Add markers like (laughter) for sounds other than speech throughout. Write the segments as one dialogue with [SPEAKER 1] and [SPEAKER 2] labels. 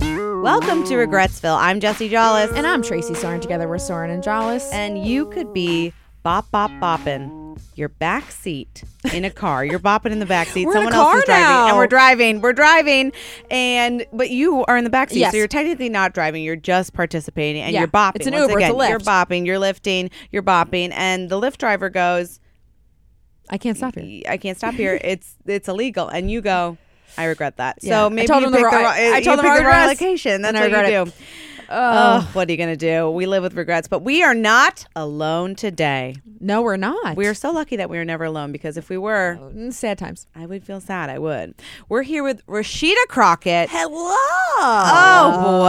[SPEAKER 1] Welcome to Regretsville. I'm Jesse Jollis,
[SPEAKER 2] And I'm Tracy Soren. Together we're Soren and Jollis.
[SPEAKER 1] and you could be bop bop bopping your back seat in a car. You're bopping in the back seat.
[SPEAKER 2] We're in a
[SPEAKER 1] Someone
[SPEAKER 2] car
[SPEAKER 1] else is driving,
[SPEAKER 2] now.
[SPEAKER 1] and we're driving. We're driving, and but you are in the back seat,
[SPEAKER 2] Yes.
[SPEAKER 1] so you're technically not driving. You're just participating, and
[SPEAKER 2] Yeah.
[SPEAKER 1] you're bopping.
[SPEAKER 2] It's an
[SPEAKER 1] Once
[SPEAKER 2] Uber, it's
[SPEAKER 1] Again,
[SPEAKER 2] a Lyft.
[SPEAKER 1] You're bopping. You're lifting. You're bopping, and the Lyft driver goes,
[SPEAKER 2] I can't stop you.
[SPEAKER 1] "I can't stop
[SPEAKER 2] (laughs)
[SPEAKER 1] here. It's it's illegal." And you go. I regret that.
[SPEAKER 2] Yeah. I
[SPEAKER 1] So maybe
[SPEAKER 2] told
[SPEAKER 1] you
[SPEAKER 2] him the
[SPEAKER 1] picked
[SPEAKER 2] wrong-
[SPEAKER 1] the wrong,
[SPEAKER 2] I- I
[SPEAKER 1] you
[SPEAKER 2] told
[SPEAKER 1] picked
[SPEAKER 2] him the
[SPEAKER 1] the
[SPEAKER 2] wrong
[SPEAKER 1] wrong
[SPEAKER 2] address,
[SPEAKER 1] location. That's
[SPEAKER 2] and I
[SPEAKER 1] what you
[SPEAKER 2] regret
[SPEAKER 1] do.
[SPEAKER 2] it.
[SPEAKER 1] Oh, what are you going to do? We live with regrets, but we are not alone today.
[SPEAKER 2] No, we're not.
[SPEAKER 1] We are so lucky that we are never alone because if we were,
[SPEAKER 2] Mm, sad times.
[SPEAKER 1] I would feel sad. I would. We're here with Rashida Crockett.
[SPEAKER 3] Hello.
[SPEAKER 1] Oh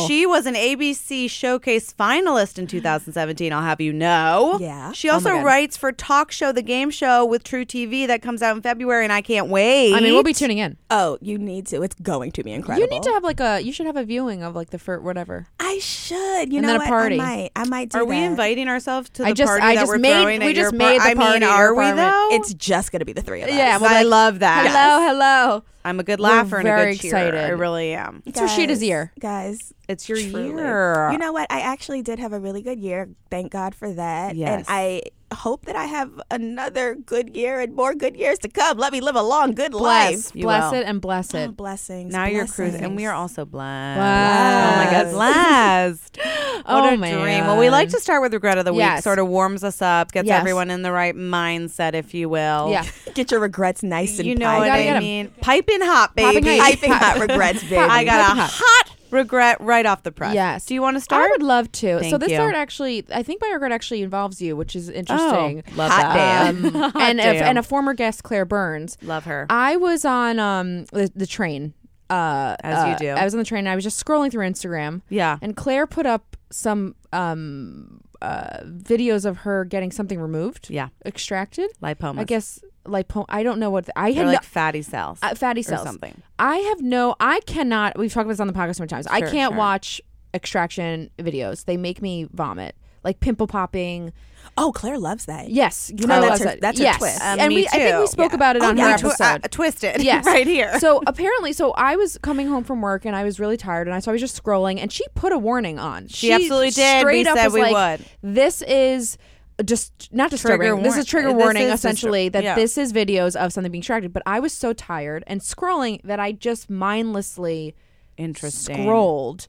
[SPEAKER 1] boy. She was an ABC Showcase
[SPEAKER 2] (gasps)
[SPEAKER 1] finalist in 2017, I'll have you know.
[SPEAKER 3] Yeah.
[SPEAKER 1] She
[SPEAKER 2] Oh
[SPEAKER 1] also writes for Talk Show the Game Show with True TV that comes out in February and I can't wait.
[SPEAKER 2] I mean, we'll be tuning in.
[SPEAKER 3] Oh, you need to. It's going to be incredible.
[SPEAKER 2] You need to have like a. You should have a viewing of like the first whatever.
[SPEAKER 3] I should. You
[SPEAKER 2] And
[SPEAKER 3] know
[SPEAKER 2] then a
[SPEAKER 3] what?
[SPEAKER 2] party.
[SPEAKER 3] I might. I might do
[SPEAKER 1] Are we
[SPEAKER 3] that.
[SPEAKER 1] inviting ourselves to the
[SPEAKER 2] I just-
[SPEAKER 1] party
[SPEAKER 2] I
[SPEAKER 1] that
[SPEAKER 2] just
[SPEAKER 1] we're
[SPEAKER 2] made-
[SPEAKER 1] throwing?
[SPEAKER 2] we
[SPEAKER 1] at your
[SPEAKER 2] just made the
[SPEAKER 1] I mean,
[SPEAKER 2] party at
[SPEAKER 1] are
[SPEAKER 2] your
[SPEAKER 1] we
[SPEAKER 2] apartment.
[SPEAKER 1] though?
[SPEAKER 3] It's just going to be the three of us.
[SPEAKER 2] Yeah, well,
[SPEAKER 1] I
[SPEAKER 2] like,
[SPEAKER 1] love that.
[SPEAKER 2] Hello, hello.
[SPEAKER 1] I'm a good laugher and
[SPEAKER 2] very
[SPEAKER 1] a good cheerer. I
[SPEAKER 2] excited.
[SPEAKER 1] really am.
[SPEAKER 2] It's Rashida's year.
[SPEAKER 3] Guys,
[SPEAKER 1] It's your
[SPEAKER 3] truly.
[SPEAKER 1] year.
[SPEAKER 3] You know what? I actually did have a really good year. Thank God for that.
[SPEAKER 1] Yes.
[SPEAKER 3] And I hope that I have another good year and more good years to come. Let me live a long, good
[SPEAKER 2] Bless,
[SPEAKER 3] life.
[SPEAKER 1] You
[SPEAKER 2] bless
[SPEAKER 1] will.
[SPEAKER 2] it, and bless
[SPEAKER 3] Oh,
[SPEAKER 2] it.
[SPEAKER 3] blessings.
[SPEAKER 1] now you're cruising,
[SPEAKER 3] blessings.
[SPEAKER 1] and we are also blessed.
[SPEAKER 2] Blessed.
[SPEAKER 1] Oh my God,
[SPEAKER 2] (laughs)
[SPEAKER 1] blessed! (gasps) what
[SPEAKER 2] Oh,
[SPEAKER 1] a dream. Well, we like
[SPEAKER 2] man.
[SPEAKER 1] to start with regret of the week.
[SPEAKER 2] Yes.
[SPEAKER 1] Sort of warms us up, gets
[SPEAKER 2] Yes.
[SPEAKER 1] everyone in the right mindset, if you will.
[SPEAKER 2] Yeah.
[SPEAKER 3] Get your regrets nice and
[SPEAKER 1] you know
[SPEAKER 3] piped.
[SPEAKER 1] what
[SPEAKER 2] Gotta get
[SPEAKER 1] I
[SPEAKER 2] 'em.
[SPEAKER 1] mean. Piping hot,
[SPEAKER 2] Popping
[SPEAKER 1] baby.
[SPEAKER 2] hot.
[SPEAKER 3] I think
[SPEAKER 2] (laughs)
[SPEAKER 3] hot regrets, baby.
[SPEAKER 1] I got
[SPEAKER 2] Piping
[SPEAKER 1] a
[SPEAKER 2] hot.
[SPEAKER 1] hot regret right off the press.
[SPEAKER 2] Yes.
[SPEAKER 1] Do you want to
[SPEAKER 2] I
[SPEAKER 1] start?
[SPEAKER 2] would love to. so
[SPEAKER 1] Thank
[SPEAKER 2] this
[SPEAKER 1] you.
[SPEAKER 2] art actually, I think my regret actually involves you, which is interesting.
[SPEAKER 1] Oh, love
[SPEAKER 3] Hot
[SPEAKER 1] that.
[SPEAKER 3] damn.
[SPEAKER 1] (laughs)
[SPEAKER 2] Um,
[SPEAKER 1] Hot
[SPEAKER 2] and a,
[SPEAKER 1] damn.
[SPEAKER 2] and a former guest, Claire Burns.
[SPEAKER 1] love her.
[SPEAKER 2] I was on um the, the train. Uh,
[SPEAKER 1] As you
[SPEAKER 2] uh,
[SPEAKER 1] do.
[SPEAKER 2] I was on the train. and I was just scrolling through Instagram.
[SPEAKER 1] yeah.
[SPEAKER 2] And Claire put up some um, uh, videos of her getting something removed,
[SPEAKER 1] Yeah.
[SPEAKER 2] extracted.
[SPEAKER 1] Lipomas.
[SPEAKER 2] I guess lipo. I don't know what the, I
[SPEAKER 1] They're
[SPEAKER 2] had.
[SPEAKER 1] like
[SPEAKER 2] no-
[SPEAKER 1] fatty cells.
[SPEAKER 2] uh, fatty
[SPEAKER 1] or
[SPEAKER 2] cells.
[SPEAKER 1] something.
[SPEAKER 2] I have no. I cannot. We've talked about this on the podcast so many times. I
[SPEAKER 1] Sure,
[SPEAKER 2] can't
[SPEAKER 1] sure.
[SPEAKER 2] watch extraction videos. They make me vomit. Like pimple popping.
[SPEAKER 3] Oh, Claire loves that.
[SPEAKER 2] Yes, you
[SPEAKER 3] Oh,
[SPEAKER 2] know I
[SPEAKER 3] that's
[SPEAKER 2] love
[SPEAKER 3] her-
[SPEAKER 2] that.
[SPEAKER 3] that's her
[SPEAKER 2] yes.
[SPEAKER 3] twist.
[SPEAKER 1] Um,
[SPEAKER 2] and
[SPEAKER 1] me
[SPEAKER 2] we, I think
[SPEAKER 1] too.
[SPEAKER 2] we spoke about it
[SPEAKER 3] Oh,
[SPEAKER 2] on
[SPEAKER 3] yeah,
[SPEAKER 2] her
[SPEAKER 3] twi-
[SPEAKER 1] (laughs)
[SPEAKER 2] episode.
[SPEAKER 1] twisted.
[SPEAKER 2] Yes.
[SPEAKER 1] right here.
[SPEAKER 2] So apparently, so I was coming home from work and I was really tired, and I so I was just scrolling, and she put a warning on. She,
[SPEAKER 1] absolutely did.
[SPEAKER 2] Straight
[SPEAKER 1] We
[SPEAKER 2] up
[SPEAKER 1] said
[SPEAKER 2] was
[SPEAKER 1] we
[SPEAKER 2] like,
[SPEAKER 1] would.
[SPEAKER 2] This is just not disturbing.
[SPEAKER 1] Trigger
[SPEAKER 2] this is
[SPEAKER 1] warn-
[SPEAKER 2] trigger
[SPEAKER 1] this
[SPEAKER 2] warning,
[SPEAKER 1] is
[SPEAKER 2] essentially,
[SPEAKER 1] disturb-
[SPEAKER 2] that
[SPEAKER 1] yeah.
[SPEAKER 2] this is videos of something being extracted. But I was so tired and scrolling that I just mindlessly
[SPEAKER 1] Interesting.
[SPEAKER 2] scrolled.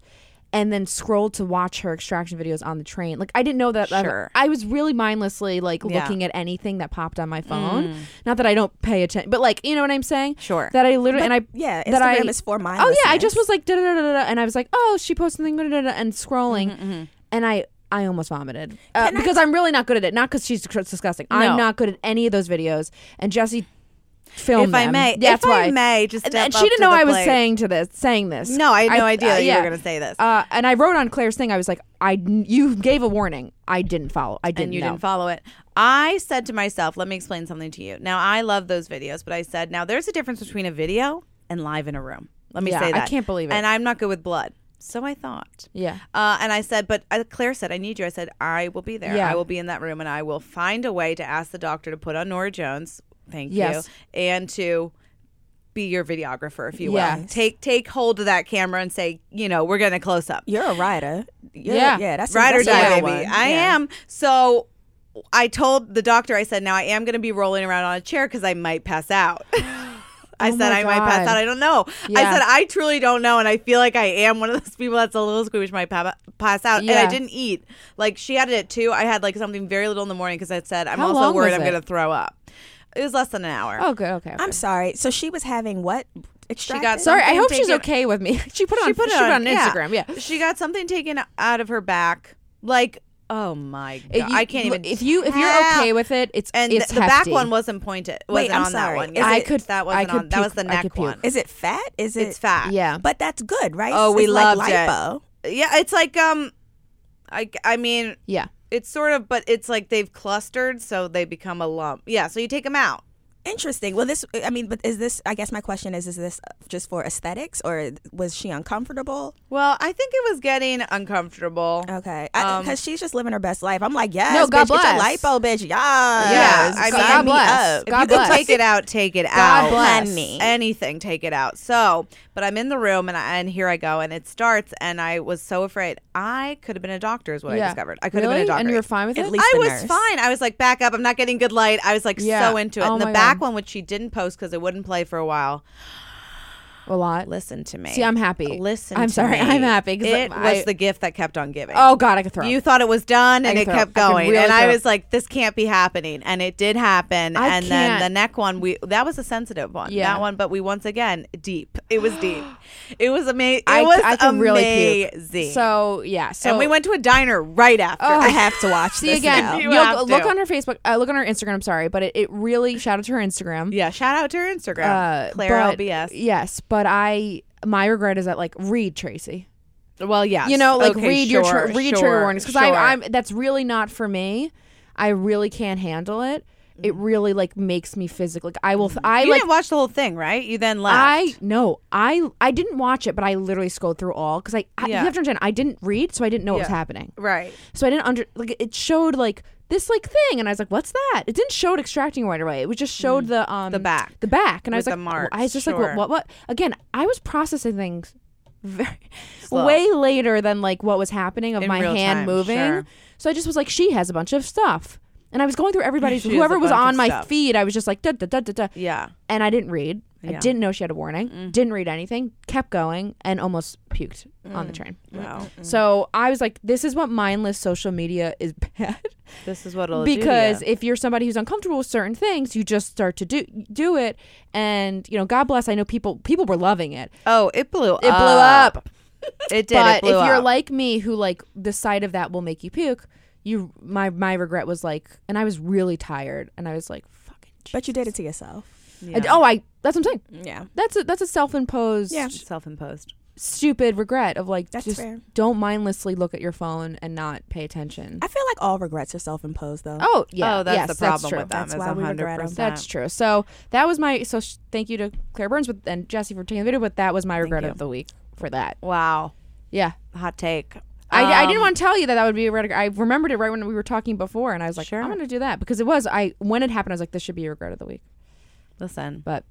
[SPEAKER 2] And then scrolled to watch her extraction videos on the train. Like I didn't know that. that-
[SPEAKER 1] Sure.
[SPEAKER 2] I was really mindlessly like
[SPEAKER 1] Yeah. Mm.
[SPEAKER 2] looking at anything that popped on my phone. Not that I don't pay attention, but like you know what I'm saying.
[SPEAKER 1] Sure.
[SPEAKER 2] That I literally and I
[SPEAKER 3] Yeah, Instagram
[SPEAKER 2] that I,
[SPEAKER 3] is for my.
[SPEAKER 2] Oh yeah, I just was like da da da da, and I was like, oh, she posted something da da da, and scrolling,
[SPEAKER 1] Mm-hmm,
[SPEAKER 2] and I I almost vomited uh, because I'm really not good at it. Not because she's dis- disgusting.
[SPEAKER 1] No.
[SPEAKER 2] I'm not good at any of those videos. And Jesse filmed
[SPEAKER 1] If I
[SPEAKER 2] them.
[SPEAKER 1] may-
[SPEAKER 2] that's
[SPEAKER 1] if I
[SPEAKER 2] why
[SPEAKER 1] may, just
[SPEAKER 2] and,
[SPEAKER 1] step
[SPEAKER 2] and
[SPEAKER 1] up
[SPEAKER 2] she didn't
[SPEAKER 1] to
[SPEAKER 2] know
[SPEAKER 1] the
[SPEAKER 2] I was
[SPEAKER 1] plate.
[SPEAKER 2] saying to this, saying this.
[SPEAKER 1] No, I had no idea
[SPEAKER 2] uh,
[SPEAKER 1] that you were
[SPEAKER 2] yeah.
[SPEAKER 1] gonna say this.
[SPEAKER 2] Uh, and I wrote on Claire's thing. I was like, I you gave a warning. I didn't follow. I didn't.
[SPEAKER 1] and you
[SPEAKER 2] know.
[SPEAKER 1] didn't follow it. I said to myself, let me explain something to you. Now, I love those videos, but I said, now there's a difference between a video and live in a room. Let me
[SPEAKER 2] Yeah,
[SPEAKER 1] say
[SPEAKER 2] I
[SPEAKER 1] that.
[SPEAKER 2] can't believe it.
[SPEAKER 1] And I'm not good with blood. So I thought.
[SPEAKER 2] Yeah.
[SPEAKER 1] Uh, and I said, but uh, Claire said, I need you. I said, I will be there.
[SPEAKER 2] Yeah.
[SPEAKER 1] I will be in that room and I will find a way to ask the doctor to put on Nora Jones. Thank
[SPEAKER 2] Yes.
[SPEAKER 1] you. And to be your videographer, if you
[SPEAKER 2] Yeah.
[SPEAKER 1] will. Take take hold of that camera and say, you know, we're going to close up.
[SPEAKER 3] You're a rider. You're,
[SPEAKER 2] Yeah.
[SPEAKER 3] yeah, yeah, that's
[SPEAKER 1] Ride or
[SPEAKER 3] that's a
[SPEAKER 1] die,
[SPEAKER 3] real
[SPEAKER 1] baby.
[SPEAKER 3] one.
[SPEAKER 1] I
[SPEAKER 3] Yeah.
[SPEAKER 1] am. So I told the doctor, I said, now I am going to be rolling around on a chair because I might pass out. (laughs) I
[SPEAKER 2] Oh
[SPEAKER 1] said,
[SPEAKER 2] my
[SPEAKER 1] I might pass
[SPEAKER 2] God.
[SPEAKER 1] out. I don't know. I
[SPEAKER 2] Yeah.
[SPEAKER 1] said, I truly don't know. And I feel like I am one of those people that's a little squeamish, might pa- pass out. And
[SPEAKER 2] Yeah.
[SPEAKER 1] I didn't eat. Like she had it at two. I had like something very little in the morning because I said, I'm
[SPEAKER 2] How
[SPEAKER 1] also
[SPEAKER 2] long
[SPEAKER 1] worried
[SPEAKER 2] was
[SPEAKER 1] I'm
[SPEAKER 2] it?
[SPEAKER 1] going to throw up. It was less than an hour.
[SPEAKER 2] Oh, good. Okay. okay.
[SPEAKER 3] I'm sorry. So she was having what? Extracted?
[SPEAKER 2] sorry. I
[SPEAKER 1] something
[SPEAKER 2] hope she's
[SPEAKER 1] taken-
[SPEAKER 2] okay (laughs) with me. she put it on. She put it on Instagram. Yeah.
[SPEAKER 1] She got something taken out of her back, like Oh my god!
[SPEAKER 2] If you-
[SPEAKER 1] I can't even.
[SPEAKER 2] If you if you're
[SPEAKER 1] tell.
[SPEAKER 2] okay with it, it's
[SPEAKER 1] and
[SPEAKER 2] it's
[SPEAKER 1] the back
[SPEAKER 2] hefty.
[SPEAKER 1] one wasn't pointed.
[SPEAKER 3] Wait,
[SPEAKER 1] Wasn't
[SPEAKER 3] I'm
[SPEAKER 1] on
[SPEAKER 3] sorry.
[SPEAKER 1] That one.
[SPEAKER 3] Is
[SPEAKER 1] I
[SPEAKER 3] it-
[SPEAKER 1] could. That
[SPEAKER 2] I
[SPEAKER 1] wasn't
[SPEAKER 2] could
[SPEAKER 1] on. That was the
[SPEAKER 2] puke- I could
[SPEAKER 1] neck
[SPEAKER 2] puke.
[SPEAKER 1] one.
[SPEAKER 3] Is it fat? Is it?
[SPEAKER 1] It's fat.
[SPEAKER 2] Yeah.
[SPEAKER 3] But that's good, right?
[SPEAKER 1] Oh, we
[SPEAKER 3] it's
[SPEAKER 1] loved
[SPEAKER 3] like
[SPEAKER 1] it.
[SPEAKER 3] lipo.
[SPEAKER 1] Yeah. It's like um, I I mean
[SPEAKER 2] Yeah.
[SPEAKER 1] it's sort of, but it's like they've clustered, so they become a lump. Yeah. So you take them out.
[SPEAKER 3] Interesting. Well, this, I mean, but is this, I guess my question is, is this just for aesthetics or was she uncomfortable?
[SPEAKER 1] Well, I think it was getting uncomfortable.
[SPEAKER 3] Okay.
[SPEAKER 1] Um,
[SPEAKER 3] Because she's just living her best life. I'm like, yes,
[SPEAKER 2] No, God
[SPEAKER 3] bitch, get
[SPEAKER 2] bless.
[SPEAKER 3] your lipo, bitch. Yeah.
[SPEAKER 1] Yeah, I
[SPEAKER 3] I
[SPEAKER 1] mean-
[SPEAKER 3] mean,
[SPEAKER 1] God
[SPEAKER 3] me
[SPEAKER 2] bless.
[SPEAKER 3] up.
[SPEAKER 1] If
[SPEAKER 2] God
[SPEAKER 1] you can (laughs)
[SPEAKER 2] bless.
[SPEAKER 1] take it out, take it
[SPEAKER 2] God
[SPEAKER 1] out.
[SPEAKER 2] bless.
[SPEAKER 3] Honey.
[SPEAKER 1] Anything, take it out. So, but I'm in the room and I, and here I go and it starts and I was so afraid. I could have been a doctor is what I
[SPEAKER 2] Yeah.
[SPEAKER 1] discovered. I could have
[SPEAKER 2] Really?
[SPEAKER 1] been a doctor.
[SPEAKER 2] And you were fine with
[SPEAKER 3] At
[SPEAKER 2] it?
[SPEAKER 3] least-
[SPEAKER 1] I
[SPEAKER 3] the
[SPEAKER 1] was
[SPEAKER 3] nurse.
[SPEAKER 1] fine. I was like, back up. I'm not getting good light. I was like
[SPEAKER 2] Yeah.
[SPEAKER 1] so into it.
[SPEAKER 2] Oh
[SPEAKER 1] and the
[SPEAKER 2] my
[SPEAKER 1] back
[SPEAKER 2] God.
[SPEAKER 1] one, which she didn't post because it wouldn't play for a while.
[SPEAKER 2] a lot.
[SPEAKER 1] Listen to me.
[SPEAKER 2] See, I'm happy.
[SPEAKER 1] Listen.
[SPEAKER 2] I'm
[SPEAKER 1] to
[SPEAKER 2] sorry.
[SPEAKER 1] me.
[SPEAKER 2] I'm happy 'cause
[SPEAKER 1] It
[SPEAKER 2] I-
[SPEAKER 1] was the gift that kept on giving.
[SPEAKER 2] Oh god, I could throw.
[SPEAKER 1] You thought it was done and
[SPEAKER 2] I
[SPEAKER 1] it
[SPEAKER 2] throw-
[SPEAKER 1] kept
[SPEAKER 2] I could
[SPEAKER 1] going.
[SPEAKER 2] really
[SPEAKER 1] and I
[SPEAKER 2] throw.
[SPEAKER 1] was like, this can't be happening. And it did happen.
[SPEAKER 2] I
[SPEAKER 1] and then
[SPEAKER 2] can't.
[SPEAKER 1] the neck one, we that was a sensitive one.
[SPEAKER 2] Yeah.
[SPEAKER 1] That one, but we once again deep. It was
[SPEAKER 2] (gasps)
[SPEAKER 1] deep. It was amazing. It
[SPEAKER 2] I,
[SPEAKER 1] was
[SPEAKER 2] I could really
[SPEAKER 1] amazing.
[SPEAKER 2] puke. So yeah. So
[SPEAKER 1] and we went to a diner right after.
[SPEAKER 2] Oh.
[SPEAKER 3] I have to watch
[SPEAKER 2] See
[SPEAKER 3] this
[SPEAKER 2] again.
[SPEAKER 3] now.
[SPEAKER 1] You
[SPEAKER 2] You'll
[SPEAKER 1] have
[SPEAKER 2] go- look
[SPEAKER 1] to.
[SPEAKER 2] on her Facebook. Uh, look on her Instagram. I'm sorry, but it, it really shout out to her Instagram.
[SPEAKER 1] yeah, shout out to her Instagram,
[SPEAKER 2] Uh,
[SPEAKER 1] Claire
[SPEAKER 2] but-
[SPEAKER 1] LBS.
[SPEAKER 2] Yes, but I my regret is that like read Tracy.
[SPEAKER 1] Well, yeah,
[SPEAKER 2] You know, like read your tr- read your trigger warnings because I I'm that's really not for me. I really can't handle it. It really like makes me physically. Like, I will. Th- I
[SPEAKER 1] you
[SPEAKER 2] like.
[SPEAKER 1] didn't watch the whole thing, right? You then left.
[SPEAKER 2] I no. I I didn't watch it, but I literally scrolled through all because I, I
[SPEAKER 1] Yeah.
[SPEAKER 2] you have to understand. I didn't read, so I didn't know what was
[SPEAKER 1] Yeah.
[SPEAKER 2] happening.
[SPEAKER 1] right.
[SPEAKER 2] So I didn't under like it showed like this like thing, and I was like, "What's that?" It didn't show it extracting right away. It was just showed the
[SPEAKER 1] Mm.
[SPEAKER 2] um
[SPEAKER 1] The back.
[SPEAKER 2] the back, and I
[SPEAKER 1] With
[SPEAKER 2] was
[SPEAKER 1] the
[SPEAKER 2] like, w-
[SPEAKER 1] marks,
[SPEAKER 2] I was just like,
[SPEAKER 1] sure.
[SPEAKER 2] what, what, what? Again, I was processing things very
[SPEAKER 1] (laughs) Slow.
[SPEAKER 2] way later than like what was happening of
[SPEAKER 1] In
[SPEAKER 2] my
[SPEAKER 1] real
[SPEAKER 2] hand
[SPEAKER 1] time,
[SPEAKER 2] moving.
[SPEAKER 1] sure.
[SPEAKER 2] So I just was like, she has a bunch of stuff, and I
[SPEAKER 1] (laughs)
[SPEAKER 2] was going through everybody's
[SPEAKER 1] She has a
[SPEAKER 2] whoever was
[SPEAKER 1] bunch of
[SPEAKER 2] on my
[SPEAKER 1] stuff.
[SPEAKER 2] feed. I was just like, da da da da da,
[SPEAKER 1] Yeah.
[SPEAKER 2] and I didn't read. I
[SPEAKER 1] Yeah. Mm.
[SPEAKER 2] didn't know she had a warning. Didn't read anything. Kept going and almost puked on the train.
[SPEAKER 1] Mm. Wow.
[SPEAKER 2] (laughs)
[SPEAKER 3] Mm.
[SPEAKER 2] So I was like, this is what mindless social media is (laughs) bad.
[SPEAKER 1] This is what it'll do to
[SPEAKER 2] because
[SPEAKER 1] you.
[SPEAKER 2] if you're somebody who's uncomfortable with certain things, you just start to do do it. And you know, God bless. I know people people were loving it.
[SPEAKER 1] Oh, it blew.
[SPEAKER 2] It blew up.
[SPEAKER 1] It did.
[SPEAKER 2] But
[SPEAKER 1] it blew
[SPEAKER 2] if you're
[SPEAKER 1] up.
[SPEAKER 2] like me, who like the sight of that will make you puke. You my my regret was like, and I was really tired, and I was like, fucking.
[SPEAKER 3] But you did it to yourself.
[SPEAKER 2] I- oh, I. That's what I'm saying.
[SPEAKER 3] Yeah.
[SPEAKER 2] That's a that's a self imposed
[SPEAKER 3] Yeah.
[SPEAKER 1] self-imposed.
[SPEAKER 2] stupid regret of like
[SPEAKER 3] That's
[SPEAKER 2] just
[SPEAKER 3] fair.
[SPEAKER 2] don't mindlessly look at your phone and not pay attention.
[SPEAKER 3] I feel like all regrets are self imposed, though.
[SPEAKER 2] Oh yeah,
[SPEAKER 1] oh, that's
[SPEAKER 2] yes,
[SPEAKER 1] the problem
[SPEAKER 2] true.
[SPEAKER 1] with them.
[SPEAKER 3] That's
[SPEAKER 1] is
[SPEAKER 3] why we
[SPEAKER 1] 100%.
[SPEAKER 3] regret 'em.
[SPEAKER 2] That's true. So that was my so sh- thank you to Claire Burns with, and Jesse for taking the video, but that was my regret of the week for that.
[SPEAKER 1] Wow,
[SPEAKER 2] Yeah,
[SPEAKER 1] hot take.
[SPEAKER 2] I, I didn't
[SPEAKER 1] Um,
[SPEAKER 2] want to tell you that that would be a regret. I remembered it right when we were talking before, and I was like,
[SPEAKER 1] Sure.
[SPEAKER 2] I'm going to do that because it was I when it happened, I was like, this should be a regret of the week.
[SPEAKER 1] Listen,
[SPEAKER 2] But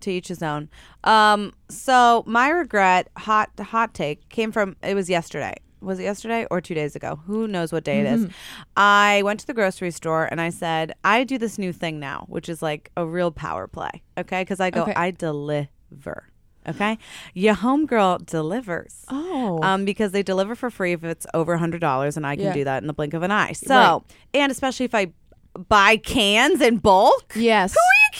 [SPEAKER 1] to each his own. Um, so my regret, hot hot take, came from it was yesterday. Was it yesterday or two days ago? Who knows what day it
[SPEAKER 2] Mm-hmm.
[SPEAKER 1] is? I went to the grocery store and I said, I do this new thing now, which is like a real power play. Okay. Cause I go,
[SPEAKER 2] Okay.
[SPEAKER 1] I deliver. Okay. Your homegirl delivers.
[SPEAKER 2] oh,
[SPEAKER 1] um, because they deliver for free if it's over hundred dollars, and I can
[SPEAKER 2] Yeah.
[SPEAKER 1] do that in the blink of an eye. So,
[SPEAKER 2] Right.
[SPEAKER 1] and especially if I buy cans in bulk.
[SPEAKER 2] yes,
[SPEAKER 1] Who are you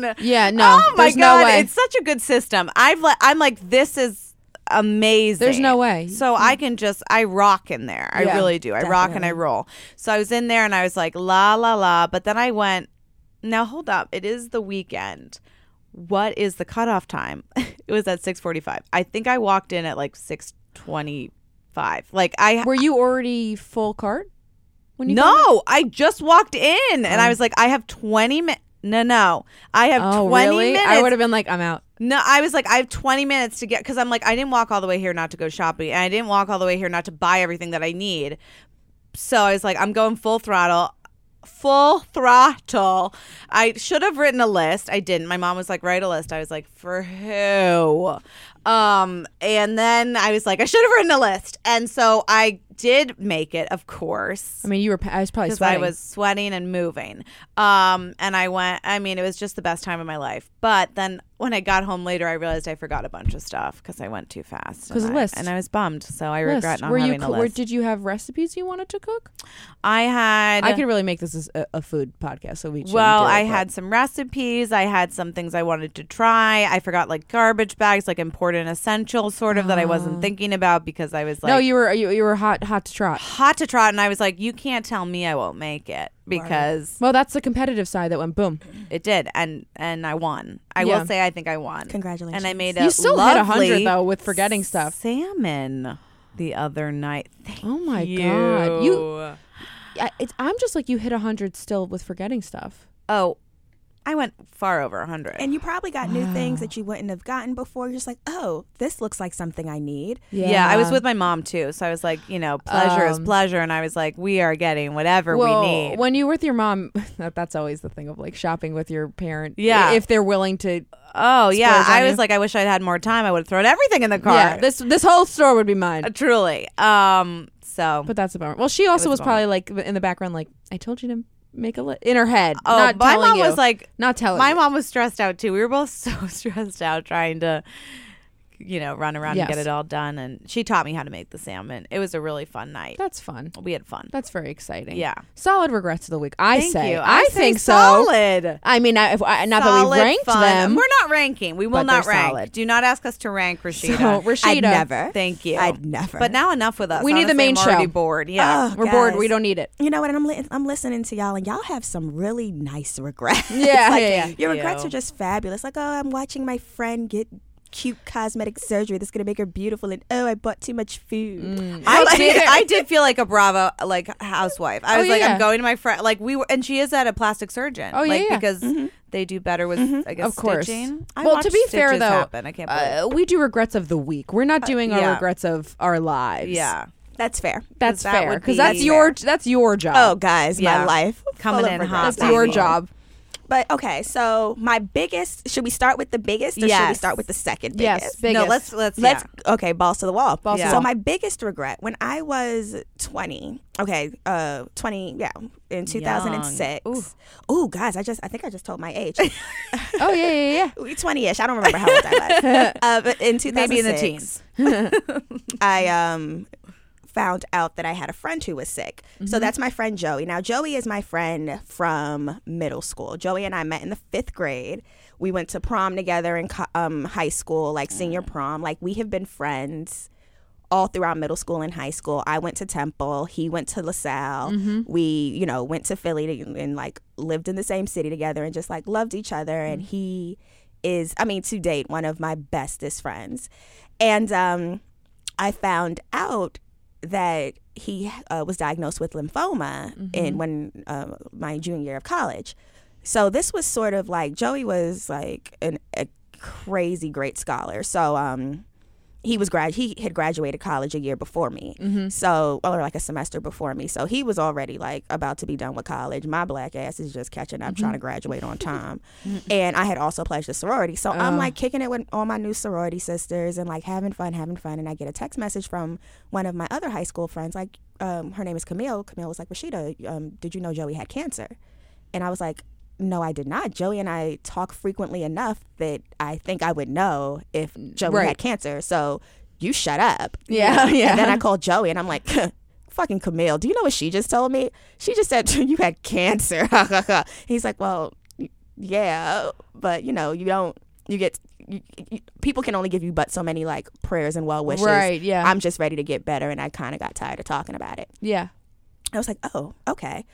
[SPEAKER 1] kidding?
[SPEAKER 2] Yeah, no,
[SPEAKER 1] Oh my
[SPEAKER 2] there's no
[SPEAKER 1] god,
[SPEAKER 2] way.
[SPEAKER 1] it's such a good system. I've le- I'm like this is amazing.
[SPEAKER 2] There's no way.
[SPEAKER 1] So I can just I rock in there. I
[SPEAKER 2] Yeah,
[SPEAKER 1] really do. I rock and I roll. So I was in there and I was like la la la, but then I went. Now hold up, it is the weekend. What is the cutoff time? (laughs) it was at six forty-five. I think I walked in at like six twenty-five. Like I
[SPEAKER 2] were you already full cart when you came in?
[SPEAKER 1] no, I just walked in and I was like, I have twenty minutes. No, no, I have
[SPEAKER 2] Oh
[SPEAKER 1] twenty
[SPEAKER 2] really?
[SPEAKER 1] minutes.
[SPEAKER 2] I would have been like, I'm out.
[SPEAKER 1] No, I was like, I have 20 minutes to get because I'm like, I didn't walk all the way here not to go shopping, and I didn't walk all the way here not to buy everything that I need. So I was like, I'm going full throttle, full throttle. I should have written a list. I didn't. My mom was like, write a list. I was like, for who? Um, and then I was like, I should have written a list, and so I did make it, of course
[SPEAKER 2] I mean, you were. pa- I was probably
[SPEAKER 1] because I
[SPEAKER 2] sweating.
[SPEAKER 1] was sweating and moving. Um, and I went. I mean, it was just the best time of my life. But then when I got home later, I realized I forgot a bunch of stuff because I went too fast.
[SPEAKER 2] 'Cause
[SPEAKER 1] and I-
[SPEAKER 2] list.
[SPEAKER 1] and I was bummed. So I
[SPEAKER 2] List.
[SPEAKER 1] regret not
[SPEAKER 2] were you
[SPEAKER 1] having
[SPEAKER 2] co-
[SPEAKER 1] a
[SPEAKER 2] were-
[SPEAKER 1] list.
[SPEAKER 2] did you have recipes you wanted to cook?
[SPEAKER 1] I had.
[SPEAKER 2] I could really make this as a, a food podcast, so we. shouldn't
[SPEAKER 1] well,
[SPEAKER 2] do it,
[SPEAKER 1] I
[SPEAKER 2] but-
[SPEAKER 1] had some recipes. I had some things I wanted to try. I forgot like garbage bags, like important essentials, sort of that I wasn't thinking about because I was like,
[SPEAKER 2] no, Ah. you were you, you were hot hot, hot to trot.
[SPEAKER 1] hot to trot, and I was like, you can't tell me I won't make it because
[SPEAKER 2] Well, that's the competitive side that went boom.
[SPEAKER 1] it did, and and I won. I
[SPEAKER 2] Yeah.
[SPEAKER 1] will say, I think I won.
[SPEAKER 3] Congratulations.
[SPEAKER 1] And I made a
[SPEAKER 2] You still hit a
[SPEAKER 1] lovely
[SPEAKER 2] hundred though with forgetting stuff.
[SPEAKER 1] salmon the other night. Thank
[SPEAKER 2] Oh my
[SPEAKER 1] you.
[SPEAKER 2] god, you! I, it's, I'm just like you hit a hundred still with forgetting stuff.
[SPEAKER 1] Oh, I went far over a hundred.
[SPEAKER 3] And you probably got new things
[SPEAKER 1] (sighs)
[SPEAKER 3] that you wouldn't have gotten before. You're just like, oh, this looks like something I need.
[SPEAKER 1] Yeah. I was with my mom too, so I was like, you know, pleasure is
[SPEAKER 2] Um,
[SPEAKER 1] pleasure, and I was like, we are getting whatever
[SPEAKER 2] Well,
[SPEAKER 1] we need.
[SPEAKER 2] when you're with your mom, (laughs) that, that's always the thing of like shopping with your parent.
[SPEAKER 1] Yeah.
[SPEAKER 2] if they're willing to.
[SPEAKER 1] oh yeah,
[SPEAKER 2] splurge on
[SPEAKER 1] I was
[SPEAKER 2] you.
[SPEAKER 1] like, I wish I'd had more time. I would have thrown everything in the car.
[SPEAKER 2] Yeah, this this whole store would be mine.
[SPEAKER 1] Uh, truly. Um. So.
[SPEAKER 2] But that's a bummer. Well, she also
[SPEAKER 1] was
[SPEAKER 2] was,
[SPEAKER 1] a bummer.
[SPEAKER 2] probably like in the background, like I told you to make a list in her head.
[SPEAKER 1] Oh,
[SPEAKER 2] not
[SPEAKER 1] my
[SPEAKER 2] telling
[SPEAKER 1] mom
[SPEAKER 2] you.
[SPEAKER 1] was like,
[SPEAKER 2] not telling.
[SPEAKER 1] my
[SPEAKER 2] you.
[SPEAKER 1] mom was stressed out too. We were both (laughs) so stressed out trying to, you know, run around and
[SPEAKER 2] Yes.
[SPEAKER 1] get it all done. And she taught me how to make the salmon. It was a really fun night.
[SPEAKER 2] That's fun.
[SPEAKER 1] we had fun.
[SPEAKER 2] That's very exciting.
[SPEAKER 1] Yeah.
[SPEAKER 2] Solid regrets of the week. I
[SPEAKER 1] Thank
[SPEAKER 2] say.
[SPEAKER 1] you.
[SPEAKER 2] I,
[SPEAKER 1] say
[SPEAKER 2] think so.
[SPEAKER 1] Solid.
[SPEAKER 2] I mean, I, if, I, not that
[SPEAKER 1] Solid,
[SPEAKER 2] we ranked
[SPEAKER 1] fun.
[SPEAKER 2] them.
[SPEAKER 1] We're not ranking. We will
[SPEAKER 2] but they're
[SPEAKER 1] not rank.
[SPEAKER 2] solid.
[SPEAKER 1] Do not ask us to rank, Rashida.
[SPEAKER 2] (laughs) (laughs) so, Rashida,
[SPEAKER 3] I'd never.
[SPEAKER 1] Thank you.
[SPEAKER 3] I'd never.
[SPEAKER 1] But now enough with us.
[SPEAKER 2] We need the
[SPEAKER 1] Honestly,
[SPEAKER 2] main
[SPEAKER 1] I'm already
[SPEAKER 2] show.
[SPEAKER 1] Bored. Yeah.
[SPEAKER 3] Ugh.
[SPEAKER 2] we're bored.
[SPEAKER 3] Guys.
[SPEAKER 2] We don't need it.
[SPEAKER 3] you know what? And I'm li- I'm listening to y'all, and y'all have some really nice regrets. (laughs)
[SPEAKER 2] Yeah,
[SPEAKER 3] Like,
[SPEAKER 2] yeah, yeah.
[SPEAKER 3] Your regrets
[SPEAKER 1] you.
[SPEAKER 3] are just fabulous. Like, oh, I'm watching my friend get cute cosmetic surgery that's gonna make her beautiful, and oh, I bought too much food.
[SPEAKER 1] I did. I did feel like a Bravo like housewife. I
[SPEAKER 2] Oh,
[SPEAKER 1] was like,
[SPEAKER 2] yeah, yeah.
[SPEAKER 1] I'm going to my friend. Like we were, and she is at a plastic surgeon.
[SPEAKER 2] Oh, yeah,
[SPEAKER 1] like,
[SPEAKER 2] yeah.
[SPEAKER 1] because they do better with I guess
[SPEAKER 2] Of course.
[SPEAKER 1] stitching. I
[SPEAKER 2] well, to
[SPEAKER 1] watched
[SPEAKER 2] be fair
[SPEAKER 1] stitches
[SPEAKER 2] though,
[SPEAKER 1] happen. I can't believe. Uh,
[SPEAKER 2] uh, we do regrets of the week. We're not doing
[SPEAKER 1] yeah.
[SPEAKER 2] our regrets of our lives.
[SPEAKER 1] yeah,
[SPEAKER 3] That's fair.
[SPEAKER 2] That's
[SPEAKER 1] 'Cause that
[SPEAKER 2] fair
[SPEAKER 1] would
[SPEAKER 2] because
[SPEAKER 1] be-
[SPEAKER 2] that's your that's your job.
[SPEAKER 3] Oh, guys,
[SPEAKER 1] Yeah.
[SPEAKER 3] my life
[SPEAKER 1] Coming
[SPEAKER 3] full of
[SPEAKER 1] in
[SPEAKER 3] regrets.
[SPEAKER 1] hot,
[SPEAKER 2] that's your
[SPEAKER 1] baby.
[SPEAKER 2] job.
[SPEAKER 3] But okay, so my biggest. Should we start with the biggest, or should we
[SPEAKER 1] Yes.
[SPEAKER 3] start with the second
[SPEAKER 2] Yes,
[SPEAKER 3] biggest?
[SPEAKER 2] big-
[SPEAKER 1] no.
[SPEAKER 2] biggest.
[SPEAKER 1] Let's let's
[SPEAKER 3] Let's
[SPEAKER 1] yeah.
[SPEAKER 3] okay, balls to the wall.
[SPEAKER 2] Balls
[SPEAKER 1] to the
[SPEAKER 3] So
[SPEAKER 2] wall.
[SPEAKER 3] my biggest regret when I was 20, okay, uh 20, yeah, in 2006.
[SPEAKER 1] Young.
[SPEAKER 3] Ooh, guys, I just I think I just told
[SPEAKER 1] (laughs)
[SPEAKER 3] my age.
[SPEAKER 2] (laughs) Oh yeah, yeah,
[SPEAKER 3] (laughs)
[SPEAKER 2] yeah.
[SPEAKER 3] 20ish. I don't remember how
[SPEAKER 1] (laughs)
[SPEAKER 3] old I was. uh, but in 2006,
[SPEAKER 1] maybe in the teens.
[SPEAKER 3] (laughs) I um found out that I had a friend who was sick.
[SPEAKER 1] Mm-hmm.
[SPEAKER 3] So that's my friend Joey. Now Joey is my friend from middle school. Joey and I met in the 5th grade. We went to prom together in co- um high school,
[SPEAKER 1] Mm.
[SPEAKER 3] like senior prom. Like we have been friends all throughout middle school and high school. I went to Temple, he went to LaSalle.
[SPEAKER 1] Mm-hmm.
[SPEAKER 3] We, you know, went to Philly to, and like lived in the same city together and just like loved each other
[SPEAKER 1] Mm.
[SPEAKER 3] and he is I mean to date one of my bestest friends. And um I found out that he uh, was diagnosed with lymphoma in when uh, my junior year of college. So this was sort of like Joey was like an, a crazy great scholar. So um, he was grad he had graduated college a year before me. So or like a semester before me. So he was already like about to be done with college. My black ass is just catching up trying to graduate on time. and I had also pledged a sorority. So I'm like kicking it with all my new sorority sisters and like having fun, having fun. And I get a text message from one of my other high school friends. Like um, her name is Camille. Camille was like, Rashida, um, did you know Joey had cancer? And I was like, no, I did not. Joey and I talk frequently enough that I think I would know if Joey
[SPEAKER 2] Right.
[SPEAKER 3] had cancer. So you shut up.
[SPEAKER 2] Yeah, yeah.
[SPEAKER 3] And then I called Joey and I'm like, (laughs) fucking Camille, do you know what she just told me? She just said, (laughs) you had cancer. (laughs) He's like, well, y- yeah, but you know, you don't, you get, you, you, people can only give you but so many like prayers and well wishes.
[SPEAKER 2] Right, yeah.
[SPEAKER 3] I'm just ready to get better. And I kind of got tired of talking about it.
[SPEAKER 2] (laughs) Yeah.
[SPEAKER 3] I was like, oh, okay.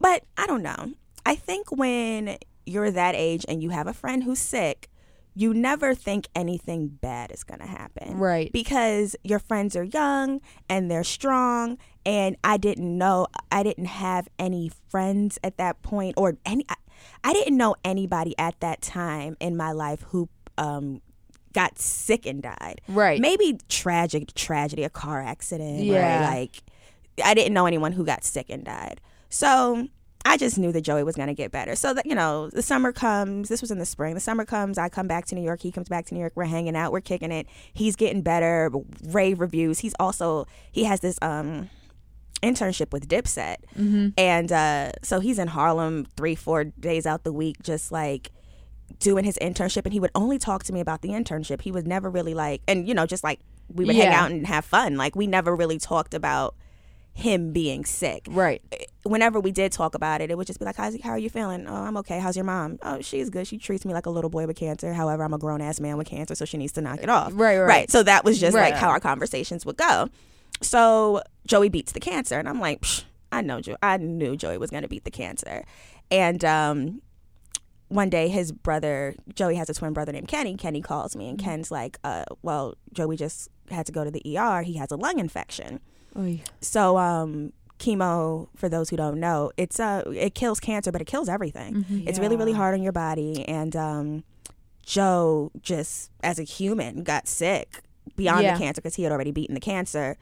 [SPEAKER 3] But I don't know. I think when you're that age and you have a friend who's sick, you never think anything bad is going to happen.
[SPEAKER 2] Right.
[SPEAKER 3] Because your friends are young and they're strong. And I didn't know, I didn't have any friends at that point or any, I, I didn't know anybody at that time in my life who, um, got sick and died
[SPEAKER 2] Right.
[SPEAKER 3] maybe tragic tragedy a car accident
[SPEAKER 2] Yeah.
[SPEAKER 3] yeah like i didn't know anyone who got sick and died so i just knew that joey was going to get better so that you know the summer comes this was in the spring the summer comes i come back to new york he comes back to new york we're hanging out we're kicking it he's getting better rave reviews he's also he has this um internship with dipset and uh, so he's in harlem three four days out the week just like doing his internship and he would only talk to me about the internship. He was never really like and you know just like we would hang
[SPEAKER 2] Yeah.
[SPEAKER 3] out and have fun. Like we never really talked about him being sick.
[SPEAKER 1] (laughs)
[SPEAKER 2] Right.
[SPEAKER 3] Whenever we did talk about it, it would just be like, How's, "How are you feeling? Oh, I'm okay. How's your mom? Oh, she's good. She treats me like a little boy with cancer. However, I'm a grown ass man with cancer, so she needs to knock it off."
[SPEAKER 2] Right, right, right.
[SPEAKER 3] So that was just
[SPEAKER 2] Right.
[SPEAKER 3] like how our conversations would go. so Joey beats the cancer, and I'm like, Psh, I know, jo- I knew Joey was gonna beat the cancer, and um, one day his brother Joey has a twin brother named Kenny. Kenny calls me, and
[SPEAKER 2] Mm-hmm.
[SPEAKER 3] Ken's like, uh, well, Joey just had to go to the ER. He has a lung infection.
[SPEAKER 2] Oy.
[SPEAKER 3] So um, chemo, for those who don't know, it's uh, it kills cancer, but it kills everything.
[SPEAKER 2] Mm-hmm.
[SPEAKER 3] It's really really hard on your body, and um, Joe just as a human got sick beyond
[SPEAKER 2] Yeah.
[SPEAKER 3] the cancer because he had already beaten the cancer,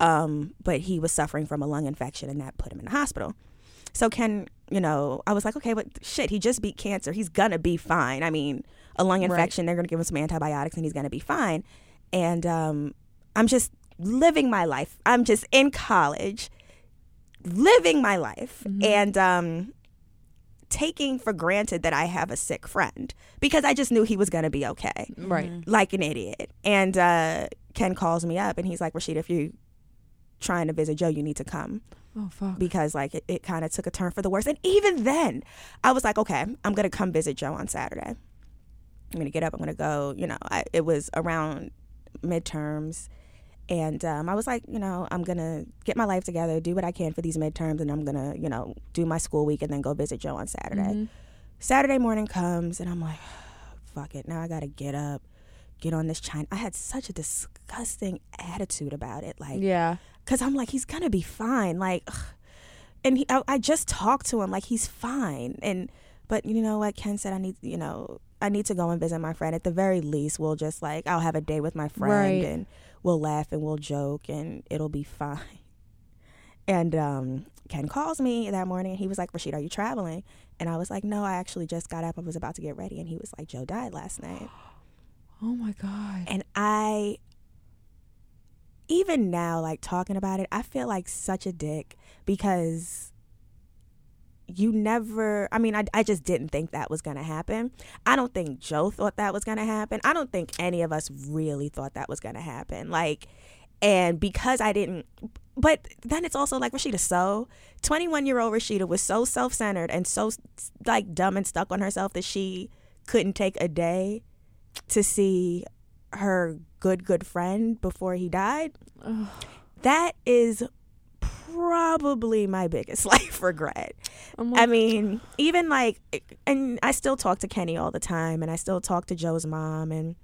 [SPEAKER 3] um, but he was suffering from a lung infection, and that put him in the hospital. So Ken, you know, I was like, okay, but shit, he just beat cancer. He's gonna be fine. I mean, a lung infection. They're gonna give him some antibiotics, and he's gonna be fine. And um, I'm just living my life. I'm just in college, living my life, and um, taking for granted that I have a sick friend because I just knew he was gonna be okay
[SPEAKER 2] Right.
[SPEAKER 1] Mm-hmm.
[SPEAKER 3] like an idiot. And uh, Ken calls me up and he's like, Rashida, if you trying to visit Joe, you need to come
[SPEAKER 2] Oh fuck.
[SPEAKER 3] because like it, it kind of took a turn for the worse. And even then, I was like, okay, I'm gonna come visit Joe on Saturday. I'm gonna get up. I'm gonna go. You know, I, it was around midterms, and um, I was like, you know, I'm gonna get my life together, do what I can for these midterms, and I'm gonna, you know, do my school week and then go visit Joe on Saturday.
[SPEAKER 2] Mm-hmm.
[SPEAKER 3] Saturday morning comes, and I'm like, (sighs) fuck it. Now I gotta get up, get on this China. I had such a disgusting attitude about it. Like,
[SPEAKER 2] Yeah.
[SPEAKER 3] because I'm like, he's gonna be fine. Like, ugh. and he, I, I just talked to him, like he's fine. And but you know what, Ken said, I need, you know, I need to go and visit my friend. At the very least, we'll just like, I'll have a day with my friend,
[SPEAKER 2] Right.
[SPEAKER 3] and we'll laugh and we'll joke, and it'll be (laughs) fine. And um, Ken calls me that morning, and he was like, Rashid, are you traveling? And I was like, No, I actually just got up. I was about to get ready, and he was like, Joe died last night.
[SPEAKER 2] Oh my god.
[SPEAKER 3] And I, even now, like talking about it, I feel like such a dick because you never, I mean, I, I just didn't think that was going to happen. I don't think Joe thought that was going to happen. I don't think any of us really thought that was going to happen. Like, and because I didn't, but then it's also like Rashida, so 21 year old Rashida was so self centered and so like dumb and stuck on herself that she couldn't take a day to see her good good friend before he died that is probably my biggest (laughs) life regret
[SPEAKER 2] I'm
[SPEAKER 3] i mean even like and i still talk to kenny all the time and i still talk to joe's mom and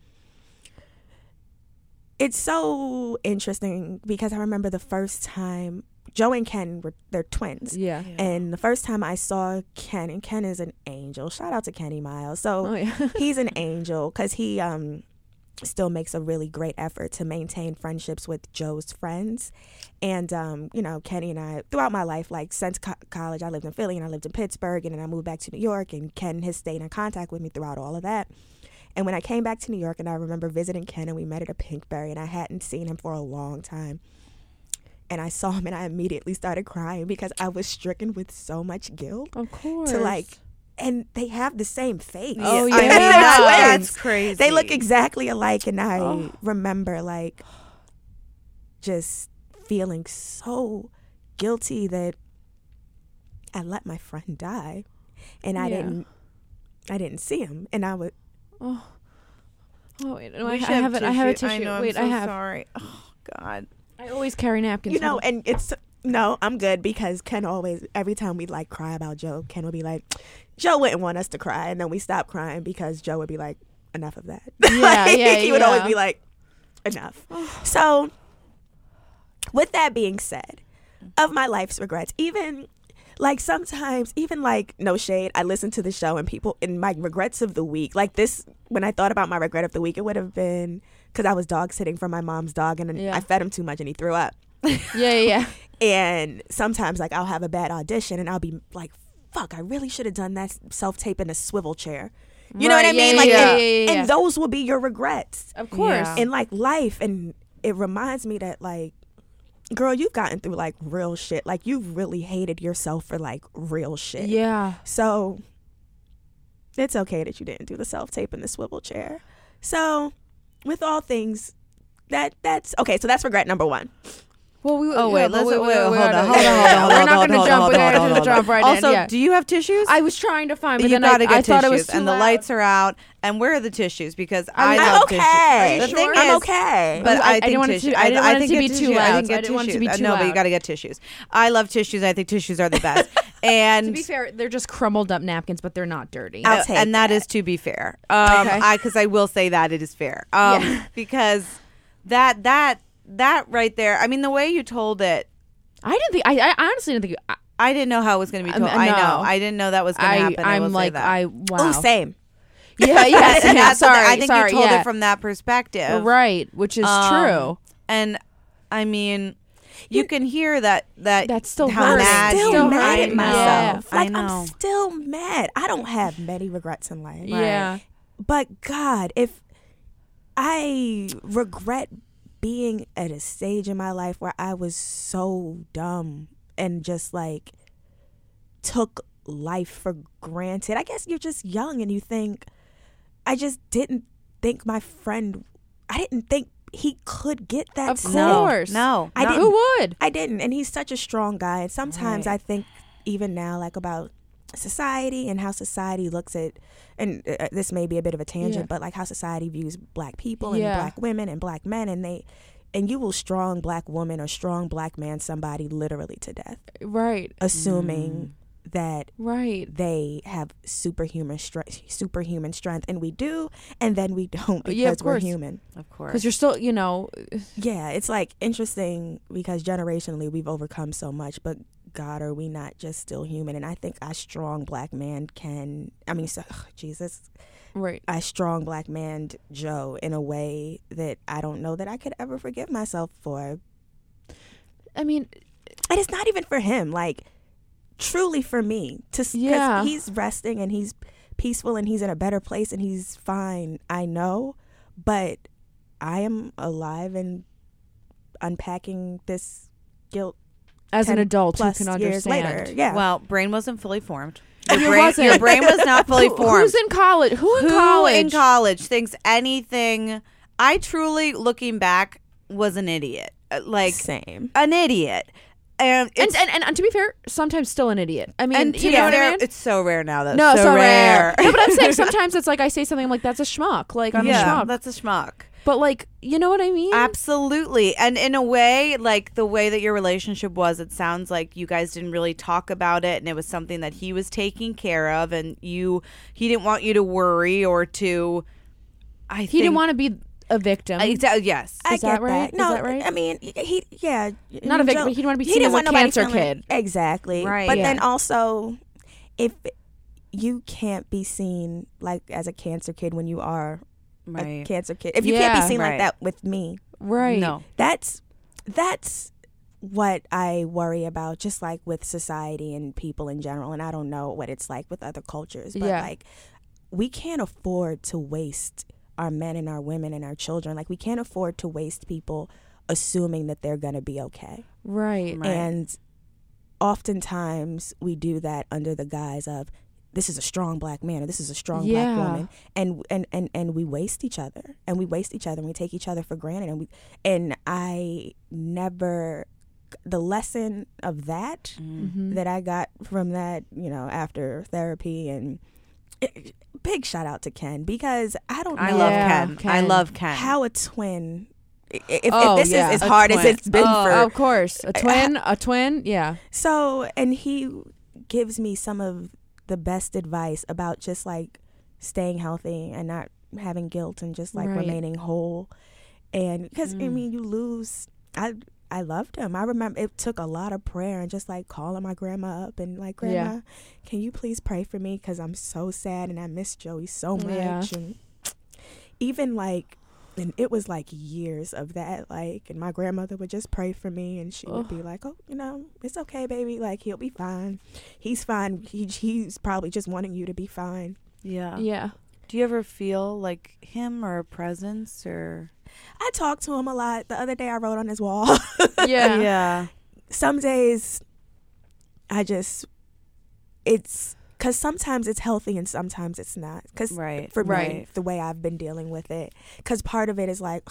[SPEAKER 3] it's so interesting because i remember the first time joe and ken were they're twins
[SPEAKER 2] Yeah.
[SPEAKER 3] and the first time i saw ken and ken is an angel shout out to kenny miles so
[SPEAKER 2] Oh yeah. (laughs)
[SPEAKER 3] he's an angel because he um still makes a really great effort to maintain friendships with Joe's friends. And um, you know, Kenny and I throughout my life, like since co- college, I lived in Philly and I lived in Pittsburgh, and then I moved back to New York. And Ken has stayed in contact with me throughout all of that. And when I came back to New York, and I remember visiting Ken, and we met at a Pinkberry, and I hadn't seen him for a long time. And I saw him, and I immediately started crying because I was stricken with so much guilt
[SPEAKER 2] Of course.
[SPEAKER 3] to like and they have the same face.
[SPEAKER 1] I
[SPEAKER 2] Oh,
[SPEAKER 1] mean,
[SPEAKER 2] yeah. They're
[SPEAKER 1] that's,
[SPEAKER 3] twins.
[SPEAKER 1] that's crazy.
[SPEAKER 3] They look exactly alike and I
[SPEAKER 2] Oh.
[SPEAKER 3] remember like just feeling so guilty that I let my friend die and I
[SPEAKER 2] Yeah.
[SPEAKER 3] didn't I didn't see him and I was
[SPEAKER 2] Oh. Oh wait. No, I, I
[SPEAKER 1] We should
[SPEAKER 2] have it. I have a tissue.
[SPEAKER 1] I know, I'm
[SPEAKER 2] wait.
[SPEAKER 1] so
[SPEAKER 2] I have.
[SPEAKER 1] Sorry. Oh God.
[SPEAKER 2] I always carry napkins.
[SPEAKER 3] you know
[SPEAKER 2] Hold
[SPEAKER 3] and it's no, I'm good because Ken always every time we like cry about Joe, Ken would be like Joe wouldn't want us to cry and then we stopped crying because Joe would be like enough of that. (laughs)
[SPEAKER 2] on. Yeah.
[SPEAKER 3] like,
[SPEAKER 2] yeah.
[SPEAKER 3] he would always
[SPEAKER 2] yeah.
[SPEAKER 3] be like,
[SPEAKER 2] (sighs)
[SPEAKER 3] enough. so, with that being said, of my life's regrets, even like sometimes, even like no shade, I listen to the show and people in my regrets of the week, like this, when I thought about my regret of the week, it would have been because I was dog sitting for my mom's dog and
[SPEAKER 2] Yeah.
[SPEAKER 3] I fed him too much and he threw up.
[SPEAKER 2] Yeah. Yeah. yeah.
[SPEAKER 3] And sometimes, like, I'll have a bad audition and I'll be like, fuck, I really should have done that self tape in a swivel chair. You know what
[SPEAKER 2] Right,
[SPEAKER 3] I
[SPEAKER 2] yeah,
[SPEAKER 3] mean?
[SPEAKER 2] yeah,
[SPEAKER 3] like,
[SPEAKER 2] yeah,
[SPEAKER 3] and,
[SPEAKER 2] yeah, yeah, yeah.
[SPEAKER 3] and those will be your regrets
[SPEAKER 2] Of course.
[SPEAKER 1] Yeah.
[SPEAKER 3] in like life. And it reminds me that, like, girl, you've gotten through like real shit. Like, you've really hated yourself for like real shit.
[SPEAKER 2] Yeah.
[SPEAKER 3] So it's okay that you didn't do the self tape in the swivel chair. So, with all things, that that's okay. So that's regret number one.
[SPEAKER 2] Well, we.
[SPEAKER 1] Oh, wait,
[SPEAKER 2] yeah, but
[SPEAKER 1] let's-
[SPEAKER 2] we-
[SPEAKER 1] wait,
[SPEAKER 2] we-
[SPEAKER 1] hold
[SPEAKER 2] we
[SPEAKER 1] on,
[SPEAKER 2] gotta-
[SPEAKER 1] hold on, hold on,
[SPEAKER 2] We're
[SPEAKER 1] hold
[SPEAKER 2] not
[SPEAKER 1] on,
[SPEAKER 2] going to
[SPEAKER 1] hold
[SPEAKER 2] jump.
[SPEAKER 1] on,
[SPEAKER 2] We're
[SPEAKER 1] hold on,
[SPEAKER 2] not going
[SPEAKER 1] hold
[SPEAKER 2] to
[SPEAKER 1] on.
[SPEAKER 2] jump right in.
[SPEAKER 1] also,
[SPEAKER 2] Yeah.
[SPEAKER 1] do you have tissues?
[SPEAKER 2] I was trying to find, but
[SPEAKER 1] you
[SPEAKER 2] then I,
[SPEAKER 1] gotta get
[SPEAKER 2] I thought it was
[SPEAKER 1] tissues,
[SPEAKER 2] too
[SPEAKER 1] and the
[SPEAKER 2] loud.
[SPEAKER 1] lights are out. And where are the tissues? Because I
[SPEAKER 2] I'm
[SPEAKER 1] love
[SPEAKER 3] I'm
[SPEAKER 1] tissues.
[SPEAKER 3] okay.
[SPEAKER 1] The thing
[SPEAKER 3] I'm
[SPEAKER 1] is-
[SPEAKER 3] okay.
[SPEAKER 1] But
[SPEAKER 2] I- I
[SPEAKER 1] I,
[SPEAKER 2] didn't
[SPEAKER 1] think
[SPEAKER 2] want it
[SPEAKER 1] tissue-
[SPEAKER 2] to- I didn't want it
[SPEAKER 1] think
[SPEAKER 2] to
[SPEAKER 1] get
[SPEAKER 2] be too
[SPEAKER 1] tissue- I think
[SPEAKER 2] loud. I
[SPEAKER 1] get
[SPEAKER 2] didn't want it to
[SPEAKER 1] tissues.
[SPEAKER 2] be too
[SPEAKER 1] Uh, No, but you
[SPEAKER 2] loud.
[SPEAKER 1] got to get tissues. I love tissues. I think tissues are the
[SPEAKER 2] (laughs)
[SPEAKER 1] best. and
[SPEAKER 2] To be fair, they're just crumbled up napkins, but they're not dirty.
[SPEAKER 3] I'll
[SPEAKER 1] uh,
[SPEAKER 3] take
[SPEAKER 1] and that
[SPEAKER 3] that.
[SPEAKER 1] is to be fair. Um,
[SPEAKER 2] Okay.
[SPEAKER 1] I because I will say that it is fair. Um, (laughs) because that that that right there. I mean, the way you told it,
[SPEAKER 2] I didn't think. I, I honestly didn't think. I,
[SPEAKER 1] I didn't know how it was going to be
[SPEAKER 2] Um,
[SPEAKER 1] told. I know.
[SPEAKER 2] no.
[SPEAKER 1] I didn't know that was going to
[SPEAKER 2] I
[SPEAKER 1] happen. I will
[SPEAKER 2] I'm
[SPEAKER 1] say
[SPEAKER 2] like
[SPEAKER 1] that. (laughs)
[SPEAKER 2] I wow.
[SPEAKER 3] Ooh, same.
[SPEAKER 2] yeah, (laughs) yeah,
[SPEAKER 1] And
[SPEAKER 2] yeah.
[SPEAKER 1] that's the-
[SPEAKER 2] Sorry,
[SPEAKER 1] I think
[SPEAKER 2] sorry.
[SPEAKER 1] you told
[SPEAKER 2] yeah.
[SPEAKER 1] it from that perspective,
[SPEAKER 2] right, which is
[SPEAKER 1] Um,
[SPEAKER 2] true.
[SPEAKER 1] And I mean, you, can hear that that
[SPEAKER 2] That's still
[SPEAKER 1] how
[SPEAKER 2] hurting.
[SPEAKER 1] mad
[SPEAKER 3] I'm still
[SPEAKER 1] you
[SPEAKER 2] Still
[SPEAKER 1] were.
[SPEAKER 3] mad
[SPEAKER 1] I know.
[SPEAKER 3] at
[SPEAKER 2] hurting.
[SPEAKER 3] myself.
[SPEAKER 1] I
[SPEAKER 3] Like
[SPEAKER 1] know.
[SPEAKER 3] I'm still mad. I don't have many regrets in life.
[SPEAKER 2] Yeah.
[SPEAKER 3] But God, if I regret being at a stage in my life where I was so dumb and just like took life for granted. I guess you're just young and you think, I just didn't think my friend, I didn't think he could get that.
[SPEAKER 2] Of
[SPEAKER 3] sick.
[SPEAKER 1] no,
[SPEAKER 2] course.
[SPEAKER 1] no,
[SPEAKER 3] I
[SPEAKER 1] no.
[SPEAKER 3] didn't-
[SPEAKER 2] Who would?
[SPEAKER 3] I didn't. And he's such a strong guy. And sometimes
[SPEAKER 1] Right.
[SPEAKER 3] I think, even now, like about society and how society looks at, and uh, this may be a bit of a tangent,
[SPEAKER 2] Yeah.
[SPEAKER 3] but like how society views black people
[SPEAKER 2] Yeah.
[SPEAKER 3] and black women and black men. And they, and you will strong black woman or strong black man somebody literally to death,
[SPEAKER 2] Right,
[SPEAKER 3] assuming
[SPEAKER 2] Mm.
[SPEAKER 3] that
[SPEAKER 2] right.
[SPEAKER 3] they have superhuman strength, superhuman strength, and we do, and then we (laughs) don't because
[SPEAKER 2] Yeah, of
[SPEAKER 3] we're
[SPEAKER 2] course.
[SPEAKER 3] human.
[SPEAKER 1] Of course.
[SPEAKER 2] Because you're still, you know,
[SPEAKER 3] Yeah, it's like interesting because generationally we've overcome so much, but God, are we not just still human? And I think a strong black man can, I mean, so, ugh, Jesus,
[SPEAKER 2] right.
[SPEAKER 3] a strong black man, Joe, in a way that I don't know that I could ever forgive myself for.
[SPEAKER 2] I mean,
[SPEAKER 3] And it's not even for him, like truly for me. To s- 'cause
[SPEAKER 2] Yeah.
[SPEAKER 3] he's resting and he's peaceful and he's in a better place and he's fine. I know, but I am alive and unpacking this guilt
[SPEAKER 2] as an
[SPEAKER 3] 10
[SPEAKER 2] adult, who
[SPEAKER 3] plus
[SPEAKER 2] can
[SPEAKER 3] years
[SPEAKER 2] understand.
[SPEAKER 3] later. Yeah.
[SPEAKER 1] Well, brain wasn't fully formed.
[SPEAKER 2] It
[SPEAKER 1] Your brain,
[SPEAKER 2] wasn't.
[SPEAKER 1] your brain was not fully
[SPEAKER 2] Who-
[SPEAKER 1] formed.
[SPEAKER 2] (laughs) Who's in college? Who in
[SPEAKER 1] Who
[SPEAKER 2] college?
[SPEAKER 1] in college thinks anything? I truly, looking back, was an idiot. Uh, Like
[SPEAKER 3] same.
[SPEAKER 1] an idiot. And
[SPEAKER 2] and,
[SPEAKER 1] it's,
[SPEAKER 2] and, and and to be fair, sometimes still an idiot. I mean,
[SPEAKER 1] and to
[SPEAKER 2] you
[SPEAKER 1] be
[SPEAKER 2] know what
[SPEAKER 1] fair,
[SPEAKER 2] I mean?
[SPEAKER 1] it's so rare now. That's
[SPEAKER 2] no,
[SPEAKER 1] so,
[SPEAKER 2] so
[SPEAKER 1] rare.
[SPEAKER 2] no, but I'm
[SPEAKER 1] (laughs)
[SPEAKER 2] (laughs) saying sometimes it's like I say something, I'm like, "That's a schmuck." Like I'm
[SPEAKER 1] yeah,
[SPEAKER 2] a schmuck.
[SPEAKER 1] that's a schmuck.
[SPEAKER 2] But like, you know what I mean?
[SPEAKER 1] Absolutely. And in a way, like the way that your relationship was, it sounds like you guys didn't really talk about it and it was something that he was taking care of and you he didn't want you to worry or to I
[SPEAKER 2] he didn't want to be a victim.
[SPEAKER 1] Exactly. Yes.
[SPEAKER 3] I
[SPEAKER 2] Is that
[SPEAKER 3] get
[SPEAKER 2] right? Is
[SPEAKER 3] No,
[SPEAKER 2] that right?
[SPEAKER 3] I mean, y- he, yeah. y-
[SPEAKER 2] Not a victim, but
[SPEAKER 3] Joe-
[SPEAKER 2] he didn't wanna be seen as a
[SPEAKER 3] want nobody
[SPEAKER 2] cancer
[SPEAKER 3] feeling-
[SPEAKER 2] kid.
[SPEAKER 3] Exactly.
[SPEAKER 1] Right.
[SPEAKER 3] But
[SPEAKER 2] Yeah.
[SPEAKER 3] then also, if you can't be seen like as a cancer kid when you are a
[SPEAKER 1] right.
[SPEAKER 3] cancer kid, if you can't
[SPEAKER 2] Yeah.
[SPEAKER 3] be seen
[SPEAKER 1] Right.
[SPEAKER 3] like that with me,
[SPEAKER 2] right.
[SPEAKER 1] No.
[SPEAKER 3] that's that's what I worry about, just like with society and people in general. And I don't know what it's like with other cultures, but
[SPEAKER 2] Yeah.
[SPEAKER 3] like we can't afford to waste our men and our women and our children. Like we can't afford to waste people assuming that they're gonna be okay.
[SPEAKER 2] Right.
[SPEAKER 1] Right.
[SPEAKER 3] And oftentimes we do that under the guise of this is a strong black man or this is a strong
[SPEAKER 2] Yeah.
[SPEAKER 3] black woman and, and and and we waste each other and we waste each other and we take each other for granted and we and I never the lesson of that
[SPEAKER 1] Mm-hmm. Mm.
[SPEAKER 2] Mm-hmm.
[SPEAKER 3] that I got from that, you know, after therapy and eh, big shout out to Ken because I don't know
[SPEAKER 1] I love
[SPEAKER 2] Yeah,
[SPEAKER 1] Ken. I
[SPEAKER 2] Ken.
[SPEAKER 1] love Ken.
[SPEAKER 3] how a twin i- i- if,
[SPEAKER 2] Oh,
[SPEAKER 3] if this
[SPEAKER 2] yeah.
[SPEAKER 3] is
[SPEAKER 2] A
[SPEAKER 3] as hard as
[SPEAKER 1] twin.
[SPEAKER 3] it's been
[SPEAKER 2] Oh,
[SPEAKER 3] for
[SPEAKER 2] of course, a twin, a twin, yeah.
[SPEAKER 3] So, and he gives me some of the best advice about just like staying healthy and not having guilt and just like
[SPEAKER 2] Right. Mm.
[SPEAKER 3] remaining whole. And because I mean, you lose. I I loved him. I remember it took a lot of prayer and just like calling my grandma up and like,
[SPEAKER 2] Yeah.
[SPEAKER 3] Grandma, can you please pray for me? Because I'm so sad and I miss Joey so much.
[SPEAKER 2] Yeah.
[SPEAKER 3] And even like. And it was like years of that, like, and my grandmother would just pray for me, and she would
[SPEAKER 2] Ugh.
[SPEAKER 3] be like, "Oh, you know, it's okay, baby. Like, he'll be fine. He's fine. He, he's probably just wanting you to be fine."
[SPEAKER 1] yeah. (laughs)
[SPEAKER 2] Yeah.
[SPEAKER 1] Do you ever feel like him or a presence or
[SPEAKER 3] I talked to him a lot. The other day, I wrote on his wall. (laughs)
[SPEAKER 2] Yeah.
[SPEAKER 1] yeah.
[SPEAKER 3] some days I just it's because sometimes it's healthy and sometimes it's not. Because
[SPEAKER 1] Right,
[SPEAKER 3] for me,
[SPEAKER 1] right.
[SPEAKER 3] the way I've been (sighs) dealing with it, because part of it is like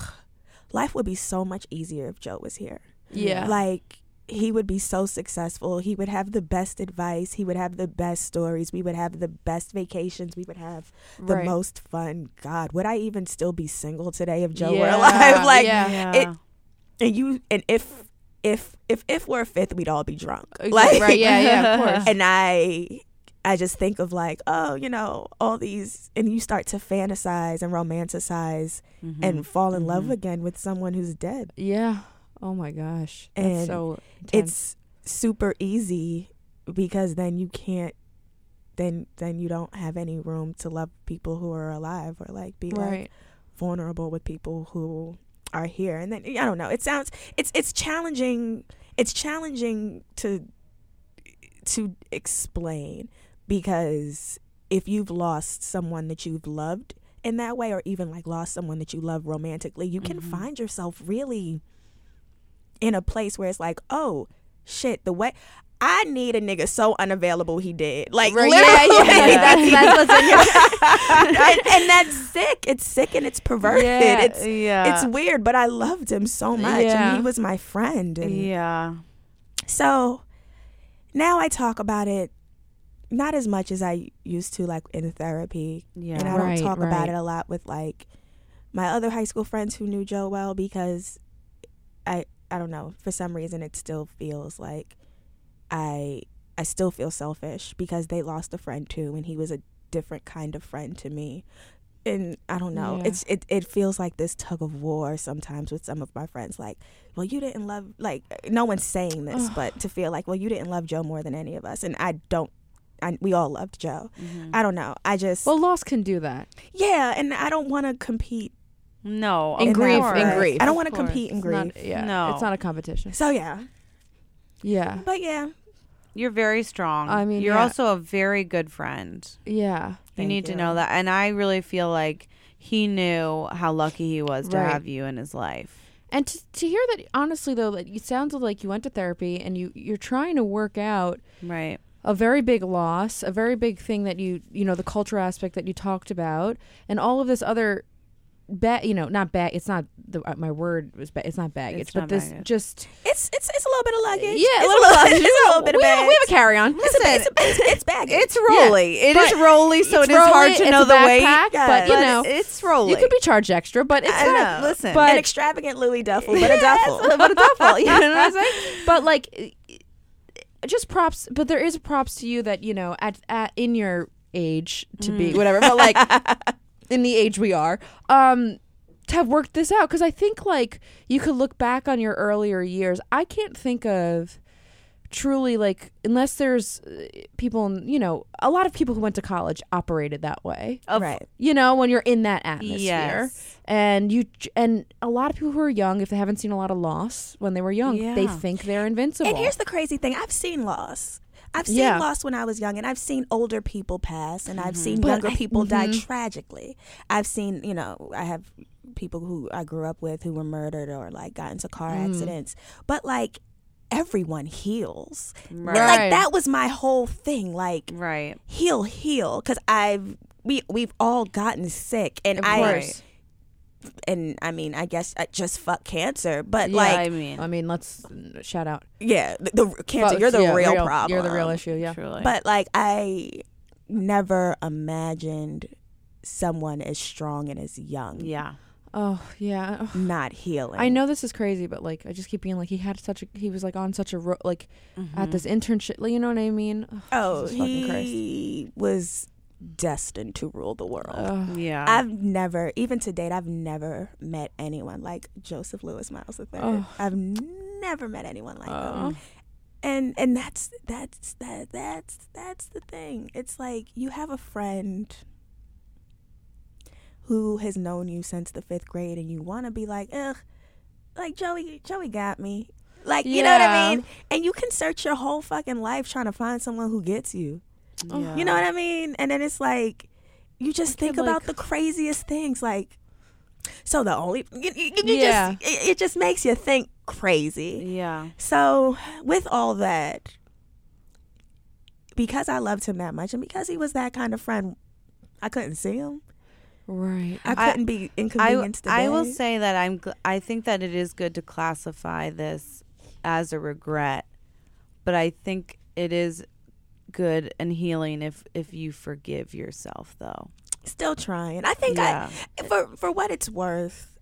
[SPEAKER 3] life would be so much easier if Joe was here.
[SPEAKER 2] Yeah.
[SPEAKER 3] Like he would be so successful. He would have the best advice. He would have the best stories. We would have the best vacations. We would have the
[SPEAKER 2] Right.
[SPEAKER 3] most fun. God, would I even still be single today if Joe were
[SPEAKER 2] Yeah,
[SPEAKER 3] alive? (laughs) Like
[SPEAKER 2] yeah.
[SPEAKER 3] it and you and if if if if we're a fifth, we'd all be drunk.
[SPEAKER 2] Exactly, right, yeah, yeah, of (laughs) course.
[SPEAKER 3] And I I just think of like, oh, you know, all these and you start to fantasize and romanticize
[SPEAKER 1] Mm-hmm.
[SPEAKER 3] and
[SPEAKER 2] Mm-hmm.
[SPEAKER 3] fall in love again with someone who's dead.
[SPEAKER 2] yeah. Oh my gosh. That's
[SPEAKER 3] And
[SPEAKER 2] so intense.
[SPEAKER 3] It's super easy because then you can't then then you don't have any room to love people who are alive or like be like
[SPEAKER 2] right.
[SPEAKER 3] vulnerable with people who are here and then i don't know it sounds it's it's challenging it's challenging to to explain because if you've lost someone that you've loved in that way or even like lost someone that you love romantically you can find yourself really in a place where it's like oh shit the way i need a nigga so unavailable he did like
[SPEAKER 2] Right, yeah, (laughs)
[SPEAKER 3] literally
[SPEAKER 2] yeah, yeah.
[SPEAKER 3] (laughs) that's-
[SPEAKER 2] That's, that's what's in your (laughs)
[SPEAKER 3] and, and that's sick. It's sick and it's perverted.
[SPEAKER 2] Yeah,
[SPEAKER 3] it's
[SPEAKER 1] yeah.
[SPEAKER 3] it's weird, but I loved him so much,
[SPEAKER 2] Yeah.
[SPEAKER 3] and he was my friend. And
[SPEAKER 1] yeah.
[SPEAKER 3] so now I talk about it not as much as I used to, like in therapy,
[SPEAKER 1] Yeah.
[SPEAKER 3] and I
[SPEAKER 2] Right,
[SPEAKER 3] don't talk about
[SPEAKER 2] right.
[SPEAKER 3] it a lot with like my other high school friends who knew Joe well because I I don't know for some reason it still feels like I I still feel selfish because they lost a friend too and he was a different kind of friend to me and I don't know
[SPEAKER 2] Yeah.
[SPEAKER 3] it's it it feels like this tug of war sometimes with some of my friends like well you didn't love like no one's saying this but to feel like well you didn't love Joe more than any of us and I don't I, we all loved Joe.
[SPEAKER 1] Mm-hmm.
[SPEAKER 3] I don't know. I just
[SPEAKER 2] Mm. Well, loss can do that.
[SPEAKER 3] yeah, and I don't want to compete
[SPEAKER 1] No.
[SPEAKER 2] In
[SPEAKER 1] of
[SPEAKER 2] grief, in
[SPEAKER 1] course.
[SPEAKER 2] grief.
[SPEAKER 3] I don't
[SPEAKER 1] Of
[SPEAKER 3] want to
[SPEAKER 1] course.
[SPEAKER 3] compete in
[SPEAKER 2] It's
[SPEAKER 3] grief.
[SPEAKER 2] not, yeah,
[SPEAKER 1] No.
[SPEAKER 2] it's not a competition.
[SPEAKER 3] So yeah,
[SPEAKER 2] Yeah,
[SPEAKER 3] but yeah,
[SPEAKER 1] You're very strong.
[SPEAKER 2] I mean,
[SPEAKER 1] you're
[SPEAKER 2] yeah.
[SPEAKER 1] also a very good friend.
[SPEAKER 2] yeah,
[SPEAKER 1] You
[SPEAKER 3] Thank
[SPEAKER 1] need to
[SPEAKER 3] you.
[SPEAKER 1] know that. And I really feel like he knew how lucky he was to
[SPEAKER 2] Right.
[SPEAKER 1] have you in his life.
[SPEAKER 2] and to, to hear that honestly though, that it sounds like you went to therapy and you you're trying to work out
[SPEAKER 1] Right.
[SPEAKER 2] a very big loss, a very big thing that you you know the culture aspect that you talked about, and all of this other bag you know not bag it's not the uh, my word was ba- it's not baggage
[SPEAKER 1] It's
[SPEAKER 2] but
[SPEAKER 1] not
[SPEAKER 2] this
[SPEAKER 1] baggage.
[SPEAKER 2] just
[SPEAKER 3] it's it's it's a little bit of luggage.
[SPEAKER 2] yeah
[SPEAKER 3] it's
[SPEAKER 2] a little,
[SPEAKER 3] (laughs) bit- it's a little bit of
[SPEAKER 2] we, have, we
[SPEAKER 3] baggage.
[SPEAKER 2] have a carry on
[SPEAKER 3] It's a- it's, a, it's, it's baggage.
[SPEAKER 1] It's roly. It is
[SPEAKER 2] but
[SPEAKER 1] roly, so it is hard to know the weight.
[SPEAKER 2] but you
[SPEAKER 1] But
[SPEAKER 2] know
[SPEAKER 1] it's roly.
[SPEAKER 2] you could be charged extra but it's
[SPEAKER 1] I
[SPEAKER 2] not
[SPEAKER 1] know. Listen,
[SPEAKER 2] but
[SPEAKER 3] an extravagant
[SPEAKER 1] (laughs)
[SPEAKER 3] Louis duffel, but a duffel.
[SPEAKER 2] but a
[SPEAKER 3] (laughs)
[SPEAKER 2] duffel. You know what I'm saying? But like, just props. But there is props to you that you know at, at in your age to
[SPEAKER 3] Mm.
[SPEAKER 2] be whatever. But
[SPEAKER 3] (laughs)
[SPEAKER 2] like in the age we are, um, to have worked this out because I think like you could look back on your earlier years. I can't think of truly like unless there's uh, people in, you know a lot of people who went to college operated that way
[SPEAKER 3] right.
[SPEAKER 2] you know when you're in that atmosphere
[SPEAKER 1] Yes.
[SPEAKER 2] and you and a lot of people who are young if they haven't seen a lot of loss when they were young they
[SPEAKER 1] Yeah.
[SPEAKER 2] think they're invincible
[SPEAKER 3] And here's the crazy thing: I've seen loss. I've seen
[SPEAKER 2] Yeah.
[SPEAKER 3] loss when I was young, and I've seen older people pass, and I've
[SPEAKER 1] Mm-hmm.
[SPEAKER 3] seen
[SPEAKER 2] But
[SPEAKER 3] younger
[SPEAKER 2] I-
[SPEAKER 3] people die
[SPEAKER 2] mhm.
[SPEAKER 3] tragically. I've seen, you know, I have people who I grew up with who were murdered or like got into car
[SPEAKER 1] Mm.
[SPEAKER 3] accidents. But like, everyone heals.
[SPEAKER 2] Right.
[SPEAKER 3] Like that was my whole thing. Like
[SPEAKER 1] Right.
[SPEAKER 3] heal, heal, because I've we we've all gotten sick, and
[SPEAKER 2] Of
[SPEAKER 3] I
[SPEAKER 2] course.
[SPEAKER 3] and I mean, I guess I just fuck cancer, but
[SPEAKER 2] Yeah,
[SPEAKER 3] like
[SPEAKER 1] I mean,
[SPEAKER 2] i mean let's shout out
[SPEAKER 3] yeah, the, the cancer.
[SPEAKER 2] But,
[SPEAKER 3] you're the
[SPEAKER 2] yeah,
[SPEAKER 3] real, problem.
[SPEAKER 2] you're the real issue yeah
[SPEAKER 1] truly.
[SPEAKER 3] But like I never imagined someone as strong and as young
[SPEAKER 1] yeah.
[SPEAKER 2] oh yeah Ugh.
[SPEAKER 3] not healing.
[SPEAKER 2] i know this is crazy but like i just keep being like he had such a he was like on such a ro- like
[SPEAKER 1] Mm-hmm.
[SPEAKER 2] at this internship like, you know what i mean Ugh,
[SPEAKER 3] Oh,
[SPEAKER 2] Jesus fucking
[SPEAKER 3] he was destined to rule the world.
[SPEAKER 2] Ugh.
[SPEAKER 1] Yeah.
[SPEAKER 3] I've never, even to date, I've never met anyone like Joseph Lewis Miles III.
[SPEAKER 2] Ugh.
[SPEAKER 3] I've never met anyone like
[SPEAKER 2] Ugh.
[SPEAKER 3] them. And and that's that's that that's that's the thing. It's like you have a friend who has known you since the fifth grade, and you want to be like, ugh, like Joey, Joey got me. Like you know what
[SPEAKER 2] Yeah.
[SPEAKER 3] I mean? And you can search your whole fucking life trying to find someone who gets you.
[SPEAKER 1] yeah.
[SPEAKER 3] You know what I mean? And then it's like, you just think
[SPEAKER 2] could,
[SPEAKER 3] about
[SPEAKER 2] like-
[SPEAKER 3] the craziest things. Like, so the only, you, you, you
[SPEAKER 2] Yeah.
[SPEAKER 3] just, it, it just makes you think crazy.
[SPEAKER 1] Yeah.
[SPEAKER 3] So, with all that, because I loved him that much and because he was that kind of friend, I couldn't see him.
[SPEAKER 2] right
[SPEAKER 3] I
[SPEAKER 1] I-
[SPEAKER 3] couldn't be
[SPEAKER 1] I,
[SPEAKER 3] inconvenienced.
[SPEAKER 1] I will
[SPEAKER 3] today.
[SPEAKER 1] say that I'm. Gl- I think that it is good to classify this as a regret, but I think it is good and healing if if you forgive yourself though.
[SPEAKER 3] Still trying. I think I for for what it's worth,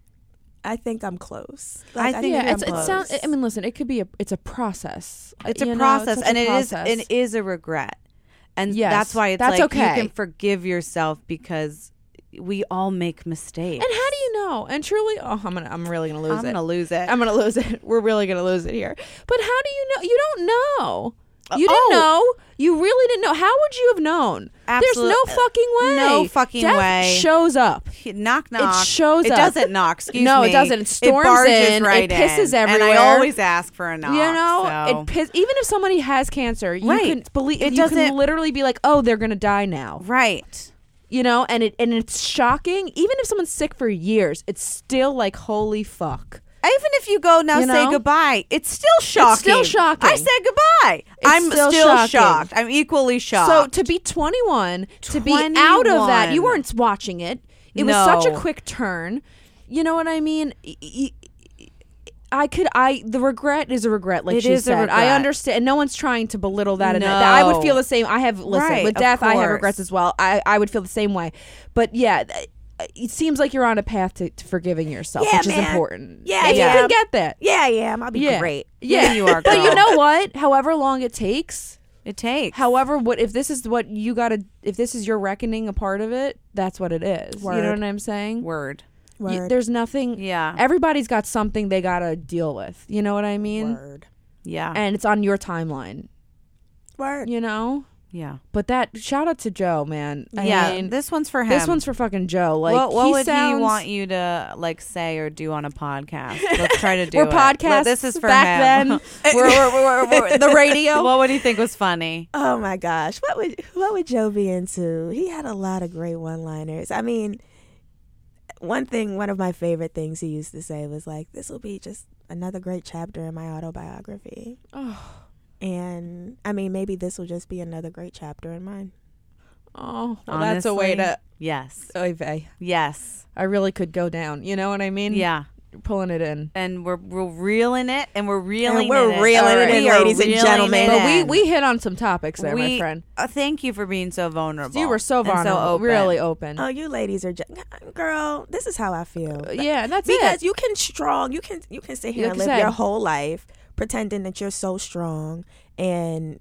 [SPEAKER 3] I think I'm close. Like,
[SPEAKER 1] I think
[SPEAKER 2] yeah,
[SPEAKER 3] I'm
[SPEAKER 2] it's, it sounds.
[SPEAKER 3] close.
[SPEAKER 2] I mean, listen, it could be a. It's a process.
[SPEAKER 1] it's
[SPEAKER 2] You know,
[SPEAKER 1] a process
[SPEAKER 2] such
[SPEAKER 1] and
[SPEAKER 2] a
[SPEAKER 1] it is
[SPEAKER 2] process.
[SPEAKER 1] it is a regret and
[SPEAKER 2] Yes,
[SPEAKER 1] that's why it's
[SPEAKER 2] that's
[SPEAKER 1] like
[SPEAKER 2] okay.
[SPEAKER 1] you can forgive yourself because we all make mistakes
[SPEAKER 2] And how do you know? And truly, oh, I'm gonna, I'm really gonna lose
[SPEAKER 1] i'm
[SPEAKER 2] it.
[SPEAKER 1] gonna lose it
[SPEAKER 2] I'm gonna lose it. (laughs) We're really gonna lose it here. But how do you know? You don't know.
[SPEAKER 1] Uh,
[SPEAKER 2] You
[SPEAKER 1] oh.
[SPEAKER 2] didn't know. You really didn't know. How would you have known?
[SPEAKER 1] Absolute- uh,
[SPEAKER 2] There's no fucking way.
[SPEAKER 1] No fucking
[SPEAKER 2] Death
[SPEAKER 1] way.
[SPEAKER 2] Shows up.
[SPEAKER 1] He- knock knock
[SPEAKER 2] shows
[SPEAKER 1] it
[SPEAKER 2] up.
[SPEAKER 1] doesn't knock excuse
[SPEAKER 2] No, it
[SPEAKER 1] me
[SPEAKER 2] doesn't. It storms
[SPEAKER 1] barges
[SPEAKER 2] in, it
[SPEAKER 1] right
[SPEAKER 2] pisses
[SPEAKER 1] in. and
[SPEAKER 2] everywhere.
[SPEAKER 1] i always ask for a knock
[SPEAKER 2] you know,
[SPEAKER 1] so.
[SPEAKER 2] it piss. Even if somebody has cancer, you
[SPEAKER 1] Right.
[SPEAKER 2] can believe
[SPEAKER 1] It
[SPEAKER 2] you can
[SPEAKER 1] doesn't-
[SPEAKER 2] literally be like, oh, they're gonna die now.
[SPEAKER 1] right
[SPEAKER 2] You know, and it and it's shocking. Even if someone's sick for years, it's still like, holy fuck.
[SPEAKER 1] even if you go now
[SPEAKER 2] You
[SPEAKER 1] say
[SPEAKER 2] know?
[SPEAKER 1] goodbye it's still shocking
[SPEAKER 2] still shocking.
[SPEAKER 1] i said goodbye i'm
[SPEAKER 2] still
[SPEAKER 1] still,
[SPEAKER 2] shocking.
[SPEAKER 1] shocked i'm equally shocked
[SPEAKER 2] So to be 21, to be out of that, you
[SPEAKER 1] 21.
[SPEAKER 2] weren't watching it. It was such a
[SPEAKER 1] No.
[SPEAKER 2] quick turn. You know what I mean? E- e- I could I the regret is a regret like
[SPEAKER 1] It
[SPEAKER 2] she
[SPEAKER 1] is a
[SPEAKER 2] said. I
[SPEAKER 1] regret.
[SPEAKER 2] understand and no one's trying to belittle that and that, that I would
[SPEAKER 1] No.
[SPEAKER 2] feel the same. I have listen,
[SPEAKER 1] Right,
[SPEAKER 2] with
[SPEAKER 1] of
[SPEAKER 2] death I have
[SPEAKER 1] course.
[SPEAKER 2] regrets as well. I I would feel the same way. But yeah, th- it seems like you're on a path to, to forgiving yourself,
[SPEAKER 3] Yeah,
[SPEAKER 2] which is
[SPEAKER 3] man.
[SPEAKER 2] important.
[SPEAKER 3] Yeah,
[SPEAKER 2] if
[SPEAKER 3] yeah.
[SPEAKER 2] you can get that.
[SPEAKER 3] yeah, yeah, I'll be
[SPEAKER 2] Yeah.
[SPEAKER 3] great.
[SPEAKER 2] Yeah,
[SPEAKER 1] Yeah, you are,
[SPEAKER 2] (laughs) But you
[SPEAKER 1] girl.
[SPEAKER 2] know what? However long it takes,
[SPEAKER 1] it takes
[SPEAKER 2] However, what if this is what you gotta if this is your reckoning a part of it, that's what it is. You know
[SPEAKER 3] Word.
[SPEAKER 2] what I'm saying?
[SPEAKER 1] word
[SPEAKER 2] Y-
[SPEAKER 3] Word.
[SPEAKER 2] there's nothing
[SPEAKER 1] yeah
[SPEAKER 2] everybody's got something they gotta deal with. You know what I mean?
[SPEAKER 3] Word.
[SPEAKER 1] yeah
[SPEAKER 2] And it's on your timeline.
[SPEAKER 3] Word.
[SPEAKER 2] You know?
[SPEAKER 1] yeah
[SPEAKER 2] But that shout out to Joe, man. I
[SPEAKER 1] yeah,
[SPEAKER 2] mean,
[SPEAKER 1] this one's for him.
[SPEAKER 2] this one's for fucking Joe. Like
[SPEAKER 1] what, what
[SPEAKER 2] he
[SPEAKER 1] would
[SPEAKER 2] sounds,
[SPEAKER 1] he want you to like say or do on a podcast? Let's try
[SPEAKER 2] (laughs)
[SPEAKER 1] to do
[SPEAKER 2] We're
[SPEAKER 1] it.
[SPEAKER 2] podcasts
[SPEAKER 1] Let- This is for (laughs)
[SPEAKER 2] back
[SPEAKER 1] him.
[SPEAKER 2] then. (laughs) we're, we're, we're, we're- the
[SPEAKER 1] (laughs)
[SPEAKER 2] radio.
[SPEAKER 1] what would he think was funny?
[SPEAKER 3] Oh my gosh, what would what would Joe be into? He had a lot of great one-liners. I mean, one thing, one of my favorite things he used to say was like, "This will be just another great chapter in my autobiography,"
[SPEAKER 2] oh,
[SPEAKER 3] and I mean, maybe this will just be another great chapter in mine.
[SPEAKER 2] oh, well, that's a way to.
[SPEAKER 1] Honestly. Yes,
[SPEAKER 2] Oy vey.
[SPEAKER 1] yes,
[SPEAKER 2] I really could go down. You know what I mean?
[SPEAKER 1] yeah.
[SPEAKER 2] pulling it in.
[SPEAKER 1] And we're we're reeling it, and we're reeling,
[SPEAKER 3] And we're
[SPEAKER 1] it
[SPEAKER 3] reeling
[SPEAKER 1] in.
[SPEAKER 3] it in,
[SPEAKER 1] We are
[SPEAKER 3] ladies and
[SPEAKER 1] reeling
[SPEAKER 3] gentlemen.
[SPEAKER 1] it
[SPEAKER 2] But we
[SPEAKER 1] in.
[SPEAKER 2] we hit on some topics there, my
[SPEAKER 1] We-
[SPEAKER 2] friend.
[SPEAKER 1] uh, thank you for being so vulnerable.
[SPEAKER 2] You were so
[SPEAKER 1] and
[SPEAKER 2] vulnerable,
[SPEAKER 1] open.
[SPEAKER 2] really open.
[SPEAKER 3] Oh, you ladies are, ju- girl. This is how I feel.
[SPEAKER 2] Uh, yeah, and that's
[SPEAKER 3] because
[SPEAKER 2] it.
[SPEAKER 3] you can strong you can you can sit here
[SPEAKER 2] Like
[SPEAKER 3] and
[SPEAKER 2] you
[SPEAKER 3] live
[SPEAKER 2] said.
[SPEAKER 3] your whole life pretending that you're so strong and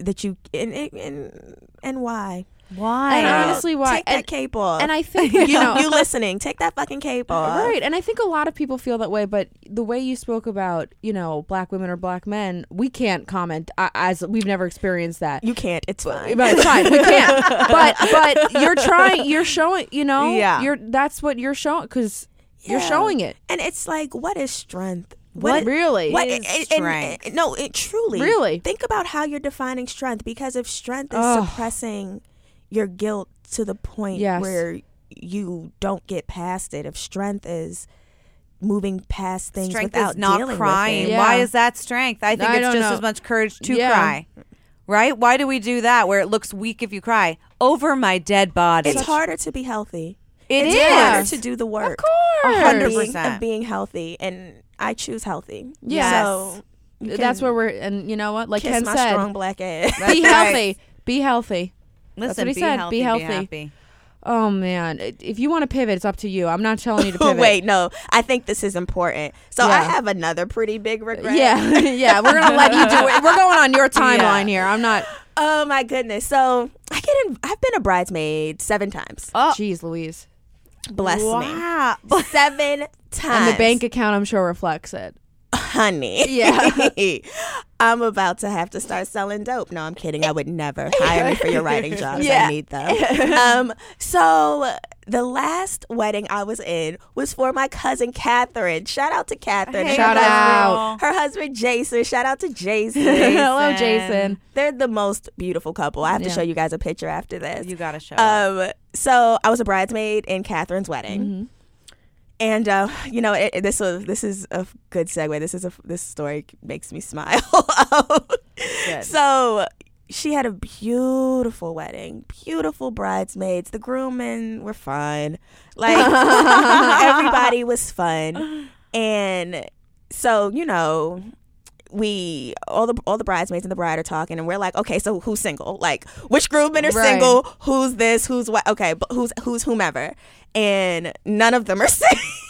[SPEAKER 3] that you and and and, and why
[SPEAKER 1] Why?
[SPEAKER 2] And
[SPEAKER 3] Girl,
[SPEAKER 2] honestly, why?
[SPEAKER 3] take
[SPEAKER 2] And-
[SPEAKER 3] that cape off (laughs)
[SPEAKER 2] and I think
[SPEAKER 3] you,
[SPEAKER 2] you know
[SPEAKER 3] you listening take that fucking cape off
[SPEAKER 2] right. And I think a lot of people feel that way. But the way you spoke about you know black women or black men, we can't comment uh, as we've never experienced that.
[SPEAKER 3] you can't it's fine
[SPEAKER 2] But it's fine. We can't.
[SPEAKER 3] (laughs)
[SPEAKER 2] But but you're trying. You're showing. You know.
[SPEAKER 1] Yeah.
[SPEAKER 2] You're that's what you're showing because you're
[SPEAKER 3] Yeah.
[SPEAKER 2] showing it.
[SPEAKER 3] (laughs) and it's like what is strength
[SPEAKER 2] What
[SPEAKER 3] is-
[SPEAKER 2] really?
[SPEAKER 3] what
[SPEAKER 1] is
[SPEAKER 3] and- and-
[SPEAKER 1] strength?
[SPEAKER 3] and- no it truly
[SPEAKER 2] Really?
[SPEAKER 3] think about how you're defining strength because if strength is
[SPEAKER 2] Ugh.
[SPEAKER 3] suppressing your guilt to the point
[SPEAKER 2] Yes.
[SPEAKER 3] where you don't get past it if strength is moving past things
[SPEAKER 1] strength
[SPEAKER 3] without
[SPEAKER 1] is not
[SPEAKER 3] dealing
[SPEAKER 1] crying.
[SPEAKER 3] with it
[SPEAKER 2] Yeah.
[SPEAKER 1] Why is that strength? I think
[SPEAKER 2] I
[SPEAKER 1] it's
[SPEAKER 2] don't
[SPEAKER 1] just
[SPEAKER 2] know.
[SPEAKER 1] as much courage to
[SPEAKER 2] Yeah.
[SPEAKER 1] cry. Right? Why do we do that where it looks weak if you cry? Over my dead body.
[SPEAKER 3] it's harder to be healthy
[SPEAKER 1] It
[SPEAKER 3] it's
[SPEAKER 1] is.
[SPEAKER 3] harder to do the work
[SPEAKER 2] Of course.
[SPEAKER 3] of being,
[SPEAKER 1] 100%.
[SPEAKER 3] of being healthy and i choose healthy
[SPEAKER 2] Yes.
[SPEAKER 3] so you
[SPEAKER 2] That's
[SPEAKER 3] can
[SPEAKER 2] where we're and you know what? Like
[SPEAKER 3] kiss
[SPEAKER 2] Ken
[SPEAKER 3] my
[SPEAKER 2] said,
[SPEAKER 3] strong black ass
[SPEAKER 2] be
[SPEAKER 1] That's right.
[SPEAKER 2] healthy. Be healthy.
[SPEAKER 1] Listen,
[SPEAKER 2] what he
[SPEAKER 1] be
[SPEAKER 2] said.
[SPEAKER 1] healthy.
[SPEAKER 2] Be healthy.
[SPEAKER 1] happy.
[SPEAKER 2] Oh man, I- if you want to pivot, it's up to you. I'm not telling you
[SPEAKER 3] (laughs)
[SPEAKER 2] to
[SPEAKER 3] Oh
[SPEAKER 2] pivot.
[SPEAKER 3] Wait, no. I think this is important. So I
[SPEAKER 2] Yeah.
[SPEAKER 3] have another pretty big regret.
[SPEAKER 2] Yeah, (laughs) yeah, we're gonna let you do it. We're going on your timeline here. I'm not.
[SPEAKER 3] Oh my goodness. So I get in, I've been a bridesmaid seven times.
[SPEAKER 1] Oh.
[SPEAKER 2] Jeez, Louise,
[SPEAKER 3] Bless me.
[SPEAKER 1] Wow.
[SPEAKER 3] Seven times.
[SPEAKER 2] and the bank account I'm sure reflects it. (laughs)
[SPEAKER 3] honey.
[SPEAKER 2] Yeah.
[SPEAKER 3] (laughs) I'm about to have to start selling dope. No, I'm kidding. I would never hire me for
[SPEAKER 2] (laughs)
[SPEAKER 3] your writing jobs.
[SPEAKER 2] Yeah.
[SPEAKER 3] I
[SPEAKER 2] (laughs)
[SPEAKER 3] need them. Um, so the last wedding I was in was for my cousin Catherine. Shout out to Catherine.
[SPEAKER 1] Hey,
[SPEAKER 3] and her
[SPEAKER 2] Shout
[SPEAKER 3] husband-
[SPEAKER 2] out.
[SPEAKER 3] Her husband Jason. Shout out
[SPEAKER 2] (laughs)
[SPEAKER 3] to Jason.
[SPEAKER 2] Hello, Jason.
[SPEAKER 1] Jason.
[SPEAKER 3] They're the most beautiful couple. I have to
[SPEAKER 2] Yeah.
[SPEAKER 3] show you guys a picture after this.
[SPEAKER 1] You got to show. up.
[SPEAKER 3] Um, so I was a bridesmaid in Catherine's wedding, and uh, you know it, it- this was this is a f- good segue. This is a f- this story makes me smile. (laughs) so she had a beautiful wedding, beautiful bridesmaids. The groommen were fun, like (laughs) everybody was fun, and so you know we all the all the bridesmaids and the bride are talking, and we're like, okay, so who's single? Like, which groomsmen are
[SPEAKER 2] Right.
[SPEAKER 3] single? Who's this? Who's what? Okay, but who's who's whomever? And none of them are (laughs)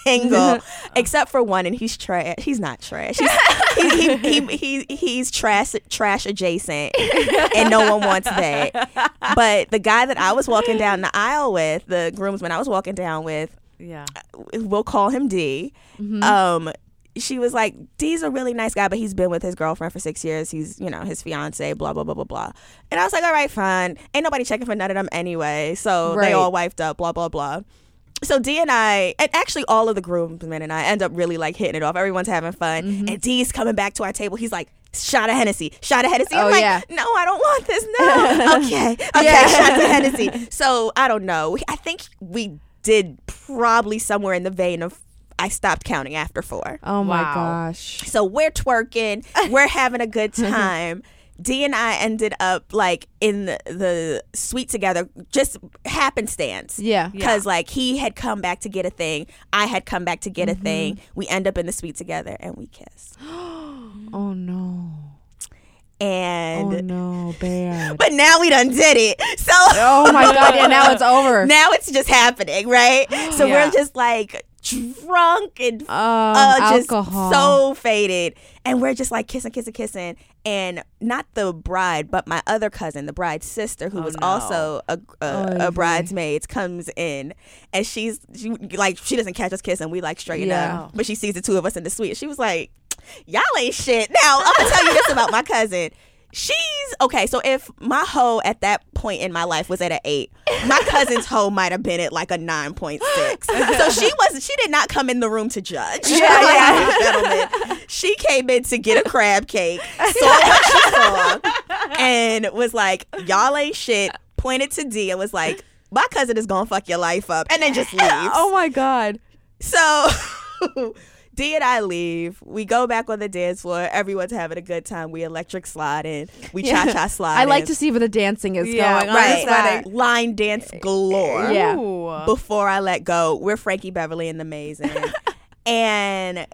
[SPEAKER 3] single except for one, and he's trash. He's not trash. He's, he, he, he, he, he's trash trash adjacent, and no one wants that. But the guy that I was walking down the aisle with, the groomsman I was walking down with,
[SPEAKER 1] Yeah.
[SPEAKER 3] we'll call him D.
[SPEAKER 2] Mm-hmm.
[SPEAKER 3] Um, she was like, D's a really nice guy, but he's been with his girlfriend for six years. He's, you know, his fiance, blah, blah, blah, blah, blah. And I was like, all right, fine. Ain't nobody checking for none of them anyway. So
[SPEAKER 2] Right.
[SPEAKER 3] they all wiped up, blah, blah, blah. So D and I, and actually all of the groomsmen and I end up really like hitting it off. Everyone's having fun.
[SPEAKER 2] Mm-hmm.
[SPEAKER 3] And D's coming back to our table. He's like, shot of Hennessy, shot of Hennessy.
[SPEAKER 2] Oh,
[SPEAKER 3] I'm like,
[SPEAKER 2] yeah.
[SPEAKER 3] no, I don't want this. No.
[SPEAKER 2] (laughs)
[SPEAKER 3] okay. Okay.
[SPEAKER 2] Yeah.
[SPEAKER 3] Shots of Hennessy. So I don't know. I think we did probably somewhere in the vein of I stopped counting after four.
[SPEAKER 2] Oh my
[SPEAKER 1] Wow.
[SPEAKER 2] gosh.
[SPEAKER 3] So we're
[SPEAKER 2] (laughs)
[SPEAKER 3] twerking, we're having a good
[SPEAKER 2] Mm-hmm.
[SPEAKER 3] time. D and I ended up like in the, the suite together, just happenstance.
[SPEAKER 2] Yeah.
[SPEAKER 3] Because like he had come back to get a thing, I had come back to get a thing.
[SPEAKER 2] Mm-hmm.
[SPEAKER 3] We end up in the suite together and we kiss.
[SPEAKER 2] Oh no.
[SPEAKER 3] And
[SPEAKER 2] oh no,
[SPEAKER 3] (laughs)
[SPEAKER 2] bad.
[SPEAKER 3] but now we done did it. So
[SPEAKER 2] oh my god, yeah, now it's over.
[SPEAKER 3] (laughs) now it's just happening, right? So
[SPEAKER 1] Yeah.
[SPEAKER 3] we're just like drunk and
[SPEAKER 2] Um,
[SPEAKER 3] uh,
[SPEAKER 2] alcohol.
[SPEAKER 3] just so faded. And we're just like kissing, kissing, kissing. And not the bride, but my other cousin, the bride's sister, who
[SPEAKER 1] Oh,
[SPEAKER 3] was
[SPEAKER 1] no.
[SPEAKER 3] also a,
[SPEAKER 2] Oy
[SPEAKER 3] a,
[SPEAKER 2] vey.
[SPEAKER 3] a bridesmaid, comes in and she's she, like, she doesn't catch us kissing. We like straighten
[SPEAKER 2] Yeah.
[SPEAKER 3] up. But she sees the two of us in the suite. She was like, y'all ain't shit. Now, I'm going to tell you this about my cousin. She's okay. So if my hoe at that point in my life was at an eight, my cousin's hoe might have been at like a nine point six. So she wasn't. She did not come in the room to judge. Like, gentlemen. She came in to get a crab cake, saw what she saw, and was like, "Y'all ain't shit." Pointed to D and was like, "My cousin is gonna fuck your life up," and then just leaves.
[SPEAKER 2] Oh my god.
[SPEAKER 3] So (laughs) D and I leave. We go back on the dance floor. Everyone's having a good time. We electric slide in. We
[SPEAKER 2] Yeah.
[SPEAKER 3] cha cha slide.
[SPEAKER 2] I like
[SPEAKER 3] in.
[SPEAKER 2] to see where the dancing is
[SPEAKER 1] Yeah,
[SPEAKER 2] going.
[SPEAKER 3] right
[SPEAKER 1] that.
[SPEAKER 3] line dance galore.
[SPEAKER 2] Eh, Yeah.
[SPEAKER 1] Ooh.
[SPEAKER 3] Before I let go, we're Frankie Beverly and the Amazing,
[SPEAKER 2] (laughs)
[SPEAKER 3] and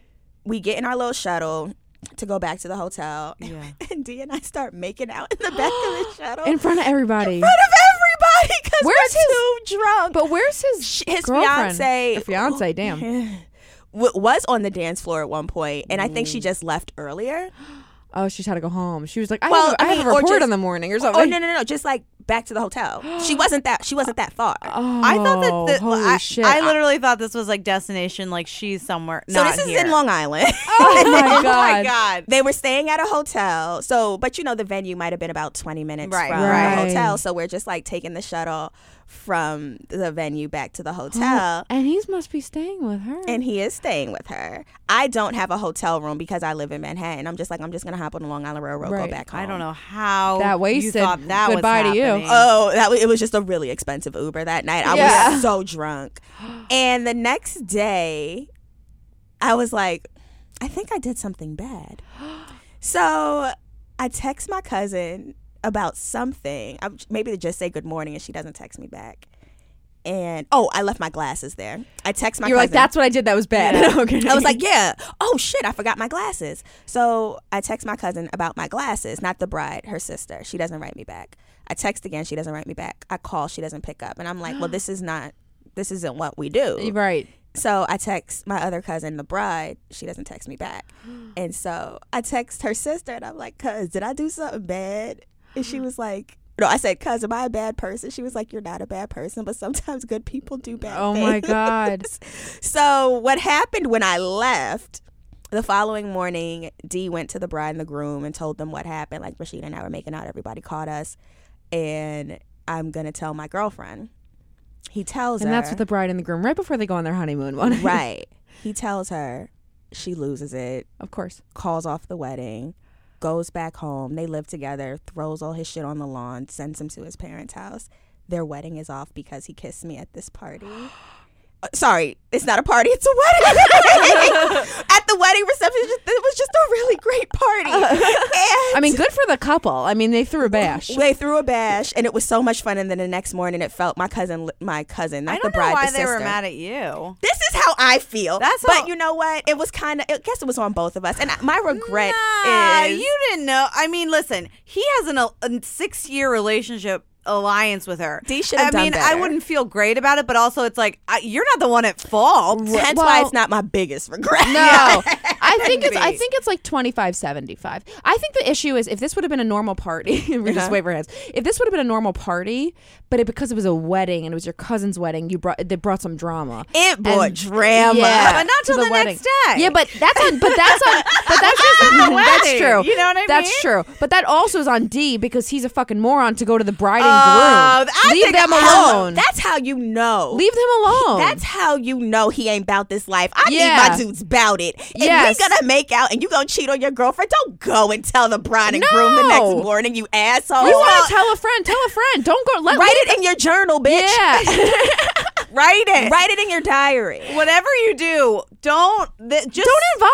[SPEAKER 3] we get in our little shuttle to go back to the hotel.
[SPEAKER 1] Yeah.
[SPEAKER 3] (laughs) And D and I start making out in the back of
[SPEAKER 2] (gasps)
[SPEAKER 3] the shuttle
[SPEAKER 2] In front of everybody.
[SPEAKER 3] front of everybody because we're
[SPEAKER 2] Where's
[SPEAKER 3] too drunk.
[SPEAKER 2] But where's his
[SPEAKER 3] (laughs) Sh- his
[SPEAKER 2] girlfriend?
[SPEAKER 3] fiance-
[SPEAKER 2] Your
[SPEAKER 3] (gasps)
[SPEAKER 2] fiance, damn.
[SPEAKER 3] (laughs) w- was on the dance floor at one point, and I think she just left earlier.
[SPEAKER 2] Oh, she's had to go home. She was like, I,
[SPEAKER 3] Well,
[SPEAKER 2] have, a- I
[SPEAKER 3] I
[SPEAKER 2] have
[SPEAKER 3] mean,
[SPEAKER 2] a
[SPEAKER 3] or
[SPEAKER 2] report
[SPEAKER 3] just-
[SPEAKER 2] in the morning or
[SPEAKER 3] Oh
[SPEAKER 2] something.
[SPEAKER 3] no, no, no! Just like back to the hotel. She wasn't that. She wasn't that
[SPEAKER 2] Uh,
[SPEAKER 3] far.
[SPEAKER 1] I thought that
[SPEAKER 2] Oh,
[SPEAKER 1] the,
[SPEAKER 2] holy
[SPEAKER 1] I,
[SPEAKER 2] shit.
[SPEAKER 1] I literally thought this was like destination, like she's somewhere.
[SPEAKER 3] so
[SPEAKER 1] not
[SPEAKER 3] this is
[SPEAKER 1] here.
[SPEAKER 3] in Long Island.
[SPEAKER 2] (laughs)
[SPEAKER 3] (laughs)
[SPEAKER 2] Oh my
[SPEAKER 1] Oh
[SPEAKER 2] god.
[SPEAKER 1] my god.
[SPEAKER 3] They were staying at a hotel. So, but you know, the venue might have been about 20 minutes
[SPEAKER 1] Right.
[SPEAKER 3] from
[SPEAKER 2] Right.
[SPEAKER 3] the hotel. So we're just like taking the shuttle from the venue
[SPEAKER 2] (gasps)
[SPEAKER 3] back to the hotel.
[SPEAKER 2] Oh, And he must be staying with her.
[SPEAKER 3] And he is staying with her. I don't have a hotel room because I live in Manhattan. I'm just like, I'm just going to hop on the Long Island Railroad,
[SPEAKER 2] Right.
[SPEAKER 3] go back home.
[SPEAKER 1] I don't know how
[SPEAKER 2] That
[SPEAKER 1] you
[SPEAKER 2] wasted.
[SPEAKER 1] thought that
[SPEAKER 2] Goodbye to
[SPEAKER 1] was
[SPEAKER 2] you.
[SPEAKER 1] happening.
[SPEAKER 3] Oh, that wa- it was just a really expensive Uber that night. I
[SPEAKER 2] Yeah.
[SPEAKER 3] was so drunk. And the next day, I was like, I think I did something
[SPEAKER 2] (gasps)
[SPEAKER 3] bad. So I text my cousin about something. I, maybe to just say good morning, and she doesn't text me back. And oh, I left my glasses there. I text my.
[SPEAKER 2] You're like,
[SPEAKER 3] cousin.
[SPEAKER 2] that's what I did. That was bad. (laughs)
[SPEAKER 3] (laughs)
[SPEAKER 2] okay.
[SPEAKER 3] I was like, yeah. Oh shit, I forgot my glasses. So I text my cousin about my glasses, not the bride, her sister. She doesn't write me back. I text again, she doesn't write me back. I call, she doesn't pick up. And I'm like,
[SPEAKER 2] (gasps)
[SPEAKER 3] well, this is not this isn't what we do.
[SPEAKER 2] right.
[SPEAKER 3] So I text my other cousin, the bride, she doesn't text
[SPEAKER 2] (gasps)
[SPEAKER 3] me back. And so I text her sister and I'm like, cuz, did I do something bad? And she was like, no, I said, cuz, am I a bad person? She was like, you're not a bad person, but sometimes good people do bad
[SPEAKER 2] Oh
[SPEAKER 3] things. (laughs)
[SPEAKER 2] my god.
[SPEAKER 3] So what happened when I left? The following morning, Dee went to the bride and the groom and told them what happened. Like Rashida and I were making out, everybody caught us, and I'm gonna tell my girlfriend. He tells
[SPEAKER 2] And
[SPEAKER 3] her,
[SPEAKER 2] that's what the bride and the groom right before they go on their honeymoon one.
[SPEAKER 3] right. He tells her, she loses it,
[SPEAKER 2] (laughs) of course.
[SPEAKER 3] calls off the wedding, goes back home. They live together, throws all his shit on the
[SPEAKER 1] (gasps)
[SPEAKER 3] lawn, sends him to his parents' house. Their wedding is off because he kissed me at this party. uh, sorry, it's not a party, it's a wedding. (laughs) At the wedding reception, it was just a really great
[SPEAKER 1] (laughs)
[SPEAKER 3] party. And (laughs)
[SPEAKER 2] I mean, good for the couple. I mean, they threw a bash.
[SPEAKER 3] they threw a bash, and it was so much fun. And then the next morning, it felt my cousin, li- my cousin, not
[SPEAKER 1] I
[SPEAKER 3] the
[SPEAKER 1] don't know
[SPEAKER 3] bride,
[SPEAKER 1] why
[SPEAKER 3] the
[SPEAKER 1] they were
[SPEAKER 3] sister.
[SPEAKER 1] mad at you.
[SPEAKER 3] This is how I feel.
[SPEAKER 1] That's
[SPEAKER 3] but
[SPEAKER 1] how-
[SPEAKER 3] you know what? It was kind of. I guess it was on both of us. And I- my regret
[SPEAKER 1] Nah,
[SPEAKER 3] is
[SPEAKER 1] you didn't know. I mean, listen, he has an, a six year relationship alliance with her.
[SPEAKER 3] Dee should
[SPEAKER 1] I
[SPEAKER 3] have done
[SPEAKER 1] mean, I
[SPEAKER 3] better.
[SPEAKER 1] wouldn't feel great about it, but also it's like I, you're not the one at fault.
[SPEAKER 3] That's why
[SPEAKER 2] Well-
[SPEAKER 3] it's not my biggest regret. (laughs)
[SPEAKER 1] (laughs)
[SPEAKER 2] No, Oh, I think it's I
[SPEAKER 1] be.
[SPEAKER 2] think it's like twenty five seventy five. I think the issue is if this would have been a normal party, (laughs) we
[SPEAKER 1] Uh-huh.
[SPEAKER 2] just wave our hands. If this would have been a normal party, but it, because it was a wedding and it was your cousin's wedding, you brought they brought some drama.
[SPEAKER 3] It brought
[SPEAKER 2] And-
[SPEAKER 3] drama.
[SPEAKER 2] yeah,
[SPEAKER 1] But not
[SPEAKER 2] to
[SPEAKER 1] till the
[SPEAKER 2] wedding.
[SPEAKER 1] next day.
[SPEAKER 2] Yeah, but that's on. But that's
[SPEAKER 1] (laughs)
[SPEAKER 2] on. But that's just on the That's
[SPEAKER 1] wedding,
[SPEAKER 2] true.
[SPEAKER 1] you know what I
[SPEAKER 2] That's
[SPEAKER 1] mean?
[SPEAKER 2] true. But that also is on D because he's a fucking moron to go to the bride and
[SPEAKER 1] Oh,
[SPEAKER 2] groom.
[SPEAKER 1] I
[SPEAKER 2] Leave
[SPEAKER 1] think
[SPEAKER 2] them
[SPEAKER 1] I-
[SPEAKER 2] alone.
[SPEAKER 3] That's how you know.
[SPEAKER 2] Leave them alone.
[SPEAKER 3] That's how you know he ain't about this life. I
[SPEAKER 2] Yeah.
[SPEAKER 3] need my dudes about it. If
[SPEAKER 2] Yes.
[SPEAKER 3] we gonna make out and you gonna cheat on your girlfriend, don't go and tell the bride and groom the
[SPEAKER 2] No.
[SPEAKER 3] next morning, you asshole.
[SPEAKER 2] you want to tell a friend? Tell a friend. Don't go. Let
[SPEAKER 3] write it in your journal, bitch.
[SPEAKER 2] Yeah.
[SPEAKER 1] (laughs) Write it.
[SPEAKER 3] Write it in your diary.
[SPEAKER 1] Whatever you do, don't th- just
[SPEAKER 2] don't involve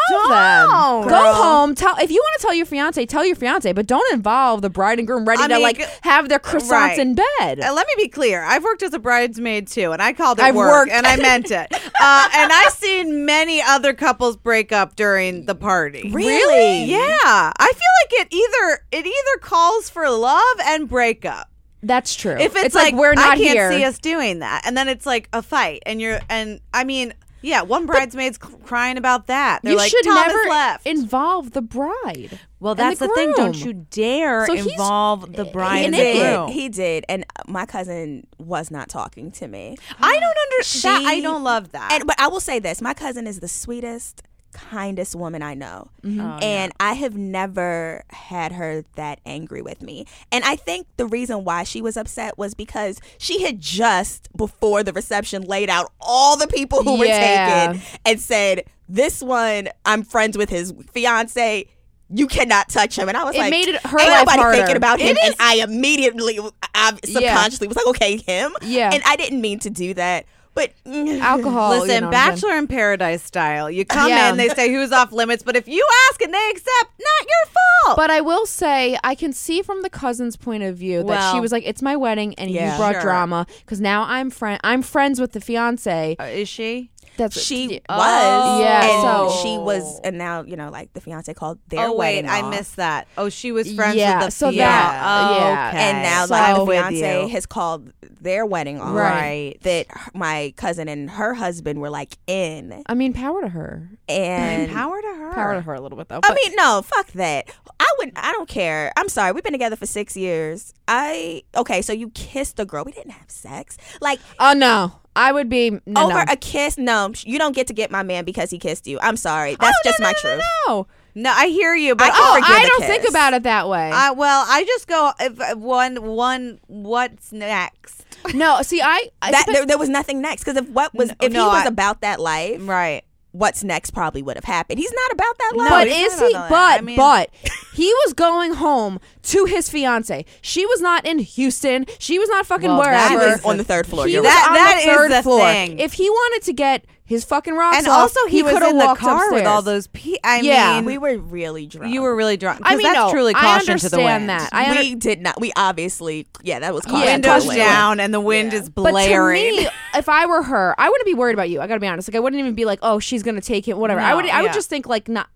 [SPEAKER 1] don't.
[SPEAKER 2] them. Go home. Tell if you want to tell your fiance, tell your fiance, but don't involve the bride and groom ready
[SPEAKER 1] I
[SPEAKER 2] to
[SPEAKER 1] mean,
[SPEAKER 2] like
[SPEAKER 1] g-
[SPEAKER 2] have their croissants
[SPEAKER 1] right.
[SPEAKER 2] in bed.
[SPEAKER 1] Uh, let me be clear. I've worked as a bridesmaid too, and I called it
[SPEAKER 2] I've
[SPEAKER 1] work,
[SPEAKER 2] worked.
[SPEAKER 1] and I meant
[SPEAKER 2] (laughs)
[SPEAKER 1] it. Uh, and I've seen many other couples break up during the party.
[SPEAKER 3] Really?
[SPEAKER 1] Yeah. I feel like it either it either calls for love and breakup.
[SPEAKER 2] That's true.
[SPEAKER 1] If it's,
[SPEAKER 2] like, we're not
[SPEAKER 1] I can't
[SPEAKER 2] here.
[SPEAKER 1] see us doing that, and then it's like a fight, and you're and I mean, yeah, one bridesmaid's c- crying about that. They're
[SPEAKER 2] you
[SPEAKER 1] like,
[SPEAKER 2] should
[SPEAKER 1] Thomas
[SPEAKER 2] never
[SPEAKER 1] left.
[SPEAKER 2] involve the bride.
[SPEAKER 1] well,
[SPEAKER 2] and
[SPEAKER 1] that's the, thing. Don't
[SPEAKER 2] groom.
[SPEAKER 1] you dare
[SPEAKER 2] So he's-
[SPEAKER 1] involve the bride
[SPEAKER 2] an
[SPEAKER 1] and
[SPEAKER 2] idiot.
[SPEAKER 1] the
[SPEAKER 3] did.
[SPEAKER 1] groom.
[SPEAKER 3] He did. And my cousin was not talking to me.
[SPEAKER 1] I don't understand.
[SPEAKER 3] She-
[SPEAKER 1] I don't love that.
[SPEAKER 3] And but I will say this, my cousin is the sweetest, kindest woman I know.
[SPEAKER 2] Mm-hmm.
[SPEAKER 3] and I have never had her that angry with me. And I think the reason why she was upset was because she had just before the reception laid out all the people who
[SPEAKER 2] Yeah.
[SPEAKER 3] were taken and said, "This one, I'm friends with his fiance." You cannot touch him, and I was
[SPEAKER 2] It
[SPEAKER 3] like,
[SPEAKER 2] made it her
[SPEAKER 3] "Ain't
[SPEAKER 2] life
[SPEAKER 3] nobody
[SPEAKER 2] harder."
[SPEAKER 3] thinking about him."
[SPEAKER 2] It
[SPEAKER 3] and I immediately, I subconsciously was like, "Okay, him."
[SPEAKER 2] Yeah.
[SPEAKER 3] and I didn't mean to do that, but
[SPEAKER 2] (laughs) Alcohol. Oh, you
[SPEAKER 1] Listen,
[SPEAKER 2] know what I'm saying?
[SPEAKER 1] Bachelor in Paradise style. You come
[SPEAKER 2] Yeah.
[SPEAKER 1] in, they say who's off limits, but if you ask and they accept, not your fault.
[SPEAKER 2] But I will say, I can see from the cousin's point of view that she
[SPEAKER 1] Well-
[SPEAKER 2] was like, "It's my wedding, and you
[SPEAKER 3] Yeah.
[SPEAKER 2] brought
[SPEAKER 1] Sure.
[SPEAKER 2] drama because now I'm friend. I'm friends with the fiance.
[SPEAKER 1] Uh, is she?
[SPEAKER 2] That's
[SPEAKER 3] she
[SPEAKER 2] yeah.
[SPEAKER 3] was.
[SPEAKER 2] Yeah,
[SPEAKER 3] and
[SPEAKER 2] so-
[SPEAKER 3] she was, and now you know, like the fiance called their
[SPEAKER 1] Oh wait,
[SPEAKER 3] wedding
[SPEAKER 1] I
[SPEAKER 3] off.
[SPEAKER 1] missed that. Oh, she was friends
[SPEAKER 2] Yeah,
[SPEAKER 1] with the
[SPEAKER 2] so that-
[SPEAKER 1] yeah. Oh,
[SPEAKER 2] yeah.
[SPEAKER 1] okay.
[SPEAKER 3] And now,
[SPEAKER 1] So
[SPEAKER 3] like the
[SPEAKER 1] with
[SPEAKER 3] fiance
[SPEAKER 1] you.
[SPEAKER 3] has called their wedding off.
[SPEAKER 1] Right.
[SPEAKER 3] That her- my cousin and her husband were like in,
[SPEAKER 2] I mean, power to her.
[SPEAKER 3] and
[SPEAKER 1] power to her.
[SPEAKER 2] Power to her a little bit though.
[SPEAKER 3] I
[SPEAKER 2] but-
[SPEAKER 3] mean, no, fuck that. I would. I don't care. I'm sorry. We've been together for six years. I okay. So you kissed a girl. We didn't have sex. Like
[SPEAKER 2] Oh no, I would be no,
[SPEAKER 3] over
[SPEAKER 2] no.
[SPEAKER 3] a kiss. No, you don't get to get my man because he kissed you. I'm sorry.
[SPEAKER 1] Oh,
[SPEAKER 3] That's just my truth.
[SPEAKER 2] No,
[SPEAKER 1] No, I hear you, but
[SPEAKER 3] I can
[SPEAKER 2] oh,
[SPEAKER 3] forgive
[SPEAKER 2] I
[SPEAKER 3] a
[SPEAKER 2] don't think
[SPEAKER 3] kiss.
[SPEAKER 2] about it that way.
[SPEAKER 1] I, Uh, well, I just go if, uh, one one. What's next?
[SPEAKER 2] no, see,
[SPEAKER 1] (laughs)
[SPEAKER 2] I, I
[SPEAKER 3] That
[SPEAKER 2] spe-
[SPEAKER 3] there, there was nothing next because if what was if
[SPEAKER 1] no,
[SPEAKER 3] he was
[SPEAKER 1] I-
[SPEAKER 3] about that life,
[SPEAKER 1] Right.
[SPEAKER 3] what's next probably would have happened. He's not about that life.
[SPEAKER 2] but
[SPEAKER 1] he's
[SPEAKER 2] is
[SPEAKER 1] not
[SPEAKER 2] he?
[SPEAKER 1] about
[SPEAKER 2] But
[SPEAKER 1] that. I mean-
[SPEAKER 2] but he was going home to his fiance. She was not in Houston. She was not fucking
[SPEAKER 1] Well, that
[SPEAKER 2] wherever.
[SPEAKER 3] She was on the
[SPEAKER 2] third
[SPEAKER 3] third floor.
[SPEAKER 2] He
[SPEAKER 3] You're
[SPEAKER 2] was
[SPEAKER 3] right.
[SPEAKER 1] That-
[SPEAKER 2] on
[SPEAKER 1] that
[SPEAKER 2] the
[SPEAKER 1] is
[SPEAKER 2] third
[SPEAKER 1] the
[SPEAKER 2] floor.
[SPEAKER 1] thing.
[SPEAKER 2] If he wanted to get his fucking rocks
[SPEAKER 1] And
[SPEAKER 2] off,
[SPEAKER 1] also, he, was
[SPEAKER 2] coulda
[SPEAKER 1] in the
[SPEAKER 2] walked
[SPEAKER 1] car with
[SPEAKER 2] upstairs.
[SPEAKER 1] all those people. I
[SPEAKER 2] Yeah.
[SPEAKER 1] mean,
[SPEAKER 3] we were really drunk.
[SPEAKER 1] you were really drunk. 'cause
[SPEAKER 2] I mean,
[SPEAKER 1] that's
[SPEAKER 2] no,
[SPEAKER 1] truly
[SPEAKER 2] I
[SPEAKER 1] caution to the
[SPEAKER 2] understand
[SPEAKER 1] wind.
[SPEAKER 2] that. I
[SPEAKER 3] we did not. We obviously, yeah, that was caught.
[SPEAKER 2] Yeah,
[SPEAKER 1] Windows
[SPEAKER 2] totally.
[SPEAKER 1] down, and the wind is
[SPEAKER 2] But
[SPEAKER 1] blaring. (laughs)
[SPEAKER 2] to me, if I were her, I wouldn't be worried about you. I gotta be honest. Like I wouldn't even be like, oh, she's gonna take him. Whatever. I
[SPEAKER 1] No,
[SPEAKER 2] would. I would
[SPEAKER 1] yeah.
[SPEAKER 2] just think like not.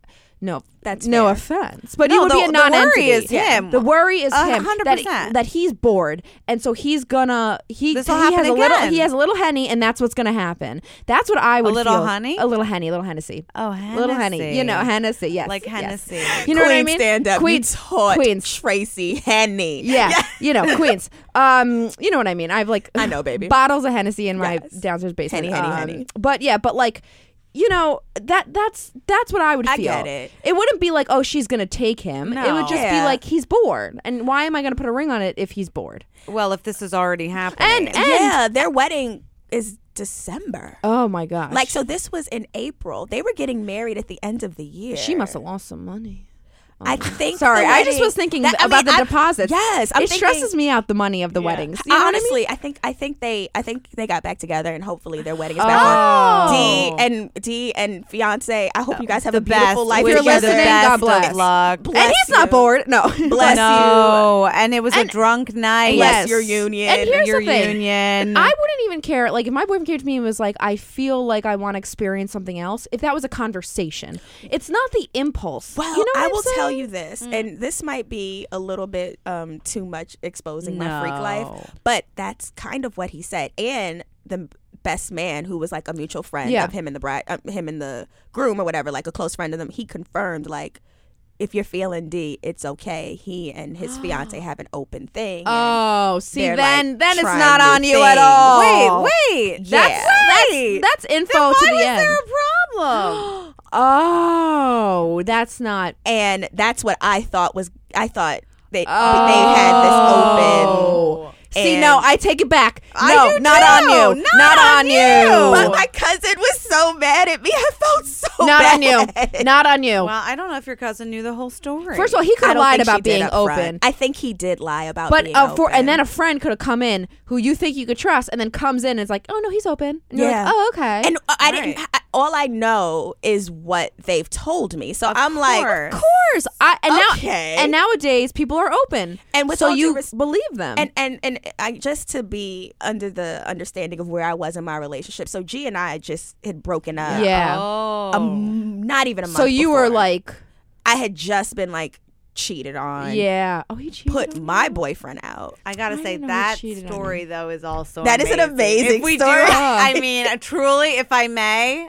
[SPEAKER 2] No,
[SPEAKER 3] That's
[SPEAKER 2] no
[SPEAKER 3] fair.
[SPEAKER 2] offense, but he
[SPEAKER 1] No,
[SPEAKER 2] would be
[SPEAKER 1] the-
[SPEAKER 2] a
[SPEAKER 1] the
[SPEAKER 2] non-entity.
[SPEAKER 1] worry is Yeah. him.
[SPEAKER 2] The worry is
[SPEAKER 1] A
[SPEAKER 2] him.
[SPEAKER 1] hundred
[SPEAKER 2] that-
[SPEAKER 1] percent.
[SPEAKER 2] That he's bored, and so he's gonna he.
[SPEAKER 1] This'll
[SPEAKER 2] he
[SPEAKER 1] happen
[SPEAKER 2] has a little.
[SPEAKER 1] again.
[SPEAKER 2] He has a little henny, and that's what's gonna happen. That's what I would.
[SPEAKER 1] little
[SPEAKER 2] feel.
[SPEAKER 1] honey?
[SPEAKER 2] A little henny. A little Hennessy.
[SPEAKER 1] Oh,
[SPEAKER 2] Little henny. You know
[SPEAKER 1] Hennessy.
[SPEAKER 2] Hennessy. Yes.
[SPEAKER 1] Like
[SPEAKER 2] yes.
[SPEAKER 1] Hennessy.
[SPEAKER 2] You know
[SPEAKER 3] Queen
[SPEAKER 2] what I mean?
[SPEAKER 3] stand up.
[SPEAKER 2] Queens.
[SPEAKER 3] you taught
[SPEAKER 2] Queens.
[SPEAKER 3] Tracy Henny.
[SPEAKER 2] Yeah, you know Queens. Um, you know what I mean. I have like
[SPEAKER 3] I know, baby.
[SPEAKER 2] bottles of Hennessy in my
[SPEAKER 3] Yes.
[SPEAKER 2] downstairs basement.
[SPEAKER 3] Henny, henny,
[SPEAKER 2] Um,
[SPEAKER 3] henny.
[SPEAKER 2] But yeah, but like, you know that that's that's what I would feel.
[SPEAKER 3] I get it.
[SPEAKER 2] It wouldn't be like oh she's gonna take him. It
[SPEAKER 1] No.
[SPEAKER 2] would just be
[SPEAKER 3] Yeah.
[SPEAKER 2] like he's bored, and why am I gonna put a ring on it if he's bored?
[SPEAKER 1] Well, if this is already happening,
[SPEAKER 2] and-
[SPEAKER 3] yeah. Their wedding is December.
[SPEAKER 2] Oh my gosh!
[SPEAKER 3] Like so, this was in April. They were getting married at the end of the year.
[SPEAKER 2] she must have lost some money.
[SPEAKER 3] I think.
[SPEAKER 2] Sorry,
[SPEAKER 3] the
[SPEAKER 2] I just
[SPEAKER 3] wedding-
[SPEAKER 2] was thinking
[SPEAKER 3] That- I
[SPEAKER 2] about
[SPEAKER 3] mean,
[SPEAKER 2] the
[SPEAKER 3] I-
[SPEAKER 2] deposits.
[SPEAKER 3] Yes, I'm
[SPEAKER 2] it stresses
[SPEAKER 3] thinking-
[SPEAKER 2] me out the money of the weddings. You know what I mean?
[SPEAKER 3] Honestly, I think I think they I think they got back together and hopefully their wedding is back
[SPEAKER 2] Oh.
[SPEAKER 3] on. D and D and fiance. I hope you guys have
[SPEAKER 1] the
[SPEAKER 3] a
[SPEAKER 1] best.
[SPEAKER 3] beautiful life.
[SPEAKER 1] Wish
[SPEAKER 2] you're
[SPEAKER 1] you the
[SPEAKER 3] together.
[SPEAKER 2] listening,
[SPEAKER 1] best
[SPEAKER 2] God
[SPEAKER 1] of
[SPEAKER 2] bless.
[SPEAKER 1] luck.
[SPEAKER 3] Bless
[SPEAKER 2] and he's not
[SPEAKER 3] you.
[SPEAKER 2] bored. No, (laughs)
[SPEAKER 3] Bless
[SPEAKER 1] no, and it was a drunk night.
[SPEAKER 3] Bless
[SPEAKER 2] Yes.
[SPEAKER 3] your union.
[SPEAKER 2] And here's
[SPEAKER 1] your
[SPEAKER 2] the thing.
[SPEAKER 1] union.
[SPEAKER 2] I wouldn't even care. Like, if my boyfriend came to me and was like, "I feel like I want to experience something else," if that was a conversation, it's not the impulse.
[SPEAKER 3] Well,
[SPEAKER 2] you know what
[SPEAKER 3] I
[SPEAKER 2] I'm
[SPEAKER 3] will
[SPEAKER 2] saying? Mm.
[SPEAKER 3] tell you this, and this might be a little bit um, too much exposing my freak
[SPEAKER 1] No.
[SPEAKER 3] life, but that's kind of what he said. And the best man, who was like a mutual friend
[SPEAKER 2] Yeah.
[SPEAKER 3] of him and the bride, uh, him and the groom or whatever, like a close friend of them, he confirmed like. If you're feeling D, it's okay. He and his fiance
[SPEAKER 2] (gasps)
[SPEAKER 3] have an open thing. and-
[SPEAKER 2] Oh, see,
[SPEAKER 3] They're,
[SPEAKER 2] then
[SPEAKER 3] like,
[SPEAKER 2] then it's
[SPEAKER 3] trying
[SPEAKER 2] not
[SPEAKER 3] new
[SPEAKER 2] on you at
[SPEAKER 3] things.
[SPEAKER 2] all.
[SPEAKER 1] Wait, wait.
[SPEAKER 3] Yeah.
[SPEAKER 1] That's right.
[SPEAKER 2] that's info
[SPEAKER 1] Why
[SPEAKER 2] to
[SPEAKER 1] was
[SPEAKER 2] the end.
[SPEAKER 1] there a problem?
[SPEAKER 2] oh, that's not.
[SPEAKER 3] and that's what I thought was I thought (gasps) they
[SPEAKER 2] Oh.
[SPEAKER 3] they had this open.
[SPEAKER 2] See,
[SPEAKER 3] and-
[SPEAKER 2] no, I take it back.
[SPEAKER 1] I
[SPEAKER 2] no,
[SPEAKER 1] do
[SPEAKER 2] not
[SPEAKER 1] too.
[SPEAKER 2] on you.
[SPEAKER 1] Not
[SPEAKER 2] on
[SPEAKER 1] on
[SPEAKER 2] you.
[SPEAKER 3] (laughs) but my cousin was so mad at me. I felt so
[SPEAKER 2] not
[SPEAKER 3] bad.
[SPEAKER 2] on
[SPEAKER 3] (laughs)
[SPEAKER 2] you. Not on you.
[SPEAKER 1] Well, I don't know if your cousin knew the whole story.
[SPEAKER 2] First of all, he could
[SPEAKER 3] I
[SPEAKER 2] have
[SPEAKER 3] don't
[SPEAKER 2] lied
[SPEAKER 3] think she
[SPEAKER 2] about
[SPEAKER 3] did
[SPEAKER 2] being
[SPEAKER 3] up front.
[SPEAKER 2] open.
[SPEAKER 3] I think he did lie about
[SPEAKER 2] But
[SPEAKER 3] being
[SPEAKER 2] uh, for
[SPEAKER 3] open.
[SPEAKER 2] and then a friend could have come in who you think you could trust, and then comes in and is like, "Oh no, he's open." And you're
[SPEAKER 3] Yeah.
[SPEAKER 2] like, "Oh okay."
[SPEAKER 3] and uh, I I
[SPEAKER 1] Right.
[SPEAKER 3] didn't. I, all I know is what they've told me. So I'm
[SPEAKER 1] course.
[SPEAKER 3] like,
[SPEAKER 2] of course, I and
[SPEAKER 3] Okay.
[SPEAKER 2] now and nowadays people are open,
[SPEAKER 3] And with
[SPEAKER 2] so
[SPEAKER 3] all due
[SPEAKER 2] you
[SPEAKER 3] res-
[SPEAKER 2] believe them.
[SPEAKER 3] and and and I just to be under the understanding of where I was in my relationship. So G and I just had broken up.
[SPEAKER 2] yeah,
[SPEAKER 1] Oh.
[SPEAKER 3] Um, not even a month.
[SPEAKER 2] so you were
[SPEAKER 3] before.
[SPEAKER 2] like,
[SPEAKER 3] I had just been like cheated on.
[SPEAKER 2] "Yeah, oh he cheated."
[SPEAKER 3] Put
[SPEAKER 2] on
[SPEAKER 3] my
[SPEAKER 2] you?
[SPEAKER 3] boyfriend
[SPEAKER 2] (laughs)
[SPEAKER 3] out.
[SPEAKER 1] I gotta
[SPEAKER 2] I
[SPEAKER 1] say
[SPEAKER 2] know he
[SPEAKER 1] that
[SPEAKER 2] cheated on
[SPEAKER 1] story though is also
[SPEAKER 3] That is an amazing
[SPEAKER 1] If we
[SPEAKER 3] story.
[SPEAKER 1] Do, (laughs) I mean, truly, if I may,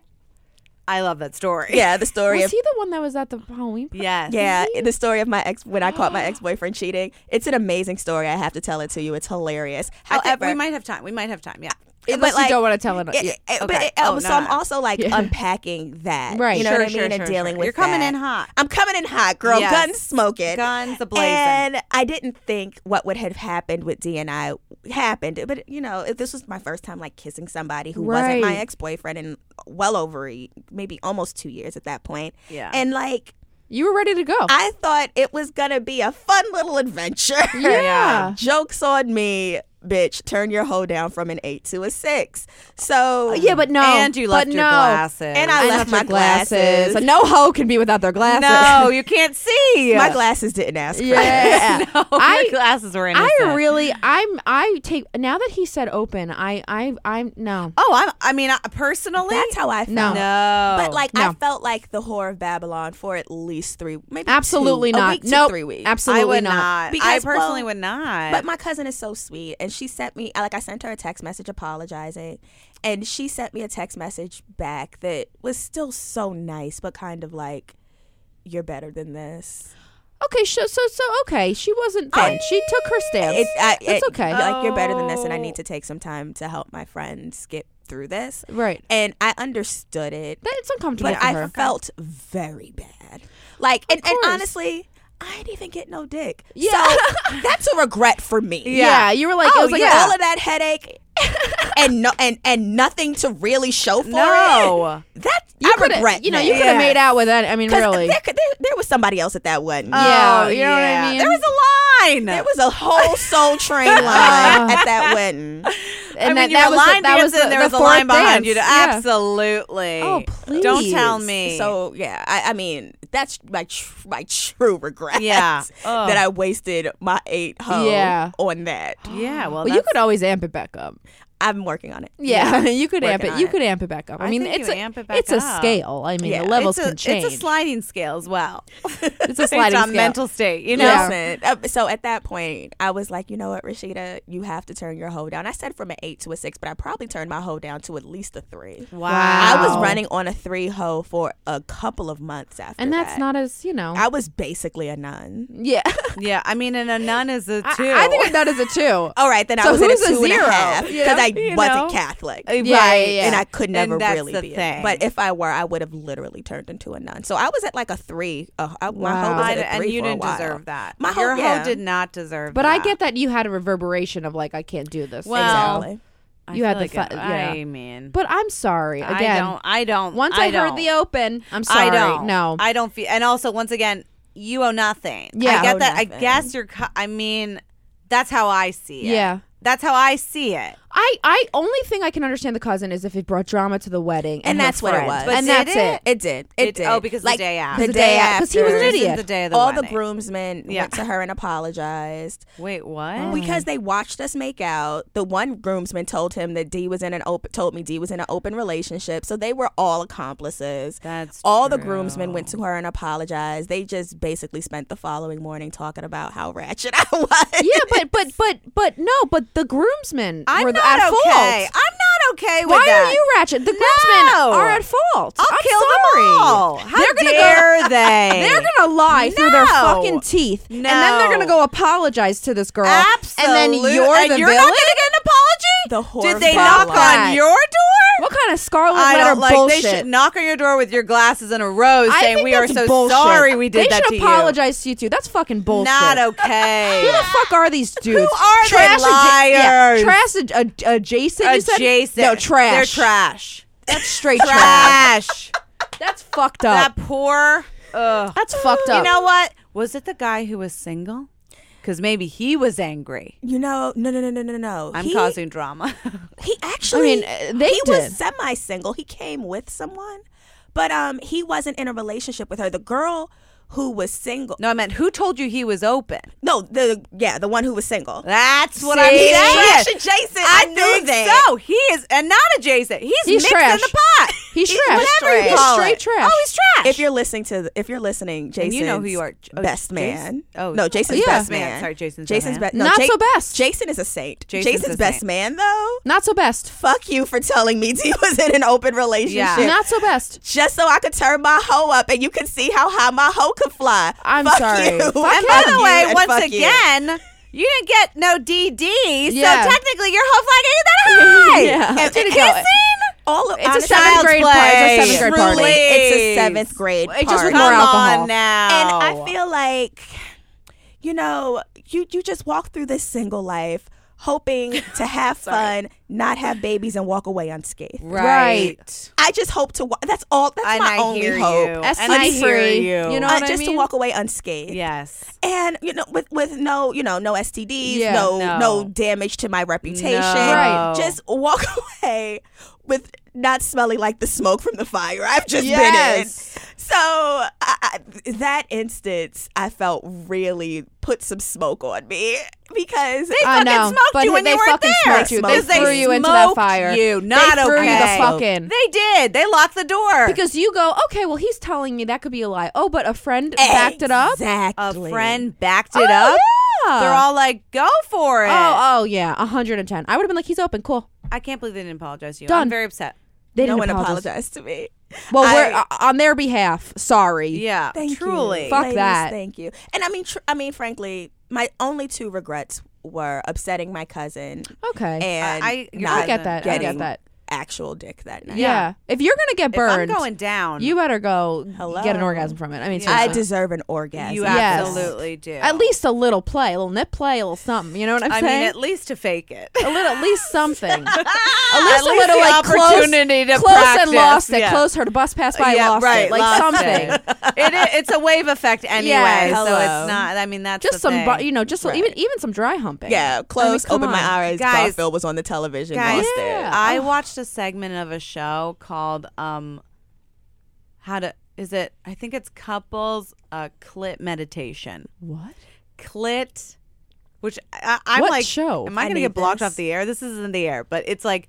[SPEAKER 1] I love that story.
[SPEAKER 3] Yeah, the story
[SPEAKER 2] Was
[SPEAKER 3] of
[SPEAKER 2] he the one that was at the Halloween? Party?
[SPEAKER 1] Yes.
[SPEAKER 3] (laughs) yeah, the story of my ex when I caught
[SPEAKER 2] (gasps)
[SPEAKER 3] my ex boyfriend cheating. It's an amazing story. I have to tell it to you. It's hilarious.
[SPEAKER 1] I think
[SPEAKER 3] However,
[SPEAKER 1] we might have time. We might have time. Yeah.
[SPEAKER 2] Unless
[SPEAKER 3] but like,
[SPEAKER 2] you don't want to tell it.
[SPEAKER 3] it-
[SPEAKER 2] yeah.
[SPEAKER 3] it- but
[SPEAKER 1] Okay.
[SPEAKER 3] it- um,
[SPEAKER 1] Oh,
[SPEAKER 3] so
[SPEAKER 1] no,
[SPEAKER 3] I'm
[SPEAKER 1] no.
[SPEAKER 3] also like unpacking that,
[SPEAKER 2] Right.
[SPEAKER 3] You know
[SPEAKER 1] Sure,
[SPEAKER 3] what I mean?
[SPEAKER 1] sure,
[SPEAKER 3] and
[SPEAKER 1] sure,
[SPEAKER 3] dealing
[SPEAKER 1] sure.
[SPEAKER 3] with
[SPEAKER 1] You're coming
[SPEAKER 3] that.
[SPEAKER 1] in hot.
[SPEAKER 3] I'm coming in hot, girl.
[SPEAKER 1] Yes.
[SPEAKER 3] Guns smoking.
[SPEAKER 1] Guns a-blazing.
[SPEAKER 3] And I didn't think what would have happened with D and I happened, but you know, if this was my first time like kissing somebody who wasn't my
[SPEAKER 2] Right.
[SPEAKER 3] ex boyfriend in well over a- maybe almost two years at that point.
[SPEAKER 1] Yeah.
[SPEAKER 3] and like.
[SPEAKER 2] you were ready to go.
[SPEAKER 3] I thought it was gonna be a fun little adventure.
[SPEAKER 1] (laughs)
[SPEAKER 2] Yeah.
[SPEAKER 3] Jokes on me, bitch. Turn your hoe down from an eight to a six. So
[SPEAKER 2] yeah, but no,
[SPEAKER 1] and you left
[SPEAKER 2] but
[SPEAKER 1] your
[SPEAKER 2] no.
[SPEAKER 1] glasses.
[SPEAKER 3] And I
[SPEAKER 2] I
[SPEAKER 3] left
[SPEAKER 2] left
[SPEAKER 3] my
[SPEAKER 2] your glasses.
[SPEAKER 3] glasses.
[SPEAKER 2] No hoe can be without their glasses.
[SPEAKER 1] (laughs) no, you can't see.
[SPEAKER 3] my glasses didn't ask. for it.
[SPEAKER 2] (laughs) Yeah.
[SPEAKER 1] no,
[SPEAKER 2] I-
[SPEAKER 1] your glasses were innocent.
[SPEAKER 2] I really, I'm, I take now that he said open. I, I, I'm no.
[SPEAKER 1] Oh, I'm. I mean, I, personally,
[SPEAKER 3] (laughs) That's how I felt.
[SPEAKER 2] No.
[SPEAKER 1] no.
[SPEAKER 3] But like I
[SPEAKER 2] No.
[SPEAKER 3] felt like the whore of Babylon for at least three, maybe
[SPEAKER 2] Absolutely
[SPEAKER 3] two,
[SPEAKER 2] not.
[SPEAKER 3] a week to
[SPEAKER 2] Nope.
[SPEAKER 3] three weeks.
[SPEAKER 2] Absolutely
[SPEAKER 1] I would
[SPEAKER 2] not.
[SPEAKER 1] not.
[SPEAKER 3] Because,
[SPEAKER 1] I personally
[SPEAKER 3] well,
[SPEAKER 1] would not.
[SPEAKER 3] But my cousin is so sweet, and she sent me like I sent her a text message apologizing, and she sent me a text message back that was still so nice, but kind of like, "You're better than this."
[SPEAKER 2] Okay, so so so okay. She wasn't fine. she took her stance.
[SPEAKER 3] It's I,
[SPEAKER 2] That's
[SPEAKER 3] it-
[SPEAKER 2] okay.
[SPEAKER 1] uh,
[SPEAKER 3] Like you're better than this, and I
[SPEAKER 1] Oh.
[SPEAKER 3] need to take some time to help my friends get through this.
[SPEAKER 2] right.
[SPEAKER 3] And I understood it,
[SPEAKER 2] That it's uncomfortable
[SPEAKER 3] but
[SPEAKER 2] for
[SPEAKER 3] I
[SPEAKER 2] her.
[SPEAKER 3] felt very bad. Like, and, and
[SPEAKER 2] course.
[SPEAKER 3] honestly, I didn't even get no dick.
[SPEAKER 2] Yeah. (laughs)
[SPEAKER 3] So (laughs) that's a regret for me.
[SPEAKER 2] yeah. you were like, it
[SPEAKER 3] Oh,
[SPEAKER 2] was like "Ah,
[SPEAKER 3] yeah. all
[SPEAKER 2] all
[SPEAKER 3] of that headache (laughs) and no and and nothing to really show for
[SPEAKER 1] No.
[SPEAKER 3] it. That
[SPEAKER 2] you
[SPEAKER 3] I
[SPEAKER 2] coulda-
[SPEAKER 3] regret.
[SPEAKER 2] You know,
[SPEAKER 3] that.
[SPEAKER 2] you could have made out with that. I mean,
[SPEAKER 3] 'Cause
[SPEAKER 2] really.
[SPEAKER 3] There, could- there, there was somebody else at that wedding.
[SPEAKER 2] yeah,
[SPEAKER 1] Oh,
[SPEAKER 2] you know what I
[SPEAKER 1] yeah.
[SPEAKER 2] mean?
[SPEAKER 1] There was a line.
[SPEAKER 3] Um, There was a whole soul (laughs) train line at (laughs) that wedding.
[SPEAKER 2] and
[SPEAKER 1] I
[SPEAKER 2] that,
[SPEAKER 1] mean, you
[SPEAKER 2] that
[SPEAKER 1] were
[SPEAKER 2] was
[SPEAKER 1] line
[SPEAKER 2] the, that was
[SPEAKER 1] dancing,
[SPEAKER 2] the,
[SPEAKER 1] there
[SPEAKER 2] the
[SPEAKER 1] was a
[SPEAKER 2] fourth
[SPEAKER 1] line behind you. To,
[SPEAKER 2] dance. Yeah.
[SPEAKER 1] Absolutely.
[SPEAKER 2] Oh,
[SPEAKER 1] Don't tell
[SPEAKER 2] please.
[SPEAKER 1] me.
[SPEAKER 3] So yeah, I, I mean that's my tr- my true regret.
[SPEAKER 1] Yeah. Ugh.
[SPEAKER 3] (laughs) that I wasted my eight hoe
[SPEAKER 2] Yeah.
[SPEAKER 3] on that.
[SPEAKER 1] yeah, well,
[SPEAKER 2] Well, you could always amp it back up.
[SPEAKER 3] I'm working on it.
[SPEAKER 2] Yeah, (laughs) you could amp
[SPEAKER 3] Working
[SPEAKER 2] it.
[SPEAKER 3] on
[SPEAKER 2] You
[SPEAKER 3] it.
[SPEAKER 2] could amp it back up. I,
[SPEAKER 1] I
[SPEAKER 2] mean,
[SPEAKER 1] think
[SPEAKER 2] it's
[SPEAKER 1] you
[SPEAKER 2] a
[SPEAKER 1] amp it back
[SPEAKER 2] it's a
[SPEAKER 1] up.
[SPEAKER 2] scale. I mean,
[SPEAKER 3] Yeah,
[SPEAKER 2] the levels
[SPEAKER 1] it's a,
[SPEAKER 2] can change.
[SPEAKER 1] It's a sliding scale as well. (laughs)
[SPEAKER 2] It's a
[SPEAKER 1] Based
[SPEAKER 2] sliding
[SPEAKER 1] on
[SPEAKER 2] scale.
[SPEAKER 1] mental state, you know.
[SPEAKER 2] Yeah.
[SPEAKER 3] Listen, uh, so at that point, I was like, you know what, Rashida, you have to turn your hoe down. I said from an eight to a six, but I probably turned my hoe down to at least a three.
[SPEAKER 2] Wow.
[SPEAKER 3] I was running on a three hoe for a couple of months after
[SPEAKER 2] and that's
[SPEAKER 3] that.
[SPEAKER 2] not as you know.
[SPEAKER 3] I was basically a nun.
[SPEAKER 2] yeah,
[SPEAKER 1] Yeah, I mean, and a nun is a two.
[SPEAKER 2] (laughs)
[SPEAKER 1] Oh
[SPEAKER 2] I, I think I've done as a
[SPEAKER 1] (laughs)
[SPEAKER 2] two.
[SPEAKER 3] All right, then I
[SPEAKER 2] So
[SPEAKER 3] was at a
[SPEAKER 2] who's a
[SPEAKER 3] two and
[SPEAKER 2] zero?
[SPEAKER 3] a half
[SPEAKER 2] You
[SPEAKER 3] because
[SPEAKER 2] know?
[SPEAKER 3] I
[SPEAKER 1] You know?
[SPEAKER 3] wasn't Catholic.
[SPEAKER 1] Uh,
[SPEAKER 2] Yeah,
[SPEAKER 1] right.
[SPEAKER 2] yeah, yeah.
[SPEAKER 3] And I could
[SPEAKER 1] And
[SPEAKER 3] never
[SPEAKER 1] that's
[SPEAKER 3] really
[SPEAKER 1] the
[SPEAKER 3] be. a-
[SPEAKER 1] thing.
[SPEAKER 3] But if I were, I would have literally turned into a nun. So I was at like a three. Uh, I, My
[SPEAKER 2] Wow.
[SPEAKER 3] hoe was
[SPEAKER 1] Oh, I-
[SPEAKER 3] at a
[SPEAKER 1] and
[SPEAKER 3] three
[SPEAKER 1] you
[SPEAKER 3] for a
[SPEAKER 1] didn't
[SPEAKER 3] while.
[SPEAKER 1] deserve that.
[SPEAKER 3] My
[SPEAKER 1] Your
[SPEAKER 3] hoe, yeah.
[SPEAKER 1] hoe did not deserve
[SPEAKER 2] But
[SPEAKER 1] that.
[SPEAKER 2] I get that you had a reverberation of like I can't do this.
[SPEAKER 1] Well,
[SPEAKER 3] Exactly.
[SPEAKER 1] I
[SPEAKER 2] you had
[SPEAKER 1] feel
[SPEAKER 2] the
[SPEAKER 1] like
[SPEAKER 2] fi-
[SPEAKER 1] it-
[SPEAKER 2] yeah.
[SPEAKER 1] I mean,
[SPEAKER 2] But I'm sorry again.
[SPEAKER 1] I don't. I don't.
[SPEAKER 2] Once
[SPEAKER 1] I
[SPEAKER 2] I, heard
[SPEAKER 1] don't.
[SPEAKER 2] the open, I'm sorry.
[SPEAKER 1] I don't.
[SPEAKER 2] No.
[SPEAKER 1] I don't feel. And also, once again, you owe nothing.
[SPEAKER 2] Yeah.
[SPEAKER 1] I get
[SPEAKER 3] Owe
[SPEAKER 1] that. I
[SPEAKER 3] nothing.
[SPEAKER 1] guess you're. cu- I mean, that's how I see it.
[SPEAKER 2] Yeah.
[SPEAKER 1] that's how I see it.
[SPEAKER 2] I, I only thing I can understand the cousin is if it brought drama to the wedding, and,
[SPEAKER 3] and
[SPEAKER 2] her
[SPEAKER 3] that's what it
[SPEAKER 2] friend.
[SPEAKER 3] was.
[SPEAKER 1] But
[SPEAKER 2] and
[SPEAKER 1] did
[SPEAKER 2] that's it.
[SPEAKER 3] It did. It,
[SPEAKER 1] It-
[SPEAKER 3] did.
[SPEAKER 1] oh, because the day after.
[SPEAKER 2] The
[SPEAKER 3] The day
[SPEAKER 2] day
[SPEAKER 3] after.
[SPEAKER 2] after. 'Cause he was an
[SPEAKER 1] This is
[SPEAKER 2] idiot.
[SPEAKER 1] The day of the
[SPEAKER 3] All the
[SPEAKER 1] wedding.
[SPEAKER 3] groomsmen
[SPEAKER 1] Yeah.
[SPEAKER 3] went to her and apologized
[SPEAKER 1] Wait, what?
[SPEAKER 2] Oh.
[SPEAKER 3] because they watched us make out. The one groomsman told him that D was in an open. Told me D was in an open relationship, so they were all accomplices.
[SPEAKER 1] That's
[SPEAKER 3] all the
[SPEAKER 1] true.
[SPEAKER 3] groomsmen went to her and apologized. They just basically spent the following morning talking about how ratchet (laughs) I was.
[SPEAKER 2] yeah,
[SPEAKER 1] (laughs)
[SPEAKER 2] but but but but no, but the groomsmen
[SPEAKER 1] I'm
[SPEAKER 2] were the-
[SPEAKER 1] not
[SPEAKER 2] at
[SPEAKER 1] okay.
[SPEAKER 2] fault.
[SPEAKER 1] I'm not okay with
[SPEAKER 2] Why
[SPEAKER 1] that.
[SPEAKER 2] are you ratchet? The groomsmen
[SPEAKER 1] No.
[SPEAKER 2] are at fault.
[SPEAKER 1] I'll
[SPEAKER 2] am
[SPEAKER 1] kill
[SPEAKER 2] sorry.
[SPEAKER 1] them all. How
[SPEAKER 2] (laughs) They're gonna go-
[SPEAKER 1] dare they?
[SPEAKER 2] They're gonna lie through
[SPEAKER 1] No.
[SPEAKER 2] their fucking teeth, and then they're
[SPEAKER 1] No.
[SPEAKER 2] gonna go apologize to this girl,
[SPEAKER 1] Absolutely.
[SPEAKER 2] and then you're
[SPEAKER 1] And
[SPEAKER 2] the
[SPEAKER 1] you're
[SPEAKER 2] villain.
[SPEAKER 1] not gonna get an apology.
[SPEAKER 3] The whore
[SPEAKER 1] Did they
[SPEAKER 3] fell
[SPEAKER 1] knock on
[SPEAKER 2] out.
[SPEAKER 1] your door?
[SPEAKER 2] what kind of scarlet
[SPEAKER 1] I
[SPEAKER 2] letter
[SPEAKER 1] don't like.
[SPEAKER 2] bullshit?
[SPEAKER 1] They should knock on your door with your glasses and a rose,
[SPEAKER 2] I
[SPEAKER 1] saying
[SPEAKER 2] think
[SPEAKER 1] we are
[SPEAKER 2] that's
[SPEAKER 1] so
[SPEAKER 2] bullshit.
[SPEAKER 1] sorry we did
[SPEAKER 2] they
[SPEAKER 1] that
[SPEAKER 2] should
[SPEAKER 1] to you.
[SPEAKER 2] apologize to you too. That's fucking bullshit.
[SPEAKER 1] Not
[SPEAKER 2] Who
[SPEAKER 1] okay.
[SPEAKER 2] the fuck are these dudes?
[SPEAKER 1] are they?
[SPEAKER 2] trash adja- yeah,
[SPEAKER 1] Liars.
[SPEAKER 2] trash ad- ad- adjacent. You said?
[SPEAKER 1] Adjacent.
[SPEAKER 2] No trash.
[SPEAKER 1] They're trash.
[SPEAKER 2] That's straight (laughs) trash.
[SPEAKER 1] Trash.
[SPEAKER 2] That's fucked
[SPEAKER 1] that
[SPEAKER 2] up.
[SPEAKER 1] poor. Ugh.
[SPEAKER 2] That's fucked up.
[SPEAKER 1] You know what? Was it the guy who was single? Because maybe he was angry.
[SPEAKER 3] You know, no, no, no, no, no, no.
[SPEAKER 1] I'm
[SPEAKER 3] He-
[SPEAKER 1] causing drama. (laughs)
[SPEAKER 3] He actually,
[SPEAKER 2] mean, uh, they
[SPEAKER 3] he
[SPEAKER 2] did.
[SPEAKER 3] was semi-single. He came with someone, but um, he wasn't in a relationship with her. The girl who was single,
[SPEAKER 1] no, I meant who told you he was open?
[SPEAKER 3] no, the yeah, the one who was single.
[SPEAKER 1] That's what
[SPEAKER 3] See?
[SPEAKER 1] I'm saying.
[SPEAKER 3] He's trash adjacent. I knew
[SPEAKER 1] think
[SPEAKER 3] that.
[SPEAKER 1] So he is, and not adjacent. He's,
[SPEAKER 2] He's
[SPEAKER 1] mixed in
[SPEAKER 2] trash.
[SPEAKER 1] the pot.
[SPEAKER 2] He's
[SPEAKER 1] He's
[SPEAKER 2] trash.
[SPEAKER 1] whatever you
[SPEAKER 2] He's
[SPEAKER 1] call
[SPEAKER 2] straight
[SPEAKER 1] it.
[SPEAKER 2] trash.
[SPEAKER 1] Oh, he's trash.
[SPEAKER 3] If you're listening to, if you're listening, Jason,
[SPEAKER 1] And you know who you are. J- oh,
[SPEAKER 3] best
[SPEAKER 1] Jason-
[SPEAKER 3] man.
[SPEAKER 1] oh,
[SPEAKER 3] no, Jason's
[SPEAKER 2] yeah.
[SPEAKER 3] best
[SPEAKER 1] Man.
[SPEAKER 3] man.
[SPEAKER 1] Sorry, Jason's best
[SPEAKER 3] Jason's
[SPEAKER 1] man.
[SPEAKER 3] be- no,
[SPEAKER 2] Not so best.
[SPEAKER 3] Jason is a saint.
[SPEAKER 1] Jason's
[SPEAKER 3] Jason's,
[SPEAKER 1] a
[SPEAKER 3] best
[SPEAKER 1] saint.
[SPEAKER 3] man, though.
[SPEAKER 2] Not so best.
[SPEAKER 3] Fuck you for telling me (laughs) D was in an open relationship.
[SPEAKER 2] Not so best.
[SPEAKER 3] just so I could turn my hoe up and you could see how high my hoe could fly.
[SPEAKER 2] I'm
[SPEAKER 3] Fuck
[SPEAKER 2] sorry.
[SPEAKER 3] You.
[SPEAKER 2] Fuck
[SPEAKER 1] and by
[SPEAKER 2] him. Fuck
[SPEAKER 1] the
[SPEAKER 2] you
[SPEAKER 1] way,
[SPEAKER 3] and
[SPEAKER 1] once
[SPEAKER 3] fuck you.
[SPEAKER 1] again, you didn't get no DD,
[SPEAKER 2] Yeah.
[SPEAKER 1] so technically your whole (laughs) flag ain't that high.
[SPEAKER 2] Yeah.
[SPEAKER 1] Have
[SPEAKER 2] Didn't
[SPEAKER 1] you
[SPEAKER 2] go-
[SPEAKER 1] seen?
[SPEAKER 3] All of,
[SPEAKER 2] It's a
[SPEAKER 3] honestly,
[SPEAKER 2] seventh
[SPEAKER 1] Child's
[SPEAKER 2] grade party. It's a seventh grade party.
[SPEAKER 1] Truly.
[SPEAKER 3] It's a seventh grade
[SPEAKER 2] It just
[SPEAKER 3] party.
[SPEAKER 2] with more
[SPEAKER 1] Come
[SPEAKER 2] alcohol.
[SPEAKER 1] on now.
[SPEAKER 3] And I feel like, you know, you you just walk through this single life hoping to have fun, not have babies, and walk away unscathed.
[SPEAKER 1] right.
[SPEAKER 3] I just hope to. Wa- that's all. That's
[SPEAKER 1] And
[SPEAKER 3] my
[SPEAKER 1] I
[SPEAKER 3] only
[SPEAKER 1] hear
[SPEAKER 3] hope.
[SPEAKER 1] you.
[SPEAKER 2] That's
[SPEAKER 1] and I
[SPEAKER 2] nice
[SPEAKER 1] hear
[SPEAKER 2] free.
[SPEAKER 1] you.
[SPEAKER 2] You know
[SPEAKER 3] Uh,
[SPEAKER 2] what I
[SPEAKER 3] just to
[SPEAKER 2] mean?
[SPEAKER 3] walk away unscathed.
[SPEAKER 1] Yes.
[SPEAKER 3] and you know with with no you know no STDs
[SPEAKER 2] Yeah,
[SPEAKER 3] no,
[SPEAKER 1] no.
[SPEAKER 3] no damage to my reputation
[SPEAKER 1] No.
[SPEAKER 3] just walk (laughs) away with not smelling like the smoke from the fire I've just
[SPEAKER 2] Yes.
[SPEAKER 3] been in so I, I, that instance I felt really put some smoke on me because
[SPEAKER 1] They
[SPEAKER 2] I
[SPEAKER 1] fucking
[SPEAKER 2] know,
[SPEAKER 1] smoked
[SPEAKER 2] but
[SPEAKER 1] you when
[SPEAKER 2] they
[SPEAKER 1] you weren't
[SPEAKER 2] fucking
[SPEAKER 1] there.
[SPEAKER 2] smoked you. They
[SPEAKER 3] Because
[SPEAKER 1] they
[SPEAKER 2] threw you into that
[SPEAKER 1] smoked
[SPEAKER 2] fire.
[SPEAKER 1] You
[SPEAKER 2] They
[SPEAKER 1] not
[SPEAKER 2] threw
[SPEAKER 1] okay.
[SPEAKER 2] you the fuck in.
[SPEAKER 1] They did. They locked the door.
[SPEAKER 2] Because you go, okay, well, he's telling me that could be a lie. Oh, but a friend backed it up.
[SPEAKER 1] a
[SPEAKER 3] exactly
[SPEAKER 1] friend backed it
[SPEAKER 2] Oh,
[SPEAKER 1] up.
[SPEAKER 2] yeah.
[SPEAKER 1] They're all like, "Go for it."
[SPEAKER 2] Oh, oh yeah, 110. I would have been like, he's open, cool.
[SPEAKER 1] I can't believe they didn't apologize to you. I'm
[SPEAKER 2] Done.
[SPEAKER 1] very upset.
[SPEAKER 2] They
[SPEAKER 3] no
[SPEAKER 2] didn't
[SPEAKER 3] one
[SPEAKER 2] apologize.
[SPEAKER 3] apologized to me
[SPEAKER 2] Well, we're
[SPEAKER 3] I-
[SPEAKER 2] uh, on their behalf. Sorry.
[SPEAKER 1] Yeah,
[SPEAKER 3] Thank
[SPEAKER 1] truly.
[SPEAKER 3] you.
[SPEAKER 2] Fuck
[SPEAKER 3] Ladies,
[SPEAKER 2] that.
[SPEAKER 3] Thank you. And I mean, tr- I mean, frankly, my only two regrets were upsetting my cousin
[SPEAKER 2] Okay.
[SPEAKER 3] and
[SPEAKER 1] I- I-
[SPEAKER 3] not
[SPEAKER 2] I get that. I get
[SPEAKER 3] getting
[SPEAKER 2] that.
[SPEAKER 3] actual dick that
[SPEAKER 2] Yeah.
[SPEAKER 3] night.
[SPEAKER 2] If you're gonna get
[SPEAKER 1] If I'm
[SPEAKER 2] burned,
[SPEAKER 1] going down,
[SPEAKER 2] you better go
[SPEAKER 3] Hello.
[SPEAKER 2] get an orgasm from it. I mean,
[SPEAKER 3] I
[SPEAKER 2] seriously.
[SPEAKER 3] deserve an orgasm.
[SPEAKER 1] you
[SPEAKER 2] Yes.
[SPEAKER 1] absolutely do.
[SPEAKER 2] at least a little play, a little nip play, a little something. You know what I'm
[SPEAKER 1] I
[SPEAKER 2] saying?
[SPEAKER 1] mean, at least to fake
[SPEAKER 2] (laughs)
[SPEAKER 1] it.
[SPEAKER 2] a little, at least
[SPEAKER 1] (laughs)
[SPEAKER 2] something.
[SPEAKER 1] at
[SPEAKER 2] least a little,
[SPEAKER 1] the
[SPEAKER 2] like, close-
[SPEAKER 1] opportunity to
[SPEAKER 2] close
[SPEAKER 1] practice.
[SPEAKER 2] and lost it.
[SPEAKER 1] Yeah.
[SPEAKER 2] Close her to bus pass by
[SPEAKER 1] (laughs) yeah,
[SPEAKER 2] lost
[SPEAKER 1] right,
[SPEAKER 2] it. Like
[SPEAKER 1] lost
[SPEAKER 2] something.
[SPEAKER 1] It. (laughs) It is, it's a wave
[SPEAKER 2] (laughs)
[SPEAKER 1] effect anyway, so
[SPEAKER 3] hello.
[SPEAKER 1] it's not. I mean, that's the
[SPEAKER 2] Just some,
[SPEAKER 1] thing.
[SPEAKER 2] bu- you know, just even even some dry humping.
[SPEAKER 3] Yeah, close,
[SPEAKER 2] come
[SPEAKER 3] open my
[SPEAKER 2] on.
[SPEAKER 3] eyes.
[SPEAKER 1] Guys.
[SPEAKER 3] Garfield was on the television.
[SPEAKER 1] Guys.
[SPEAKER 3] lost
[SPEAKER 2] Yeah. Oh.
[SPEAKER 3] it.
[SPEAKER 1] I watched a segment of a show called um how to is it I think it's couples uh clit meditation.
[SPEAKER 2] What?
[SPEAKER 1] Clit which I, I'm
[SPEAKER 2] What
[SPEAKER 1] like
[SPEAKER 2] show?
[SPEAKER 1] Am I,
[SPEAKER 3] I
[SPEAKER 1] gonna get
[SPEAKER 3] need
[SPEAKER 1] blocked
[SPEAKER 3] this.
[SPEAKER 1] off the air? This isn't the air, but it's like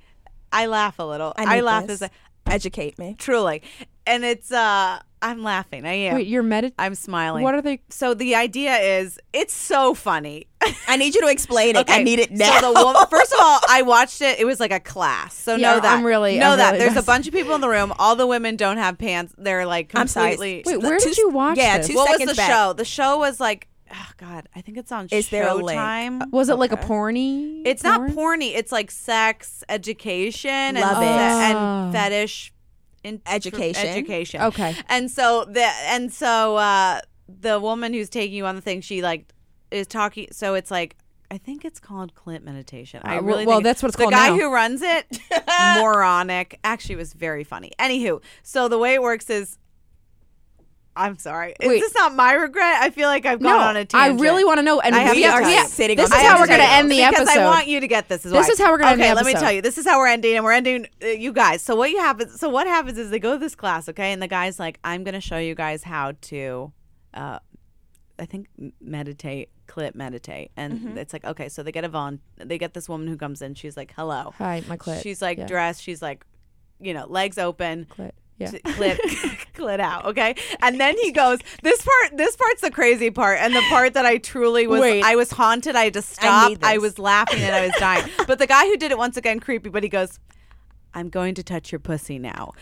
[SPEAKER 1] I laugh a little.
[SPEAKER 3] need
[SPEAKER 1] I, laugh
[SPEAKER 3] this.
[SPEAKER 1] as I-
[SPEAKER 3] Educate me.
[SPEAKER 1] truly. And it's uh I'm laughing. I am.
[SPEAKER 2] Wait, you're medit.
[SPEAKER 1] I'm smiling.
[SPEAKER 2] What are they?
[SPEAKER 1] so the idea is it's so funny.
[SPEAKER 3] I need you to explain it. I need it now.
[SPEAKER 1] So the woman, first of all, I watched it. It was like a class. So
[SPEAKER 2] Yeah,
[SPEAKER 1] know that.
[SPEAKER 2] I'm really-
[SPEAKER 1] know
[SPEAKER 2] I'm
[SPEAKER 1] that.
[SPEAKER 2] really
[SPEAKER 1] There's a
[SPEAKER 2] messed-
[SPEAKER 1] bunch of people in the room. All the women don't have pants. They're like
[SPEAKER 3] (laughs) I'm sorry.
[SPEAKER 1] completely.
[SPEAKER 2] Wait, where did you watch
[SPEAKER 3] yeah,
[SPEAKER 2] this?
[SPEAKER 3] two
[SPEAKER 1] what was
[SPEAKER 3] seconds
[SPEAKER 1] the
[SPEAKER 3] back.
[SPEAKER 1] show? The show was like, oh God, I think it's on.
[SPEAKER 3] Is there a link?
[SPEAKER 1] Showtime.
[SPEAKER 2] Was it like a porny?
[SPEAKER 1] It's not
[SPEAKER 2] porn?
[SPEAKER 1] porny. It's like sex education
[SPEAKER 3] Love
[SPEAKER 1] and,
[SPEAKER 3] it.
[SPEAKER 1] and
[SPEAKER 2] Ah.
[SPEAKER 1] fetish in-
[SPEAKER 3] Education.
[SPEAKER 1] Education.
[SPEAKER 2] Okay.
[SPEAKER 1] And so the and so uh, the woman who's taking you on the thing, she like is talking. So it's like I think it's called Clint meditation. I
[SPEAKER 2] Uh, well-
[SPEAKER 1] really
[SPEAKER 2] well,
[SPEAKER 1] think it-
[SPEAKER 2] that's what it's
[SPEAKER 1] the
[SPEAKER 2] called
[SPEAKER 1] guy
[SPEAKER 2] now.
[SPEAKER 1] who runs it.
[SPEAKER 2] (laughs)
[SPEAKER 1] moronic. Actually, it was very funny. Anywho, so the way it works is I'm sorry. Is
[SPEAKER 2] Wait.
[SPEAKER 1] this not my regret? I feel like I've gone on a
[SPEAKER 2] I
[SPEAKER 1] tangent.
[SPEAKER 2] really want to know. And
[SPEAKER 1] I have
[SPEAKER 2] we
[SPEAKER 1] to
[SPEAKER 2] are
[SPEAKER 1] tell you.
[SPEAKER 3] Sitting
[SPEAKER 2] This is
[SPEAKER 3] on my
[SPEAKER 2] how
[SPEAKER 3] hands
[SPEAKER 2] we're going to
[SPEAKER 3] right now.
[SPEAKER 2] end the
[SPEAKER 1] because
[SPEAKER 2] episode.
[SPEAKER 1] I want you to get this. Is
[SPEAKER 2] This
[SPEAKER 1] why.
[SPEAKER 2] is how we're gonna end
[SPEAKER 1] Okay,
[SPEAKER 2] the
[SPEAKER 1] let me
[SPEAKER 2] episode.
[SPEAKER 1] tell you. This is how we're ending, and we're ending. Uh, you guys. So what you happens? So what happens is they go to this class, okay, and the guy's like, "I'm gonna show you guys how to, uh, I think m- meditate, clip meditate," and
[SPEAKER 2] Mm-hmm.
[SPEAKER 1] it's like, okay, so they get a volun- they get this woman who comes in. She's like, "Hello,"
[SPEAKER 2] Hi, my clit.
[SPEAKER 1] she's like
[SPEAKER 2] yeah.
[SPEAKER 1] dressed. She's like, you know, legs open.
[SPEAKER 2] clit. Yeah.
[SPEAKER 1] T- (laughs) clit clit out okay and then he goes this part this part's the crazy part and the part that i truly was
[SPEAKER 2] Wait.
[SPEAKER 1] i was haunted i had to stop
[SPEAKER 3] need this.
[SPEAKER 1] I, was laughing and i was (laughs) dying but the guy who did it once again creepy but he goes i'm going to touch your pussy now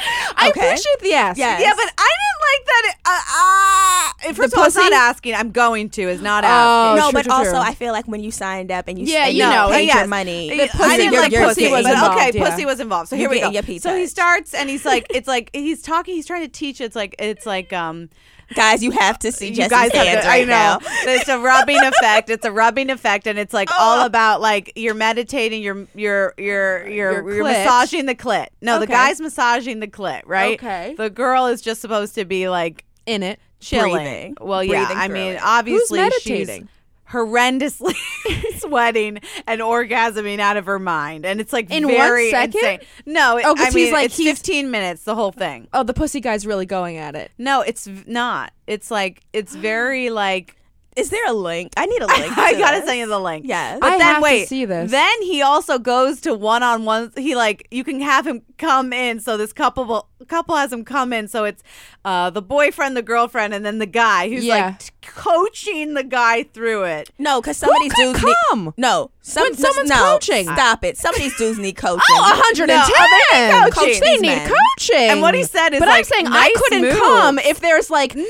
[SPEAKER 2] I
[SPEAKER 3] Okay.
[SPEAKER 2] appreciate the ass.
[SPEAKER 3] Yes.
[SPEAKER 1] yeah but i didn't like that it, uh, uh, it- first
[SPEAKER 2] The
[SPEAKER 1] of all it's not
[SPEAKER 2] pussy?
[SPEAKER 1] asking i'm going to is not
[SPEAKER 2] Oh,
[SPEAKER 1] asking
[SPEAKER 2] true,
[SPEAKER 3] no, but
[SPEAKER 2] true,
[SPEAKER 3] also
[SPEAKER 2] true.
[SPEAKER 3] I feel like when you signed up and you
[SPEAKER 2] Yeah,
[SPEAKER 3] and
[SPEAKER 2] you know,
[SPEAKER 3] paid
[SPEAKER 1] yes.
[SPEAKER 3] your money,
[SPEAKER 1] Yeah,
[SPEAKER 2] pussy-
[SPEAKER 1] I didn't
[SPEAKER 2] your-
[SPEAKER 1] like
[SPEAKER 2] your
[SPEAKER 1] pussy
[SPEAKER 2] kid
[SPEAKER 1] was
[SPEAKER 2] was
[SPEAKER 1] involved. Okay,
[SPEAKER 2] involved, yeah.
[SPEAKER 1] pussy was involved. So
[SPEAKER 3] You're
[SPEAKER 1] here we go.
[SPEAKER 3] getting your pizza.
[SPEAKER 1] So he starts and he's like, it's like he's talking. He's trying to teach. It's like it's like um,
[SPEAKER 3] guys, you have to see Jesse's hands
[SPEAKER 1] have to-
[SPEAKER 3] right
[SPEAKER 1] I
[SPEAKER 3] now.
[SPEAKER 1] know. It's a rubbing effect. It's a rubbing effect, and it's like
[SPEAKER 2] Oh.
[SPEAKER 1] all about like you're meditating. You're you're you're you're,
[SPEAKER 2] Uh, Your
[SPEAKER 1] you're
[SPEAKER 2] clit.
[SPEAKER 1] massaging the clit. No, the
[SPEAKER 2] Okay.
[SPEAKER 1] guy's massaging the clit, right?
[SPEAKER 2] Okay.
[SPEAKER 1] The girl is just supposed to be like
[SPEAKER 2] In it.
[SPEAKER 1] chilling.
[SPEAKER 3] Breathing.
[SPEAKER 1] Well, yeah.
[SPEAKER 3] Breathing
[SPEAKER 1] I
[SPEAKER 3] through
[SPEAKER 1] mean,
[SPEAKER 3] it.
[SPEAKER 1] obviously
[SPEAKER 2] Who's
[SPEAKER 1] she's
[SPEAKER 2] meditating? (laughs)
[SPEAKER 1] horrendously (laughs) sweating and orgasming out of her mind, and it's like
[SPEAKER 2] In one
[SPEAKER 1] very
[SPEAKER 2] second?
[SPEAKER 1] insane. No, it,
[SPEAKER 2] Oh, 'cause
[SPEAKER 1] I
[SPEAKER 2] he's
[SPEAKER 1] mean,
[SPEAKER 2] like-
[SPEAKER 1] it's
[SPEAKER 2] he's-
[SPEAKER 1] fifteen minutes. The whole thing.
[SPEAKER 2] Oh, the pussy guy's really going at it.
[SPEAKER 1] No, it's v- not. It's like it's very like.
[SPEAKER 3] Is there a link? I need a link.
[SPEAKER 1] (laughs) I
[SPEAKER 3] to
[SPEAKER 1] gotta
[SPEAKER 3] this.
[SPEAKER 1] send you the link.
[SPEAKER 3] Yes.
[SPEAKER 1] but
[SPEAKER 2] I
[SPEAKER 1] then
[SPEAKER 2] have to
[SPEAKER 1] wait.
[SPEAKER 2] see this.
[SPEAKER 1] Then he also goes to one on one. He like you can have him come in. So this couple will- couple has him come in. So it's uh, the boyfriend, the girlfriend, and then the guy who's
[SPEAKER 2] Yeah.
[SPEAKER 1] like t- coaching the guy through
[SPEAKER 3] (laughs)
[SPEAKER 1] it.
[SPEAKER 3] No, because some of these
[SPEAKER 2] could
[SPEAKER 3] dudes need-
[SPEAKER 2] come
[SPEAKER 3] no, some,
[SPEAKER 2] when someone's
[SPEAKER 3] no,
[SPEAKER 2] coaching?
[SPEAKER 3] Stop it. Some of these dudes
[SPEAKER 1] (laughs)
[SPEAKER 3] need coaching.
[SPEAKER 1] No, oh, they need
[SPEAKER 2] 110.
[SPEAKER 1] coaching.
[SPEAKER 2] They
[SPEAKER 3] These
[SPEAKER 2] need
[SPEAKER 3] men.
[SPEAKER 2] coaching.
[SPEAKER 1] And what he said is
[SPEAKER 2] But I'm
[SPEAKER 1] like,
[SPEAKER 2] saying
[SPEAKER 1] nice
[SPEAKER 2] I couldn't
[SPEAKER 1] moves.
[SPEAKER 2] come if there's like no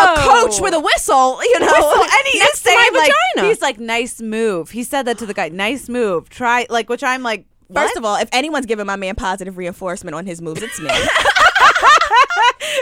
[SPEAKER 2] a coach with a whistle, you know. (laughs)
[SPEAKER 1] Whistle, and he
[SPEAKER 2] next
[SPEAKER 1] is
[SPEAKER 2] to
[SPEAKER 1] saying
[SPEAKER 2] my
[SPEAKER 1] like,
[SPEAKER 2] vagina.
[SPEAKER 1] he's like, nice move. He said that to the guy. Nice move. Try like, which I'm like,
[SPEAKER 3] First of all, if anyone's giving my man positive reinforcement on his moves,
[SPEAKER 1] (laughs)
[SPEAKER 3] it's me.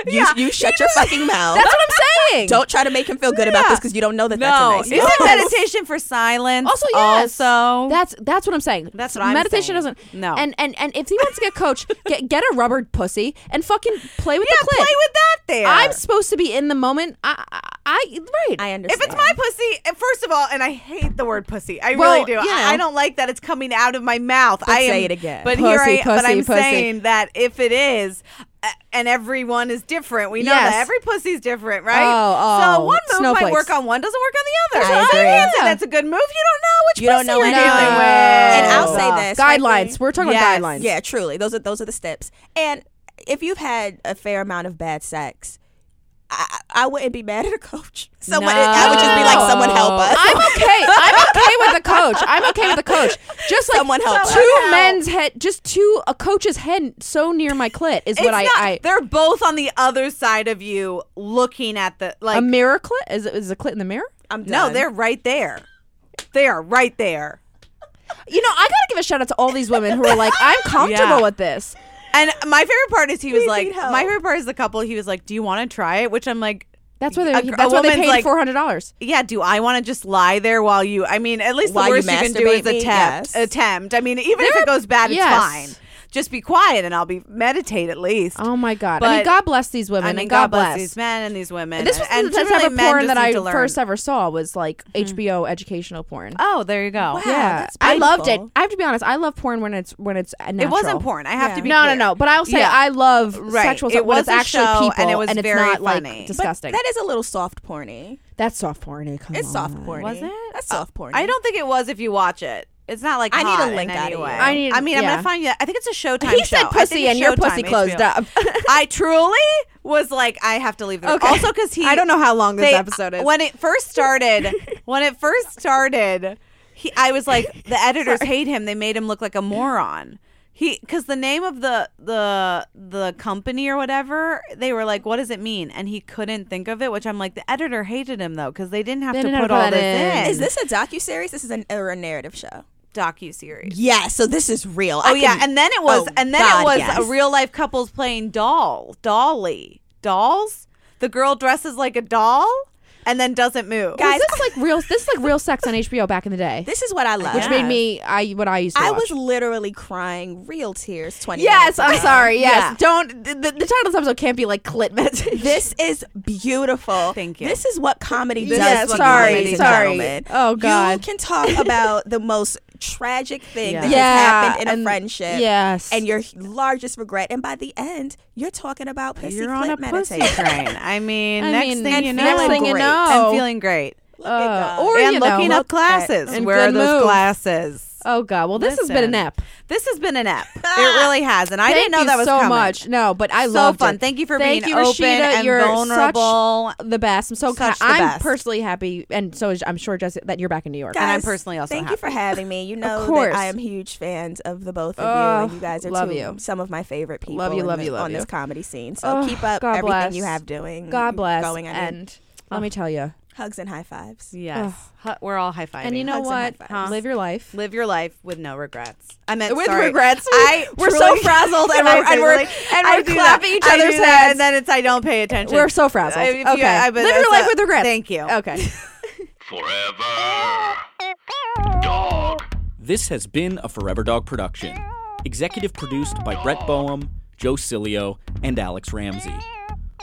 [SPEAKER 3] you, you shut your fucking mouth.
[SPEAKER 2] That's what
[SPEAKER 1] (laughs)
[SPEAKER 2] I'm saying.
[SPEAKER 3] Don't try to make him feel good about
[SPEAKER 1] Yeah.
[SPEAKER 3] this because you don't know that
[SPEAKER 1] no.
[SPEAKER 3] that's a nice
[SPEAKER 1] Isn't
[SPEAKER 3] move. (laughs)
[SPEAKER 1] meditation for silence?
[SPEAKER 2] Also, yes.
[SPEAKER 1] Also,
[SPEAKER 2] That's that's what I'm saying.
[SPEAKER 1] That's what I'm
[SPEAKER 2] Meditation
[SPEAKER 1] saying.
[SPEAKER 2] doesn't.
[SPEAKER 1] No.
[SPEAKER 2] And and and if he wants to
[SPEAKER 1] (laughs)
[SPEAKER 2] get coached, get get a rubber pussy and fucking play with
[SPEAKER 1] yeah,
[SPEAKER 2] the clit.
[SPEAKER 1] play with that there.
[SPEAKER 2] I'm supposed to be in the moment. I I, I right.
[SPEAKER 3] I
[SPEAKER 1] If
[SPEAKER 3] understand.
[SPEAKER 1] it's my pussy, and first of all, and I hate the word pussy. I
[SPEAKER 2] Well,
[SPEAKER 1] really do.
[SPEAKER 2] you know.
[SPEAKER 1] I, I don't like that it's coming out of my mouth. I am,
[SPEAKER 3] say it again.
[SPEAKER 1] But
[SPEAKER 2] Pussy,
[SPEAKER 1] here I, but
[SPEAKER 2] pussy,
[SPEAKER 1] I'm
[SPEAKER 2] pussy.
[SPEAKER 1] saying that if it is, uh, and everyone is different. We know
[SPEAKER 2] Yes.
[SPEAKER 1] that every pussy's different, right?
[SPEAKER 2] Oh, oh,
[SPEAKER 1] so one move might
[SPEAKER 2] snowflakes.
[SPEAKER 1] work on one, doesn't work on the other.
[SPEAKER 3] I
[SPEAKER 1] So
[SPEAKER 3] agree.
[SPEAKER 1] can't say
[SPEAKER 2] Yeah.
[SPEAKER 1] that's a good move. You don't know which
[SPEAKER 3] You don't know
[SPEAKER 1] pussy
[SPEAKER 3] what
[SPEAKER 1] you're
[SPEAKER 3] you're
[SPEAKER 1] dealing
[SPEAKER 3] doing.
[SPEAKER 1] with.
[SPEAKER 3] And I'll say
[SPEAKER 2] Stop.
[SPEAKER 3] this,
[SPEAKER 2] guidelines.
[SPEAKER 3] frankly-
[SPEAKER 2] We're talking
[SPEAKER 1] Yes.
[SPEAKER 2] about guidelines.
[SPEAKER 3] Yeah, truly. Those are those are the steps. And if you've had a fair amount of bad sex, I, I I wouldn't be mad at a coach. (laughs) Someone, I would just be like, someone help us.
[SPEAKER 2] I'm okay. I'm okay with the coach. I'm okay with the coach. Just like
[SPEAKER 3] Someone help
[SPEAKER 2] two
[SPEAKER 3] us.
[SPEAKER 1] Someone help.
[SPEAKER 2] men's head, just two a coach's head so near my clit is
[SPEAKER 1] It's
[SPEAKER 2] what I,
[SPEAKER 1] not-
[SPEAKER 2] I
[SPEAKER 1] they're both on the other side of you, looking at the like. Um,
[SPEAKER 2] a mirror clit is it- is a clit in the mirror.
[SPEAKER 3] I'm
[SPEAKER 1] no,
[SPEAKER 3] done.
[SPEAKER 1] they're right there. They are right there.
[SPEAKER 2] You know, I gotta give a shout out to all these women who are like, (laughs) I'm comfortable
[SPEAKER 1] Yeah.
[SPEAKER 2] with this.
[SPEAKER 1] And my favorite part is he was
[SPEAKER 3] need
[SPEAKER 1] like,
[SPEAKER 3] help.
[SPEAKER 1] my favorite part is the couple. He was like, "Do you want to try it?" Which I'm like,
[SPEAKER 2] That's why they.
[SPEAKER 1] A- a
[SPEAKER 2] that's why they
[SPEAKER 1] woman's
[SPEAKER 2] paid
[SPEAKER 1] like-
[SPEAKER 2] four hundred dollars.
[SPEAKER 1] "Yeah, do I want to just lie there while you?" I mean, at least
[SPEAKER 3] While
[SPEAKER 1] the
[SPEAKER 3] you
[SPEAKER 1] worst you, can do is
[SPEAKER 3] masturbate me?
[SPEAKER 1] attempt.
[SPEAKER 3] Yes.
[SPEAKER 1] Attempt. I mean, even if it goes bad,
[SPEAKER 2] yes.
[SPEAKER 1] it's fine. Just be quiet, and I'll be meditate at least.
[SPEAKER 2] Oh my god! I mean,
[SPEAKER 1] But-
[SPEAKER 2] God bless these women.
[SPEAKER 1] I
[SPEAKER 2] and
[SPEAKER 1] mean,
[SPEAKER 2] God,
[SPEAKER 1] God bless. these men and these women.
[SPEAKER 2] This was
[SPEAKER 1] and
[SPEAKER 2] the type
[SPEAKER 1] generally
[SPEAKER 2] of
[SPEAKER 1] men
[SPEAKER 2] porn
[SPEAKER 1] just
[SPEAKER 2] that
[SPEAKER 1] need
[SPEAKER 2] I
[SPEAKER 1] to learn. Hmm.
[SPEAKER 2] first ever saw was like HBO educational porn.
[SPEAKER 1] Oh, there you go.
[SPEAKER 2] yeah,
[SPEAKER 3] that's
[SPEAKER 2] I loved it.
[SPEAKER 3] painful.
[SPEAKER 2] I have to be honest. I love porn when it's when it's natural.
[SPEAKER 1] It wasn't porn. I have
[SPEAKER 3] Yeah.
[SPEAKER 1] to be
[SPEAKER 2] No, no,
[SPEAKER 1] clear.
[SPEAKER 2] no. But I will say
[SPEAKER 1] Yeah.
[SPEAKER 2] I love
[SPEAKER 1] Right.
[SPEAKER 2] sexual.
[SPEAKER 1] It
[SPEAKER 2] stuff when
[SPEAKER 1] was
[SPEAKER 2] it's
[SPEAKER 1] a
[SPEAKER 2] actually
[SPEAKER 1] show,
[SPEAKER 2] people,
[SPEAKER 1] and it was
[SPEAKER 2] it's
[SPEAKER 1] very
[SPEAKER 2] not
[SPEAKER 1] funny.
[SPEAKER 2] like
[SPEAKER 1] But
[SPEAKER 2] disgusting.
[SPEAKER 3] That is a little soft porny.
[SPEAKER 2] That's soft porn. eh, Come
[SPEAKER 3] It's soft
[SPEAKER 2] on.
[SPEAKER 3] porny.
[SPEAKER 1] Was it? Uh,
[SPEAKER 3] That's soft porny.
[SPEAKER 1] I don't think it was. If you watch it, it's not like
[SPEAKER 3] I need a
[SPEAKER 1] hot in
[SPEAKER 3] link out
[SPEAKER 1] any
[SPEAKER 3] of
[SPEAKER 1] way.
[SPEAKER 3] you.
[SPEAKER 2] I need-
[SPEAKER 1] I mean, I'm
[SPEAKER 2] yeah.
[SPEAKER 1] gonna find you. I think it's a Showtime.
[SPEAKER 2] He
[SPEAKER 1] show.
[SPEAKER 2] said
[SPEAKER 1] I think
[SPEAKER 2] pussy,
[SPEAKER 1] it's
[SPEAKER 2] and your
[SPEAKER 1] Showtime,
[SPEAKER 2] pussy closed
[SPEAKER 1] HBO.
[SPEAKER 2] up.
[SPEAKER 1] (laughs) I truly was like, I have to leave. The
[SPEAKER 2] Okay.
[SPEAKER 1] Also, because he,
[SPEAKER 2] I don't know how long this
[SPEAKER 1] they-
[SPEAKER 2] episode is.
[SPEAKER 1] uh, When it first
[SPEAKER 2] (laughs)
[SPEAKER 1] started, when it first started, he, I was like,
[SPEAKER 2] (laughs)
[SPEAKER 1] the editors hate him. They made him look like a moron. He, because the name of the the the company or whatever, they were like, "What does it mean?" And he couldn't think of it. Which I'm like, the editor hated him though, because they didn't have
[SPEAKER 2] They
[SPEAKER 1] to
[SPEAKER 2] didn't have
[SPEAKER 1] put
[SPEAKER 2] to put
[SPEAKER 1] all
[SPEAKER 2] that
[SPEAKER 1] this in.
[SPEAKER 2] in.
[SPEAKER 3] Is this a docu series? This is an, or a narrative show.
[SPEAKER 1] docu series?
[SPEAKER 3] Yeah. So this is real.
[SPEAKER 1] Oh yeah, and then it was,
[SPEAKER 3] oh,
[SPEAKER 1] and then
[SPEAKER 3] God,
[SPEAKER 1] it was
[SPEAKER 3] yes.
[SPEAKER 1] a real life couples playing doll, dolly, dolls. The girl dresses like a doll. and then doesn't move.
[SPEAKER 3] Guys,
[SPEAKER 2] Guys, this is like real. This is like real sex on HBO back in the day,
[SPEAKER 3] This is what I love.
[SPEAKER 2] which made me I what I used to.
[SPEAKER 3] I
[SPEAKER 2] watch.
[SPEAKER 3] was literally crying real tears 20 minutes
[SPEAKER 2] Yes, I'm
[SPEAKER 3] ago.
[SPEAKER 2] sorry. Yes,
[SPEAKER 1] Yeah.
[SPEAKER 2] don't. The, the title of the episode can't be like clit message. (laughs)
[SPEAKER 3] This is beautiful.
[SPEAKER 1] Thank you.
[SPEAKER 3] This is what comedy
[SPEAKER 2] This is
[SPEAKER 3] does. for
[SPEAKER 2] what comedy
[SPEAKER 3] you, ladies and
[SPEAKER 2] does. Sorry.
[SPEAKER 3] gentlemen.
[SPEAKER 2] Oh, God.
[SPEAKER 3] You can
[SPEAKER 2] (laughs)
[SPEAKER 3] talk about the most tragic thing
[SPEAKER 1] Yeah.
[SPEAKER 3] that
[SPEAKER 2] Yeah,
[SPEAKER 3] has happened in
[SPEAKER 2] and-
[SPEAKER 3] a friendship.
[SPEAKER 2] yes,
[SPEAKER 3] And your largest regret, and by the end, you're talking about pussy
[SPEAKER 1] You're
[SPEAKER 3] clit
[SPEAKER 1] on a
[SPEAKER 3] meditation.
[SPEAKER 1] pussy train. I mean,
[SPEAKER 2] (laughs) I
[SPEAKER 1] next
[SPEAKER 2] mean,
[SPEAKER 1] thing
[SPEAKER 2] and
[SPEAKER 1] you know,
[SPEAKER 2] feeling
[SPEAKER 1] I'm
[SPEAKER 2] Next thing you
[SPEAKER 1] great.
[SPEAKER 2] know.
[SPEAKER 1] I'm feeling great.
[SPEAKER 3] (laughs) Look at
[SPEAKER 2] Uh,
[SPEAKER 3] God.
[SPEAKER 2] or
[SPEAKER 1] and
[SPEAKER 2] you know,
[SPEAKER 1] looking up
[SPEAKER 2] look at-
[SPEAKER 1] classes.
[SPEAKER 2] and
[SPEAKER 1] Where are
[SPEAKER 2] good
[SPEAKER 1] those
[SPEAKER 2] move.
[SPEAKER 1] classes?
[SPEAKER 2] Oh God. Well, this has been an
[SPEAKER 1] Listen.
[SPEAKER 2] app.
[SPEAKER 1] This has been an (laughs) app. it really has, and I
[SPEAKER 2] Thank
[SPEAKER 1] didn't know
[SPEAKER 2] you
[SPEAKER 1] that was
[SPEAKER 2] so
[SPEAKER 1] coming.
[SPEAKER 2] much. No, but I
[SPEAKER 1] so
[SPEAKER 2] loved
[SPEAKER 1] fun.
[SPEAKER 2] it.
[SPEAKER 1] Thank you for
[SPEAKER 2] Thank
[SPEAKER 1] being
[SPEAKER 2] you,
[SPEAKER 1] open
[SPEAKER 2] Rashida.
[SPEAKER 1] and
[SPEAKER 2] You're
[SPEAKER 1] vulnerable.
[SPEAKER 2] Such the best. I'm so
[SPEAKER 1] Such
[SPEAKER 2] glad-
[SPEAKER 1] the
[SPEAKER 2] I'm
[SPEAKER 1] best.
[SPEAKER 2] personally happy, and so is, I'm sure Jessica that you're back in New York.
[SPEAKER 3] Guys,
[SPEAKER 1] And I'm personally also
[SPEAKER 3] Thank
[SPEAKER 1] happy.
[SPEAKER 3] you for having me. You know
[SPEAKER 2] course.
[SPEAKER 3] that I am huge fans of the both of you, and
[SPEAKER 2] Oh,
[SPEAKER 3] you guys are
[SPEAKER 2] love
[SPEAKER 3] two,
[SPEAKER 2] you.
[SPEAKER 3] some of my favorite people.
[SPEAKER 2] Love you,
[SPEAKER 3] in
[SPEAKER 2] love
[SPEAKER 3] the-
[SPEAKER 2] you, love
[SPEAKER 3] on this
[SPEAKER 2] you.
[SPEAKER 3] comedy scene. So
[SPEAKER 2] Oh,
[SPEAKER 3] keep up
[SPEAKER 2] God
[SPEAKER 3] everything
[SPEAKER 2] bless.
[SPEAKER 3] you have doing.
[SPEAKER 2] God bless.
[SPEAKER 3] Going I mean,
[SPEAKER 2] and let me tell you.
[SPEAKER 3] hugs and high fives.
[SPEAKER 1] Yes, Hu- we're all high fiving.
[SPEAKER 2] And you know
[SPEAKER 3] Hugs and
[SPEAKER 2] what?
[SPEAKER 3] high
[SPEAKER 1] fives.
[SPEAKER 2] Live your life.
[SPEAKER 1] live your life with no regrets. I meant
[SPEAKER 2] With
[SPEAKER 1] sorry. (laughs)
[SPEAKER 2] regrets.
[SPEAKER 1] I
[SPEAKER 2] (laughs) We're so
[SPEAKER 1] truly-
[SPEAKER 2] (laughs) frazzled
[SPEAKER 1] (laughs)
[SPEAKER 2] and
[SPEAKER 1] I
[SPEAKER 2] we're- and we're-
[SPEAKER 1] really-
[SPEAKER 2] and
[SPEAKER 1] I
[SPEAKER 2] we're
[SPEAKER 1] do
[SPEAKER 2] clapping
[SPEAKER 1] that.
[SPEAKER 2] each
[SPEAKER 1] I do
[SPEAKER 2] other's
[SPEAKER 1] that,
[SPEAKER 2] heads.
[SPEAKER 1] and then it's I don't pay attention.
[SPEAKER 2] We're so frazzled.
[SPEAKER 1] I- if you-
[SPEAKER 2] okay.
[SPEAKER 1] I- but
[SPEAKER 2] Live your
[SPEAKER 1] that's
[SPEAKER 2] life
[SPEAKER 1] a-
[SPEAKER 2] with regrets.
[SPEAKER 1] Thank you.
[SPEAKER 2] Okay.
[SPEAKER 4] Forever. Dog.
[SPEAKER 5] This has been a Forever Dog production, executive produced by Brett Boehm, Joe Cilio, and Alex Ramsey.